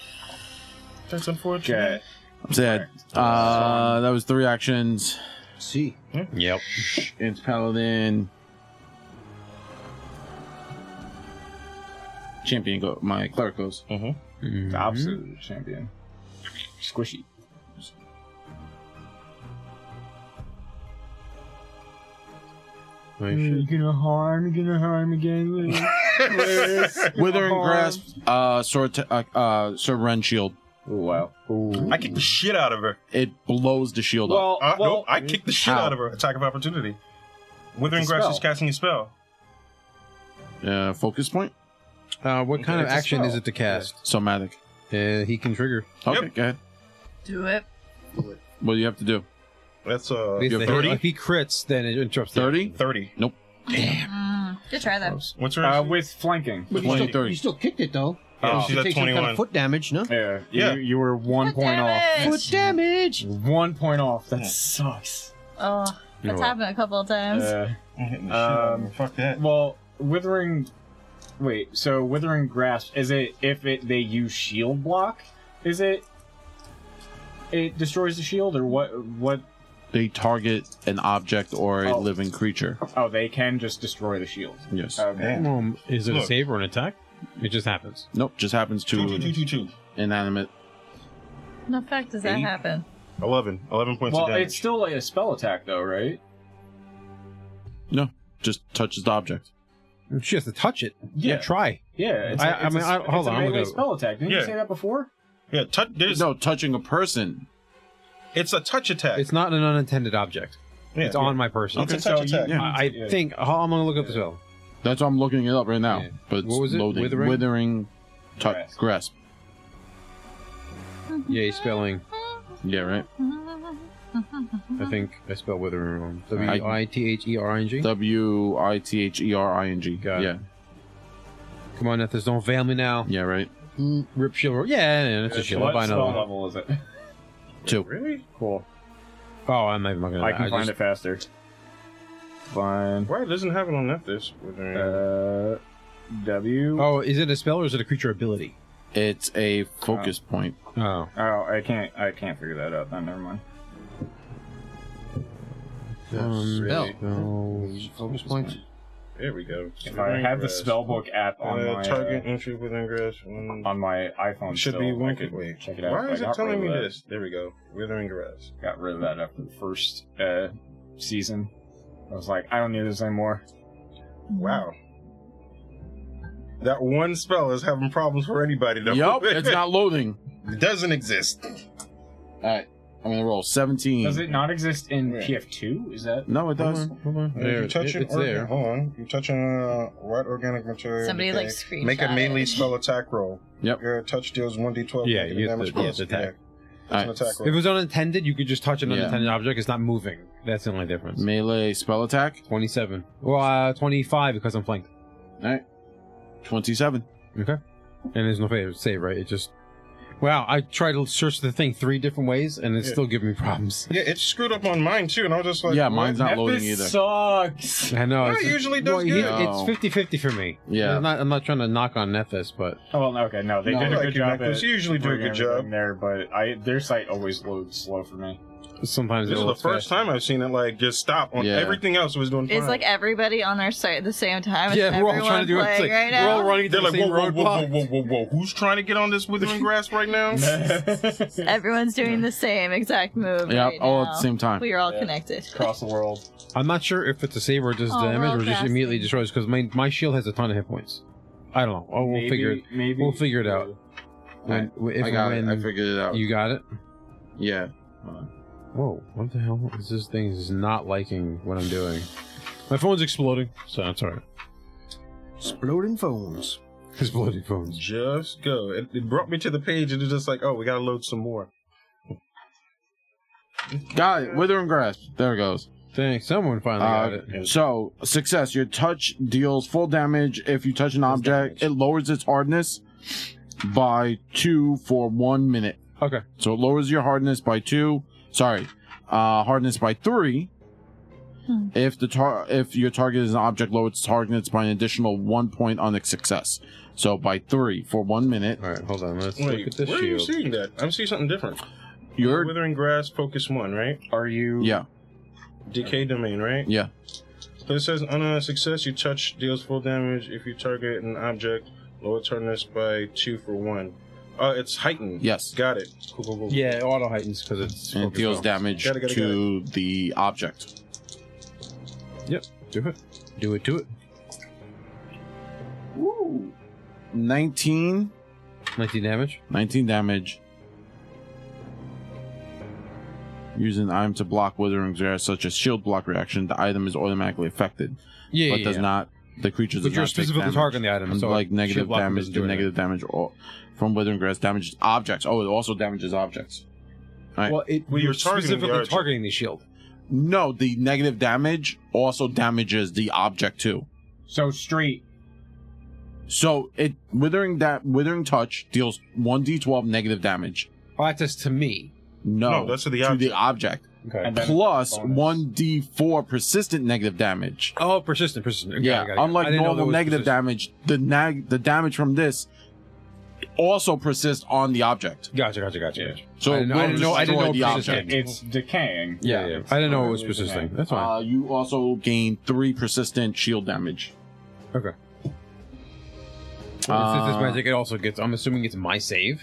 That's unfortunate.
I'm sad. Uh that was three actions.
See.
yep.
It's paladin. Champion go my cleric goes.
The
Mm.
absolute champion. Squishy.
Mhm.
gonna harm, you gonna harm again.
Withering
Oh.
grasp uh sword t- uh, uh sword rend shield.
wow. Ooh.
I kicked the shit out of her.
It blows the shield up.
Well,
Uh,
well,
nope, I kicked the shit
How?
out of her. Attack of opportunity. Withering
It's a
Grass is
spell.
casting a spell.
Uh focus point?
Uh, what kind of
It's a
action is
spell.
it to cast?
Somatic.
Uh, he can trigger.
Okay,
Yep.
go ahead.
Do it.
What do you have to do?
That's uh,
If
have
the-
30?
If he crits, then it interrupts. the-
Thirty?
30.
Mm, good try, though.
What's her
uh,
AC?
with flanking.
But you still,
23.
you still kicked it, though.
Oh,
You
she's at
take some kind of
21.
foot damage, no?
Yeah,
Yeah.
You, you were one
Good
point off.
damage.
Foot damage!
One point off. That sucks.
Oh,
You know
that's
what?
happened a couple of times.
Uh,
I'm hitting the Mm-hmm. shit out of her.
Um,
Fuck that.
well, withering. Wait. So withering grasp is it if it they use shield block? Is it? It destroys the shield or what? What?
they target an object or a
Oh.
living creature.
Oh, they can just destroy the shield.
Yes.
Okay.
Um, is it a
Look.
save or an attack? It just happens.
Nope, just happens
Two, two,
to
two, two, two.
inanimate.
No fact does that
Eight.
happen.
11. 11 points
Well,
of damage.
it's still like a spell attack, though, right?
No, just touches the object.
She has to touch it.
Yeah.
try.
Yeah. It's
I-
a-
I
it's
mean,
a,
I-
it's
hold
a
on, I'm gonna
melee
go-
spell attack. Didn't you
Yeah.
say that before?
Yeah, touch. There's,
No, touching a person.
It's a touch attack.
It's not an unintended object.
Yeah.
it's on my person.
It's a touch attack.
yeah.
I, I think I'm gonna look up as well.
That's why I'm looking it up right now. But it's
What was it?
Loading.
Withering?
Withering, touch, grasp.
Yay, spelling.
Yeah, right.
I think I spelled withering wrong. W
I-
i t h e r i n g.
W i t h e r i n g.
Got it.
Yeah,
Come on, Nethers, don't fail me now.
yeah, right.
Mm, Rip shield. Yeah, yeah, yeah, it's a shield. I'll
What
buy another
spell
one.
level is it?
Two.
Really?
Cool.
Oh, I'm not even looking at
I
that.
can find
just-
it faster. Fine.
Why it doesn't have it on Nephthys?
Uh, W.
Oh, is it a spell or is it a creature ability?
It's a focus point.
Oh,
Oh, I can't. I can't figure that out. Then never mind.
Um,
Really?
Focus point.
There we go.
Uh, If I have the spellbook app on
Uh,
my
target entry within grasp.
uh,
One,
on my iPhone,
should
still,
be
I
one.
could
Wait,
Check it out.
Why
I
is it
got
telling me
rid of that-
this? There we go. Withering grasp.
Got rid of that after the first uh, season. I was like, I don't need this anymore.
Wow. That one spell is having problems for anybody. Though.
Yup, it's not loading.
It doesn't exist.
All right, I'm gonna roll 17.
Does it not exist in
Yeah.
PF2? Is that
No, it does.
Mm-hmm.
if you touch
it-
an
it's
organ-
there.
hold on. You touch a white organic material.
Somebody, like,
okay, Make a
screenshot
melee
it.
spell attack roll.
Yep.
Your touch deals one d twelve
Yeah, you
negative
get
damage.
the- yeah,
plus-
the attack.
Yeah,
Alright,
it's an attack
If it
roll.
was unintended, you could just touch an
Yeah.
unintended object. It's not moving. That's the only difference.
Melee spell attack.
27. Well, uh, 25 because I'm flanked.
All right, 27.
Okay. And there's no favorite save, right? It just. Wow, I tried to search the thing three different ways and it's
Yeah.
still giving me problems.
Yeah, it screwed up on mine too, and I was just like,
yeah,
what?
mine's not loading either.
sucks.
I know.
Yeah,
it's-
it usually does
well, he-
good.
No.
It's 50 50 for me.
Yeah.
I'm not, I'm not trying to knock on Nethys, but.
Oh, well, okay, no, they
No,
did a
like
good
you,
job.
Nicholas,
at
you usually do a
bringing
good job.
everything there, but I their site always loads slow for me.
Sometimes
This
it
is the
looks
first
fast.
time I've seen it like just stop on
Yeah.
everything else was doing.
Is
fine.
like everybody on our site at the same time? Is
Yeah, we're all trying to do it.
everyone
It's
playing
like,
right
we're
now.
all running to
They're
the
like, whoa,
same
whoa, whoa,
roadblock.
whoa, whoa, whoa, whoa! Who's trying to get on this withering grass right now?
Everyone's doing the same exact move.
Yeah,
right
all at
now.
the same time.
We are all
Yeah.
connected.
Across the world.
I'm not sure if it's a save or it does
Oh, we're
damage
all
or just
grasping.
immediately destroys because my, my shield has a ton of hit points. I don't know. Oh, we'll
Maybe-
figure it.
Maybe
We'll figure it out. When, if
I
and
got it.
when
I figured it out.
You got it.
yeah.
Whoa! What the hell is this thing? Is not liking what I'm doing. My phone's exploding, so that's alright.
Exploding phones.
Exploding phones.
Just go. It, it brought me to the page, and it's just like, oh, we gotta load some more.
Got it. Withering grasp. There it goes.
Thanks. Someone finally got
Uh,
it.
so success. Your touch deals full damage. If you touch an object, it lowers its hardness by two for one minute.
Okay.
So it lowers your hardness by two. Sorry, uh, hardness by three.
Hmm.
If the tar- if your target is an object, lower its hardness by an additional one point on its success. So by three for one minute.
All right. Hold on. Let's look
Wait,
at this
where are you
shield.
seeing that? I'm seeing something different.
Your
Withering grass, focus one, right?
Are you
yeah
Decay domain, right?
yeah
So it says on a success, you touch deals full damage. If you target an object, lower hardness by two for one. Uh, it's heightened.
Yes.
Got it. Cool, cool, cool.
Yeah, auto heightens because it's.
and it
focused
deals
on.
damage
Got it, got it,
to the object.
Do it. Do it. Do it.
Nineteen.
19 damage.
19 damage. Using item to block withering grass, such as shield block reaction, the item is automatically affected,
Yeah.
but
yeah,
does
yeah.
not. The creature does
But you're
not take
specifically
damage.
targeting the item,
And
so
like
shield
negative
blocking
damage,
doesn't do
the
anything.
negative damage or, from withering grass damages objects. Oh, it also damages objects. Right.
Well, it,
Well,
you're
you're targeting the
specifically
archer.
targeting the shield.
No, the negative damage also damages the object too.
so straight?
So it withering that withering touch deals one d12 negative damage.
Oh, that's just to me.
No,
No, that's to the
To the object.
Okay.
And then
plus
bonus.
one d four persistent negative damage.
oh, persistent. Persistent. Okay,
yeah,
I got it. I
unlike
didn't know that
normal
was
negative
persistent.
damage, the nag the damage from this also persist on the object.
Gotcha, gotcha, gotcha. gotcha.
So
I
I didn't,
didn't know- I didn't know- I didn't know
the
it persisted.
object.
It's decaying.
Yeah, yeah. I didn't know it was persisting. That's fine.
Uh, you also gain three persistent shield damage.
Okay.
Uh,
Since this magic, it also gets. I'm assuming it's my save.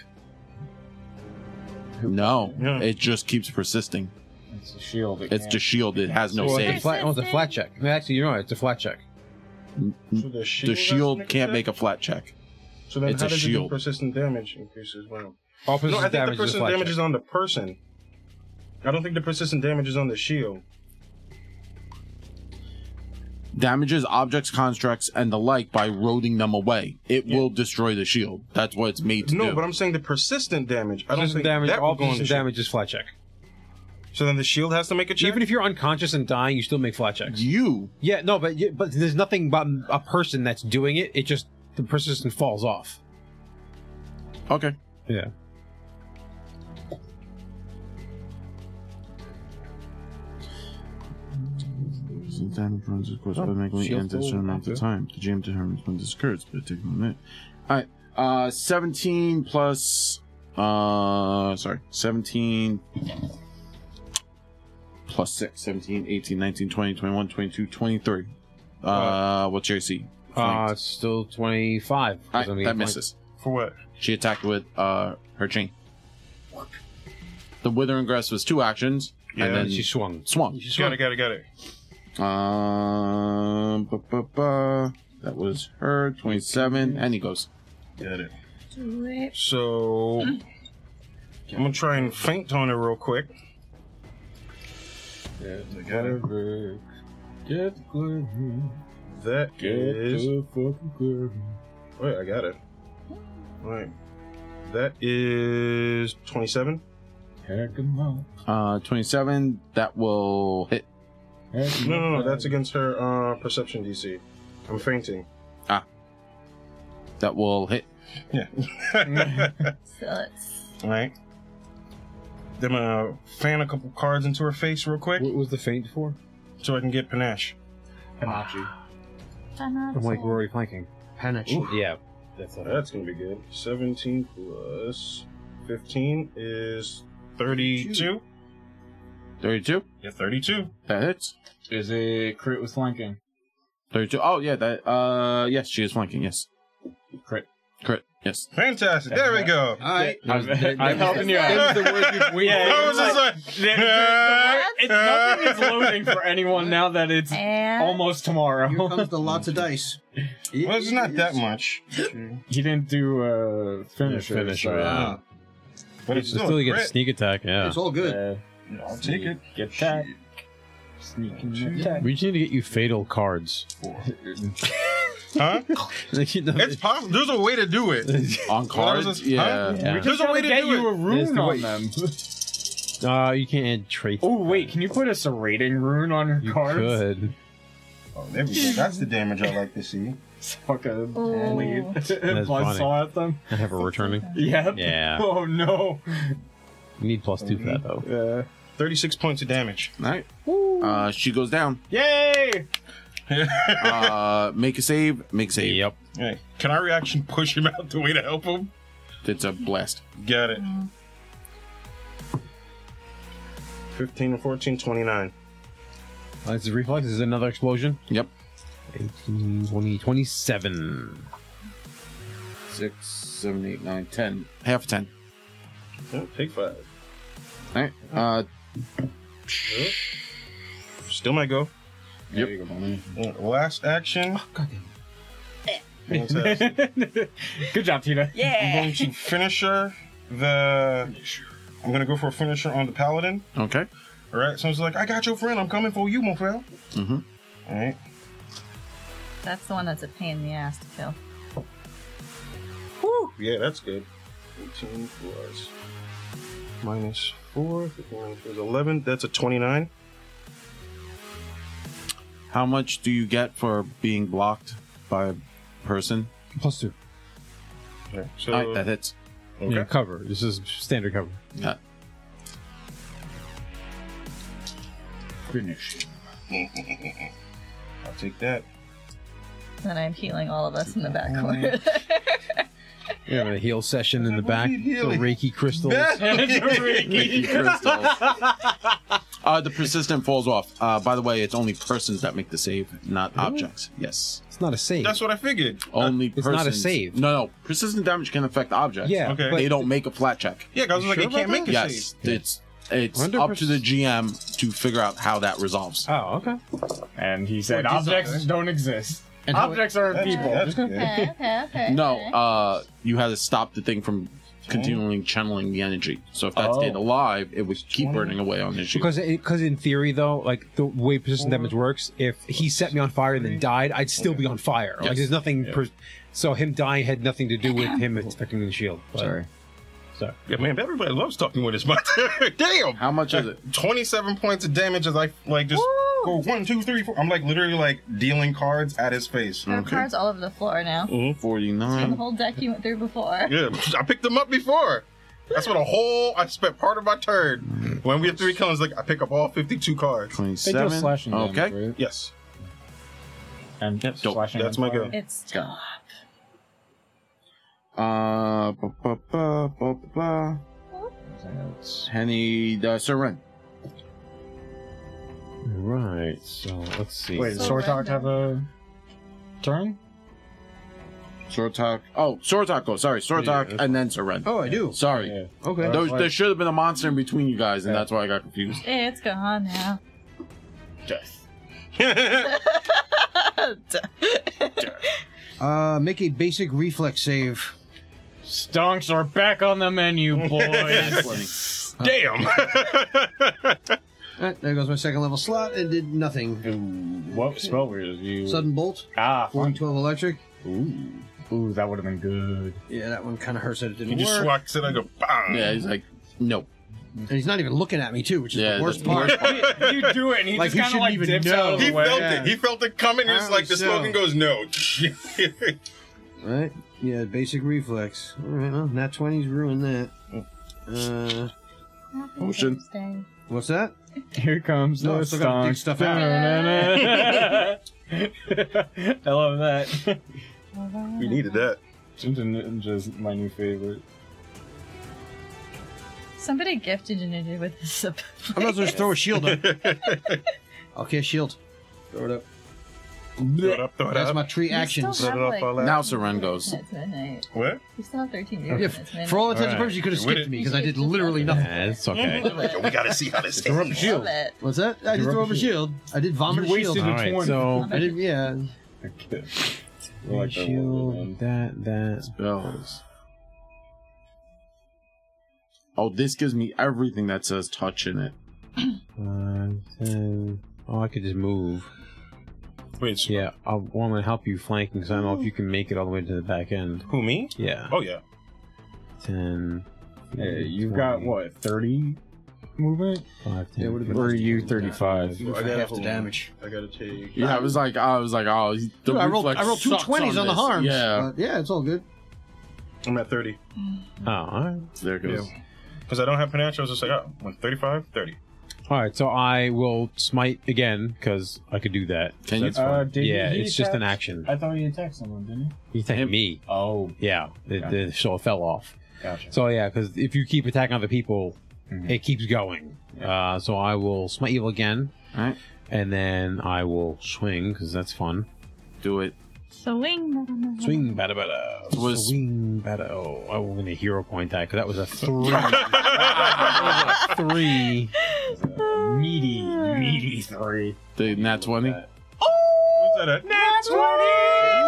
No,
Yeah.
it just keeps persisting.
It's a shield. it
It's
can't-
just shield. It has no
So it's a
save.
flat- oh, it's a flat check. No, Actually, you're right. It's a flat check.
the shield,
The
has to
shield
make a
can't
check?
make a flat check.
So then,
it's
how
a
does it do
shield.
persistent damage increase as well?
All
no, I
persistent
think
damage is
the
a
persistent
flat
damage
check.
is on the person. I don't think the persistent damage is on the shield.
Damages objects, constructs, and the like by roding them away. It will destroy the shield. That's what it's made to
No,
do.
but I'm saying the persistent damage. I don't
Persistent
think
damage.
that
All
will go on the
persistent
shield.
damage is flat check.
So then the shield has to make a check.
Even if you're unconscious and dying, you still make flat checks.
You.
Yeah, no, but you- but there's nothing about a person that's doing it. It just the persistent falls off.
Okay.
Yeah.
The damage runs its course automatically
shield
and a
full
certain amount of
active.
time. The GM determines when this occurs, but it takes one minute. Alright, uh, 17 plus, uh, sorry, 17 plus 6, 17, 18, 19, 20, 21, 22, 23. Uh, what's your AC?
Ah,
Uh, it's still 25. 'cause
Alright,
I'm getting
that
flanked.
misses.
For what?
She attacked with uh, her chain. The withering grass was two actions,
Yeah,
and then
she swung.
Swung.
Got it, got it, got it.
Um, bu- bu- bu. that was her twenty-seven, and he goes.
Got it.
Do it.
So I'm gonna try and faint on it real quick.
Get the glory.
That is.
Get the fucking glory.
Wait, I got it. Alright. That is 27.
Heck 'em up.
Uh, twenty-seven. That will hit.
No, no, no. That's against her uh, perception DC. I'm fainting.
That will hit.
Yeah.
So let's.
Alright. Then I'm gonna fan a couple cards into her face real quick.
What was the feint for?
So I can get panache.
I'm like Rory flanking.
Panache.
Ooh.
Yeah, that's what.
That's gonna be good. 17 plus 15 is 32.
Thirty-two.
Yeah, 32.
That hits.
Is a crit with flanking.
Thirty-two. Oh yeah. That. Uh. Yes, she is flanking. Yes.
Crit.
Crit. Yes.
Fantastic. There we go.
All right.
I'm helping you out.
I was just like, "Ah,
It's nothing is loading for anyone now that it's
And
almost tomorrow.
Here comes the lots of dice.
Well, it's not that much.
He didn't do a finisher. so-
yeah.
But it's
You
still,
still
a
get
crit.
sneak attack. Yeah.
It's all good.
Yeah.
I'll take it.
Get that. Sneaking attack.
We just need to get you fatal cards.
Huh? It's possible. There's a way to do it.
On cards.
Well, that was a-
yeah.
huh?
Yeah.
There's a way to
get
do
you
it.
a rune on them.
Uh, you can't add traits.
Oh wait, can you put a serrating rune on your cards?
Good.
Oh, there we go. That's the damage I like to see.
Fuck a
Ooh.
lead.
That's funny.
Buzzsaw at them.
I have a returning.
Yep.
Yeah.
Oh no.
You need plus two for that though.
Yeah.
36 points of damage.
All right. Uh, she goes down.
Yay!
Uh, make a save. Make a save.
Yep.
Hey, can I reaction push him out the way to help him?
It's a blast.
Got it. 15 and 14, 29.
Uh, it's a reflex. This is another explosion.
Yep.
18, 20, 27.
Six, seven, eight, nine, ten. Half a ten.
Oh, take five.
All right. Uh,
Still might go.
yep.
Uh, Last action. Fantastic.
Good job, Tina.
I'm
yeah.
going to finisher the. I'm going to go for a finisher on the paladin.
Okay.
All right. So I was like, I got your friend. I'm coming for you, my friend.
Mm-hmm.
All right.
That's the one that's a pain in the ass to kill.
Whew. Yeah, that's good. 18 plus minus 4. 59 is 11. That's a 29.
How much do you get for being blocked by a person?
Plus two.
Okay. So,
All right, that hits.
okay.
Yeah, cover. This is standard cover.
Yeah.
Finish.
I'll take that.
Then I'm healing all of us in the back corner.
We have a heal session in the back. The
healing.
Reiki crystals.
Reiki crystals. Uh, the persistent falls off. Uh, by the way, it's only persons that make the save, not objects. Yes.
It's not a save.
That's what I figured.
Only
Uh, It's
persons.
not a save.
No, no. Persistent damage can affect objects.
Yeah, Okay. but-
They don't make a flat check.
Yeah, 'cause I was You like, sure it can't about make that? a
yes,
save.
It's it's up to the GM to figure out how that resolves.
Oh, okay.
And he said
Or
objects
desire.
don't exist.
And how-
objects aren't
That's-
people.
that's good.
Okay, okay, okay.
No, uh, you had to stop the thing from continually channeling the energy. So if that
Oh.
stayed alive, it would keep burning away on his you.
Because, because in theory though, like the way persistent damage works, if he set me on fire and then died, I'd still be on fire. Like
Yes.
there's nothing.
Yeah.
Per- so him dying had nothing to do with him affecting the shield. Sorry. So
Yeah, man, everybody loves talking with his butt. Damn.
How much is it?
Twenty-seven points of damage as I like just go one, two, three, four. I'm like literally like dealing cards at his face.
There are cards all over the floor now. From the
Uh,
49.
whole deck you went through before.
Yeah, I picked them up before. That's what a whole. I spent part of my turn. When we have three killings, like I pick up all fifty-two cards.
27. okay.
Yes.
And
Dope.
slashing
That's my go.
It's tough.
Uh, ba, ba, ba, ba, ba. Henny, uh, Sir Ren.
Right. So let's see.
Wait, does Sortok have a turn?
Sortok. Oh, Sortok goes. Sorry, Sortok and then Sir Ren.
Oh, I do.
Sorry.
Okay.
There, there should have been a monster in between you guys, and that's why I got confused.
It's gone now.
Death.
Uh, make a basic reflex save.
Stonks are back on the menu, boys.
Damn.
All right, Eh, there goes my second level slot and did nothing.
what spell were you?
Sudden bolt.
Ah, fun.
112 electric.
Ooh. Ooh, that would have been good.
Yeah, that one kind of hurts that it
He
didn't
just
work.
swats it. I go. Bang.
Yeah, he's like, no.
and he's not even looking at me too, which is
Oh, Yeah,
the worst
that's the
part.
worst part.
You do it, and he
Like,
just
he
kind of
shouldn't
like
even
dips
know.
out of
He
the way.
felt
Yeah.
it. He felt it coming. It's like the
Apparently so.
smoking goes no.
Right? Yeah, basic reflex. All right, well, nat 20's ruined that. Uh,
Motion.
what's that?
Here comes
No, I
the
still gotta dig
stonks.
stuff out.
I love that.
We needed that.
Ginger Ninja's my new favorite.
Somebody gifted you Ninja with this.
I'm not supposed to throw a shield up. okay, shield. Throw it up.
Throw it up. Throw it
That's
up.
my tree
You still
actions.
have, like,
Now Sir Ren goes.
It's midnight.
What?
You still have 13 years. and
Yeah,
it's midnight.
for all intents and purposes, you could have
With
skipped
it.
me because I did literally nothing.
That's okay.
we gotta see how this
Throw up a
tastes.
shield.
Love it.
What's that? I did
Throw up
throw
a
up a shield. I did vomit
You
a shield.
wasted
All
the
right.
20.
So
I did, yeah.
I like that
shield that that
Spells. Oh, this gives me everything that says touch in it.
five, ten. Oh, I could just move.
Wait, so-
Yeah, I want to help you flanking because I don't know if you can make it all the way to the back end.
Who me?
Yeah,
Oh yeah.
ten.
Hey, you've got
20,
what, 30 movement?
Five,
Yeah, it
10,
would've been
Or are you 35?
I got half the damage.
I gotta take.
Yeah, I was like, I was like, oh, the
Dude, I rolled,
reflex
I rolled two
sucks
20s on, the
this.
harms.
Yeah,
but yeah, it's all good.
I'm at thirty.
Oh, all right.
there it goes.
Because I don't have Panache, I was just like, oh, went 35, 30.
All right, so I will smite again because I could do that.
Can
So
you-
that's fine.
Uh, did
yeah,
he
it's just an
attack-
action.
I thought he attacked someone, didn't he?
You think me?
Oh,
Yeah, the, the, so it fell off.
gotcha.
So yeah, because if you keep attacking other people, it keeps going. Uh, so I will smite evil again,
All right,
and then I will swing because that's fun.
do it.
Swing.
Swing, bada bada.
Was-
Swing, bada. Oh, I will win a hero point that because that was a three. That was a three.
meaty, meaty three.
The nat twenty.
What's that at?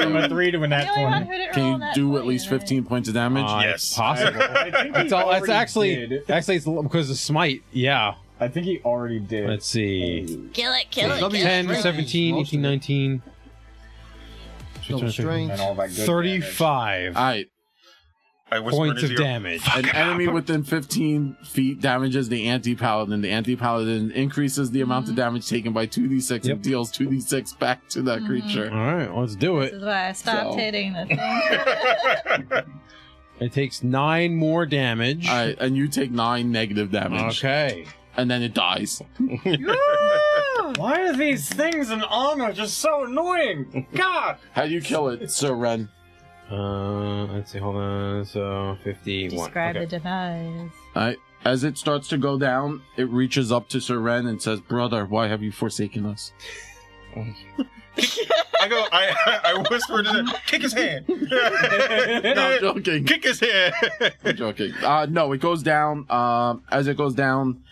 From a three to a
I'm
nat
the only one
20.
who didn't
Can
roll
you
that
do at
point,
least
right?
fifteen points of damage?
Uh,
Yes.
possible.
I think he
That's, all, that's
already
actually
did.
actually it's because of smite. Yeah.
I think he already did.
Let's see.
Kill it, kill it.
Let me-
10,
Strength.
17, 18, 19.
Double strength.
and all that good
35
All right,
I whispered
points
into
of
your-
damage.
an enemy within 15 feet damages the anti-paladin. The anti-paladin increases the
Mm-hmm.
amount of damage taken by 2d6
Yep.
and deals 2d6 back to
Mm-hmm.
that creature.
All right, let's do
This
it.
is why I stopped
So-
hitting the thing.
It takes nine more damage.
All right, and you take nine negative damage,
Okay.
and then it dies.
damage. Why are these things in armor just so annoying? God!
How do you kill it, Sir Ren?
Uh, let's see. Hold on. So fifty-one.
Describe
Okay.
the device.
I, as it starts to go down, it reaches up to Sir Ren and says, "Brother, why have you forsaken us?"
I go, I, I whispered to them, kick his hand.
no, I'm joking.
Kick his hand.
I'm joking. Uh, no, it goes down. Um, as it goes down,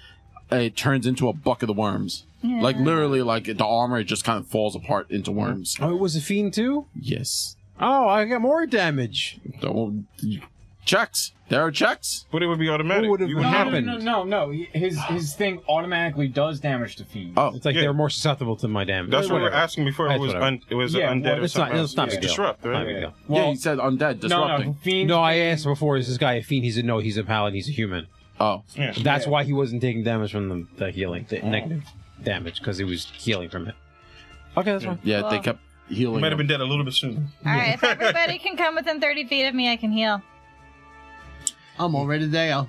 it turns into a bucket of worms.
Yeah.
Like literally, like the armor just kind of falls apart into worms.
Oh, it was a fiend too.
Yes.
Oh, I got more damage.
Don't- Checks. There are checks.
But it would be automatic.
What would have
You
No,
wouldn't
happened?
No, no, no, no. His his thing automatically does damage to fiends.
Oh,
It's like
Yeah.
they're more susceptible to my damage.
That's what we
Whatever.
we're asking before. It
That's
was
whatever.
un, it was
Yeah,
undead
well,
or
it's not-
something. else.
it's not a
It's
big deal.
disrupt,
Not a
right?
big deal.
yeah, he said undead disrupting.
no, fiend.
No, I asked before. Is this guy a fiend? He's a no. He's a paladin. He's a human.
Oh,
Yeah.
That's why he wasn't taking damage from the, the healing, the negative damage, because he was healing from it. Okay, that's fine.
yeah, they
Well.
kept
You
healing.
might have
him.
been dead a little bit sooner.
All right, if everybody can come within 30 feet of me, I can heal.
I'm already there.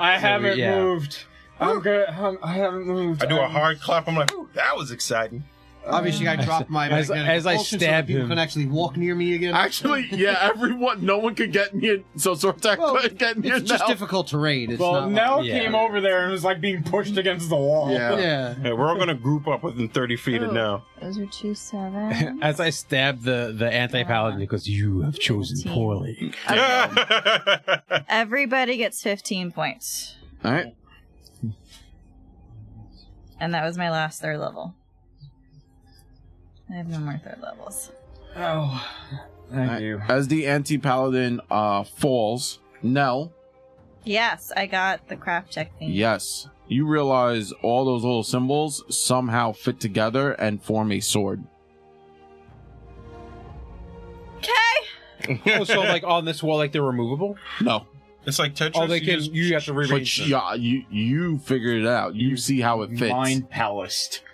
I haven't
yeah.
moved. I'm good. I'm, I haven't moved. Um,
I do a
I'm-
hard clap. I'm like, "Ooh, that was exciting.
Obviously, I dropped my
As-
magnetic
as I
propulsion
stab
so that people
him.
can actually walk near me again.
Actually, yeah, everyone, no one could get near. So Sortak
Well,
couldn't get near
it's just
now.
difficult terrain. It's
Well,
not
Nell
yeah.
came over there and was like being pushed against the wall.
Yeah.
like, yeah.
Hey, we're all gonna group up within 30 feet of
Ooh.
now.
Those are two seven.
As I stab the the anti paladin, he goes, "You have chosen poorly."
Everybody gets 15 points.
All right.
And that was my last third level. I have no more third levels.
Oh, thank you.
As the anti-paladin uh, falls, Nell,
Yes, I got the craft check thing.
yes, you realize all those little symbols somehow fit together and form a sword.
Okay.
oh, so like on this wall, like they're removable.
No,
It's like Tetris.
Oh, they
you
can.
just-
You have to
but
rearrange. them.
yeah, you you figured it out. You see how it fits.
Mind palaced.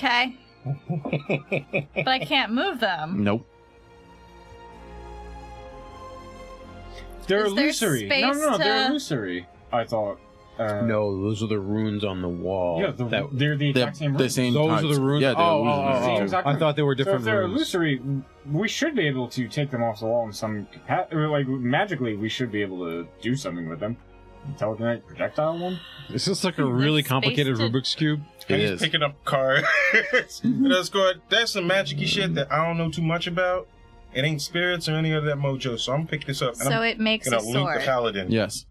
Okay. but I can't move them.
Nope.
They're
Is there
illusory. no,
space
no, no, they're
to-
illusory. I thought. Uh,
No, those are the runes on the wall.
Yeah, the,
That-
they're the
They're
exact same
the
room.
same.
those
types.
are the runes.
Yeah, they're
oh, oh,
illusions.
oh,
Same
oh.
exact
I
room.
thought they were
So if
different
they're
runes.
illusory, we should be able to take them off the wall in some capacity. Like magically, we should be able to do something with them. Telekinetic projectile them.
This is like a
There's
really
space
complicated
to-
Rubik's cube.
It
And
is.
he's picking up cards. and I was going, that's some magic shit that I don't know too much about. It ain't spirits or any of that mojo, so I'm picking this up. And
So
I'm
it makes a
gonna loot the
sword.
paladin.
Yes.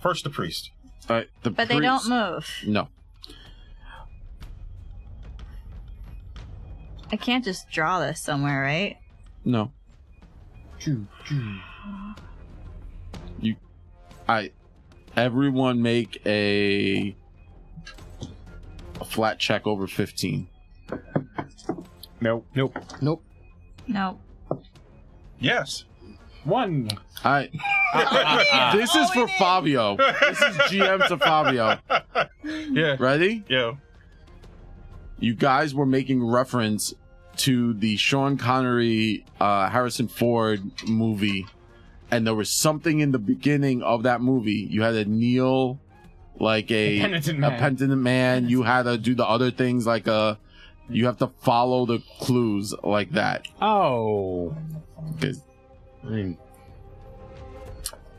First the priest.
All right, the
But they don't
priest-
move.
No.
I can't just draw this somewhere, right?
No. You, I, everyone make a, a flat check over fifteen.
Nope. Nope.
Nope.
No.
Yes.
One.
I. this is for Fabio. This is GM to Fabio.
Yeah.
Ready?
Yo.
You guys were making reference to the Sean Connery, uh, Harrison Ford movie, and there was something in the beginning of that movie. You had to kneel like a,
A penitent
a
man.
penitent man. You had to do the other things like a. You have to follow the clues like that.
Oh.
'Cause-
I mean,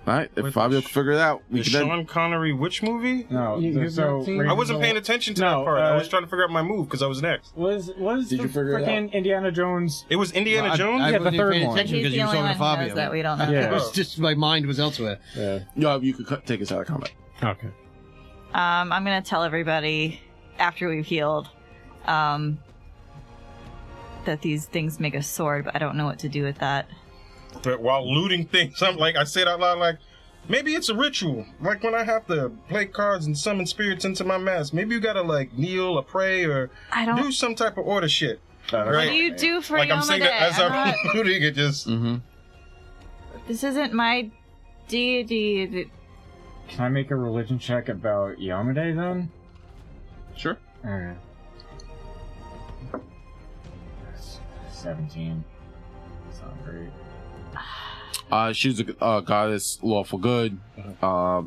All right, if
With
Fabio
the
can figure it out, we
The
can then-
Sean Connery which movie?
No.
You-
th-
you've
so
not seen-
Raiders
I wasn't
of
paying
the-
attention to
No,
that part.
uh,
I was trying to figure out my move because I was next.
Was was
Did
the
you figure it
frickin' Indiana Jones?
It was Indiana
I-
Jones.
I,
Yeah, the
wasn't even
third
paying
one.
But
attention
he's
because
the
you were
only
talking
one
to
who
Fabio.
knows that we don't know.
It
Yeah.
was just my mind was elsewhere.
yeah.
Yo, you could cut, take us out of combat.
Okay.
Um, I'm gonna tell everybody after we've healed um, that these things make a sword, but I don't know what to do with that.
But while looting things, I'm like, I said out loud, like, maybe it's a ritual. Like when I have to play cards and summon spirits into my mask. Maybe you gotta like kneel or pray or
I don't.
do some type of order shit.
Uh,
What do you do for
Like
Yoma
I'm saying
Day?
that as
I'm
I'm
not-
looting, it just
Mm-hmm.
This isn't my deity.
Can I make a religion check about Yamade then?
Sure.
Alright. Seventeen. That's not great.
Uh, she's a uh, goddess, lawful good,
Uh-huh.
uh,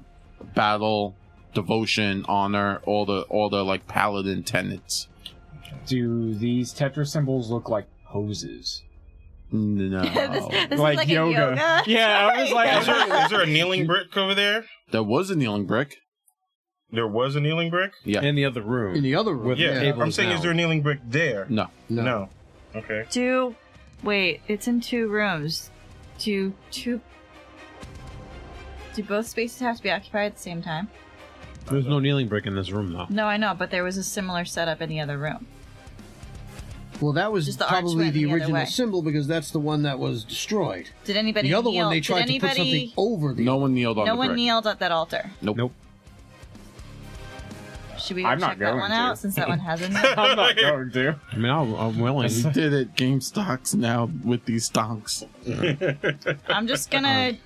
battle, devotion, honor, all the all the like paladin tenets.
Do these tetra symbols look like poses?
No.
This is like a yoga.
Yeah, I was like,
Is there, is there a kneeling brick over there?
There was a kneeling brick.
There was a kneeling brick.
Yeah.
In the other room.
In the other room.
Where the
Yeah,
table
I'm saying,
now.
is there a kneeling brick there?
No.
No. Okay.
Do wait, it's in two rooms. Do two Do both spaces have to be occupied at the same time?
There's no kneeling brick in this room, though.
No, I know, but there was a similar setup in the other room.
Well, that was
Just the arch
probably
went
the
the other
original
way.
symbol because that's the one that was destroyed.
Did anybody
the other
kneel?
one, they
Did
tried to put
anybody-
something over the.
No one kneeled on
No
the
one
brick.
kneeled at that altar.
Nope.
Nope.
Should we go
I'm not
check that
going
one
to.
out since that one hasn't?
I'm not going to.
I mean, I'll, I'm willing.
You did it. Game stocks now with these stonks.
I'm just gonna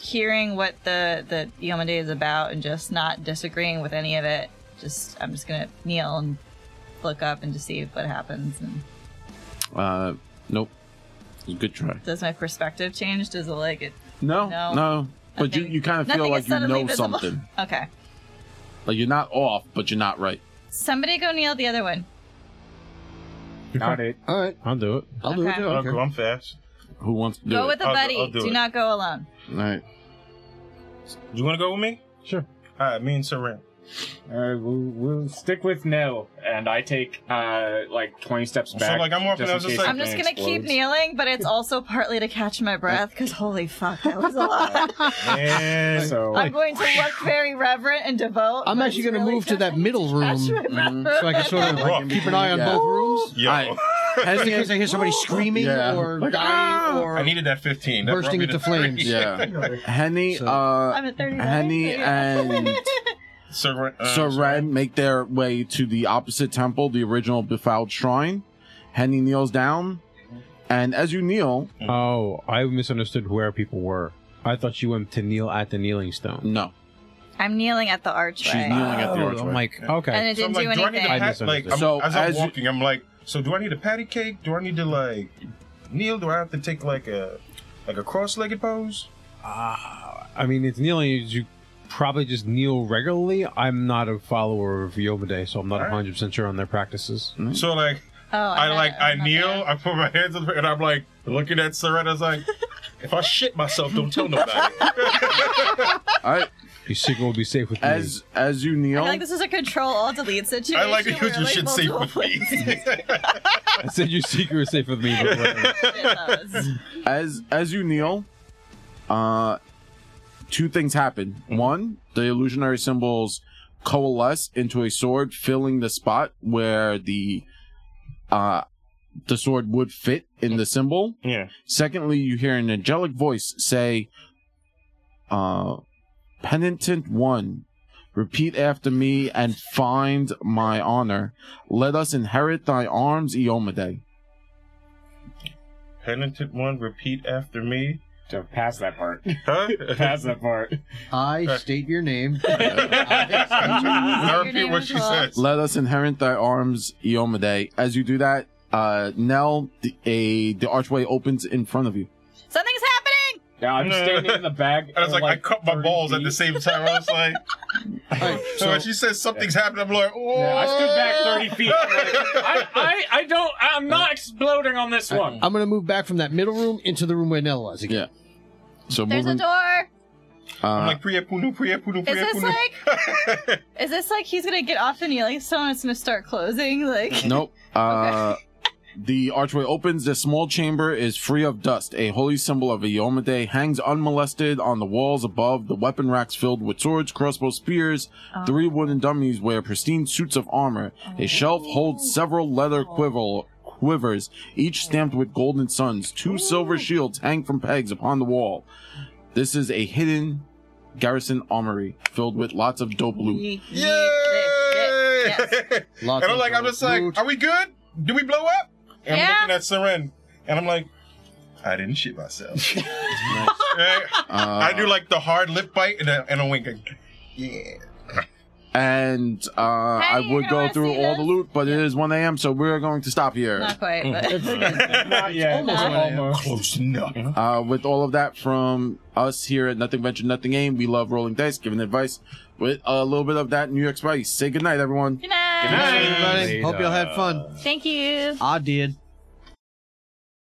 hearing what the the Yeoman Day is about and just not disagreeing with any of it. Just I'm just gonna kneel and look up and just see what happens. And
Uh, nope. Good try.
does my perspective change? Does it like it?
No,
No.
no. But you, you kind of feel
Nothing
like
is
you
suddenly
know
visible.
something.
Okay,
Like you're not off, but you're not right.
somebody go kneel the other one.
Not it.
All right.
I'll do it.
I'll do it.
Okay.
too,
I'll
okay.
go. I'm fast.
Who wants to do
go
it?
with a
I'll do-
buddy.
I'll do
do
it.
not go alone.
All right.
You want to go with me?
Sure.
All right, me and Saran.
All right, we'll, we'll stick with no, and I take uh like 20 steps
So,
back.
like, I'm walking,
in
I was just
case
like-
I'm just gonna
something
keep
explodes.
kneeling, but it's also partly to catch my breath because holy fuck, that was a lot.
And
So
I'm going to look very reverent and devout.
I'm
but
actually
it's
going to
really
move to that middle room
catch my breath.
so I can sort of like, keep an eye on
Mm-hmm. Yeah.
both rooms.
yo,
Alright.
Just in case I hear somebody screaming
Yeah.
or
Like,
dying or
I needed that 15. That
bursting
brought me
into
to three.
flames.
Yeah. Henny, uh,
I'm at 39.
Henny and
Saran. uh,
Soren make their way to the opposite temple, the original befouled shrine. Henny kneels down, and as you kneel,
Oh, I misunderstood where people were. I thought you went to kneel at the kneeling stone.
no,
I'm kneeling at the archway.
she's kneeling at the
Oh,
archway.
I'm like,
And
okay.
it
So I'm
didn't
like,
do
do I need
anything.
to
I
pat,
misunderstood.
like, I'm,
So
as I'm
as you-
walking, I'm like, so do I need a patty cake? Do I need to like kneel? Do I have to take like a like a cross-legged pose?
Ah, I mean, it's kneeling. You you probably just kneel regularly. I'm not a follower of Yoga Day, so I'm not
Alright.
100 percent sure on their practices.
So like,
Oh,
I
had
like
it.
I
Okay.
kneel, I put my hands on the and I'm like looking at Serena's like, if I shit myself, don't tell nobody.
All right,
Your secret will be safe with me.
as as you
I
kneel,
feel like this is a control all delete situation.
I like to
where,
use your
like,
shit safe with
multiple
me.
I said your secret is safe with me. But whatever.
places.
as as you kneel, uh, two things happen. One, the illusionary symbols coalesce into a sword, filling the spot where the uh the sword would fit in the symbol.
yeah.
Secondly, you hear an angelic voice say, uh, Penitent one, repeat after me and find my honor. Let us inherit thy arms, Iomade.
Penitent one, repeat after me.
to pass that part.
Huh?
pass that part.
I state your name.
I
Your
repeat
name
what
is
she
Nicole.
says.
Let us inherit thy arms, Iomade. As you do that, uh, Nell, the, a, the archway opens in front of you.
Something's happening.
Yeah, I'm standing in the back.
uh, And I was
for,
like, I cut my
30
balls at the
feet.
same time. I was like, so when she says something's happening, I'm like, oh.
Yeah, I stood back 30 feet. I, I, I don't. I'm not exploding on this one.
I'm going to move back from that middle room into the room where Nell was again.
Yeah. So
There's a
moving,
door.
I'm
uh,
like, priya punu, priya punu,
Is
priya
this
punu.
like? Is this like he's gonna get off the kneeling stone? and It's gonna start closing. Like
Nope. Uh, The archway opens. The small chamber is free of dust. A holy symbol of Iomade hangs unmolested on the walls above. The weapon racks filled with swords, crossbow spears. Three wooden dummies wear pristine suits of armor. A shelf holds several leather quiver, quivers, each stamped with golden suns. Two silver shields hang from pegs upon the wall. This is a hidden garrison armory filled with lots of dope loot.
Yeet, yeet,
Yay!
yes, yes.
Lots
and I'm
of
like, I'm
gold.
just like, are we good? Do we blow up? And
Yeah.
I'm looking at Seren, and I'm like, I didn't shit myself. Right? I do like the hard lip bite and a, and a wink. like, Yeah.
and uh,
Hey,
I
you
would
don't
go
wanna
through
see
all the
this?
loot, but it is 1 a.m., so we're going to stop here.
Not quite, but
not yet.
almost
Almost.
what I am.
Close enough.
Uh, with all of that from us here at Nothing Venture, Nothing Aim, we love rolling dice, giving advice, with a little bit of that New York spice. Say goodnight, everyone.
Good night.
Everybody, hope y'all had fun.
Thank you.
I did.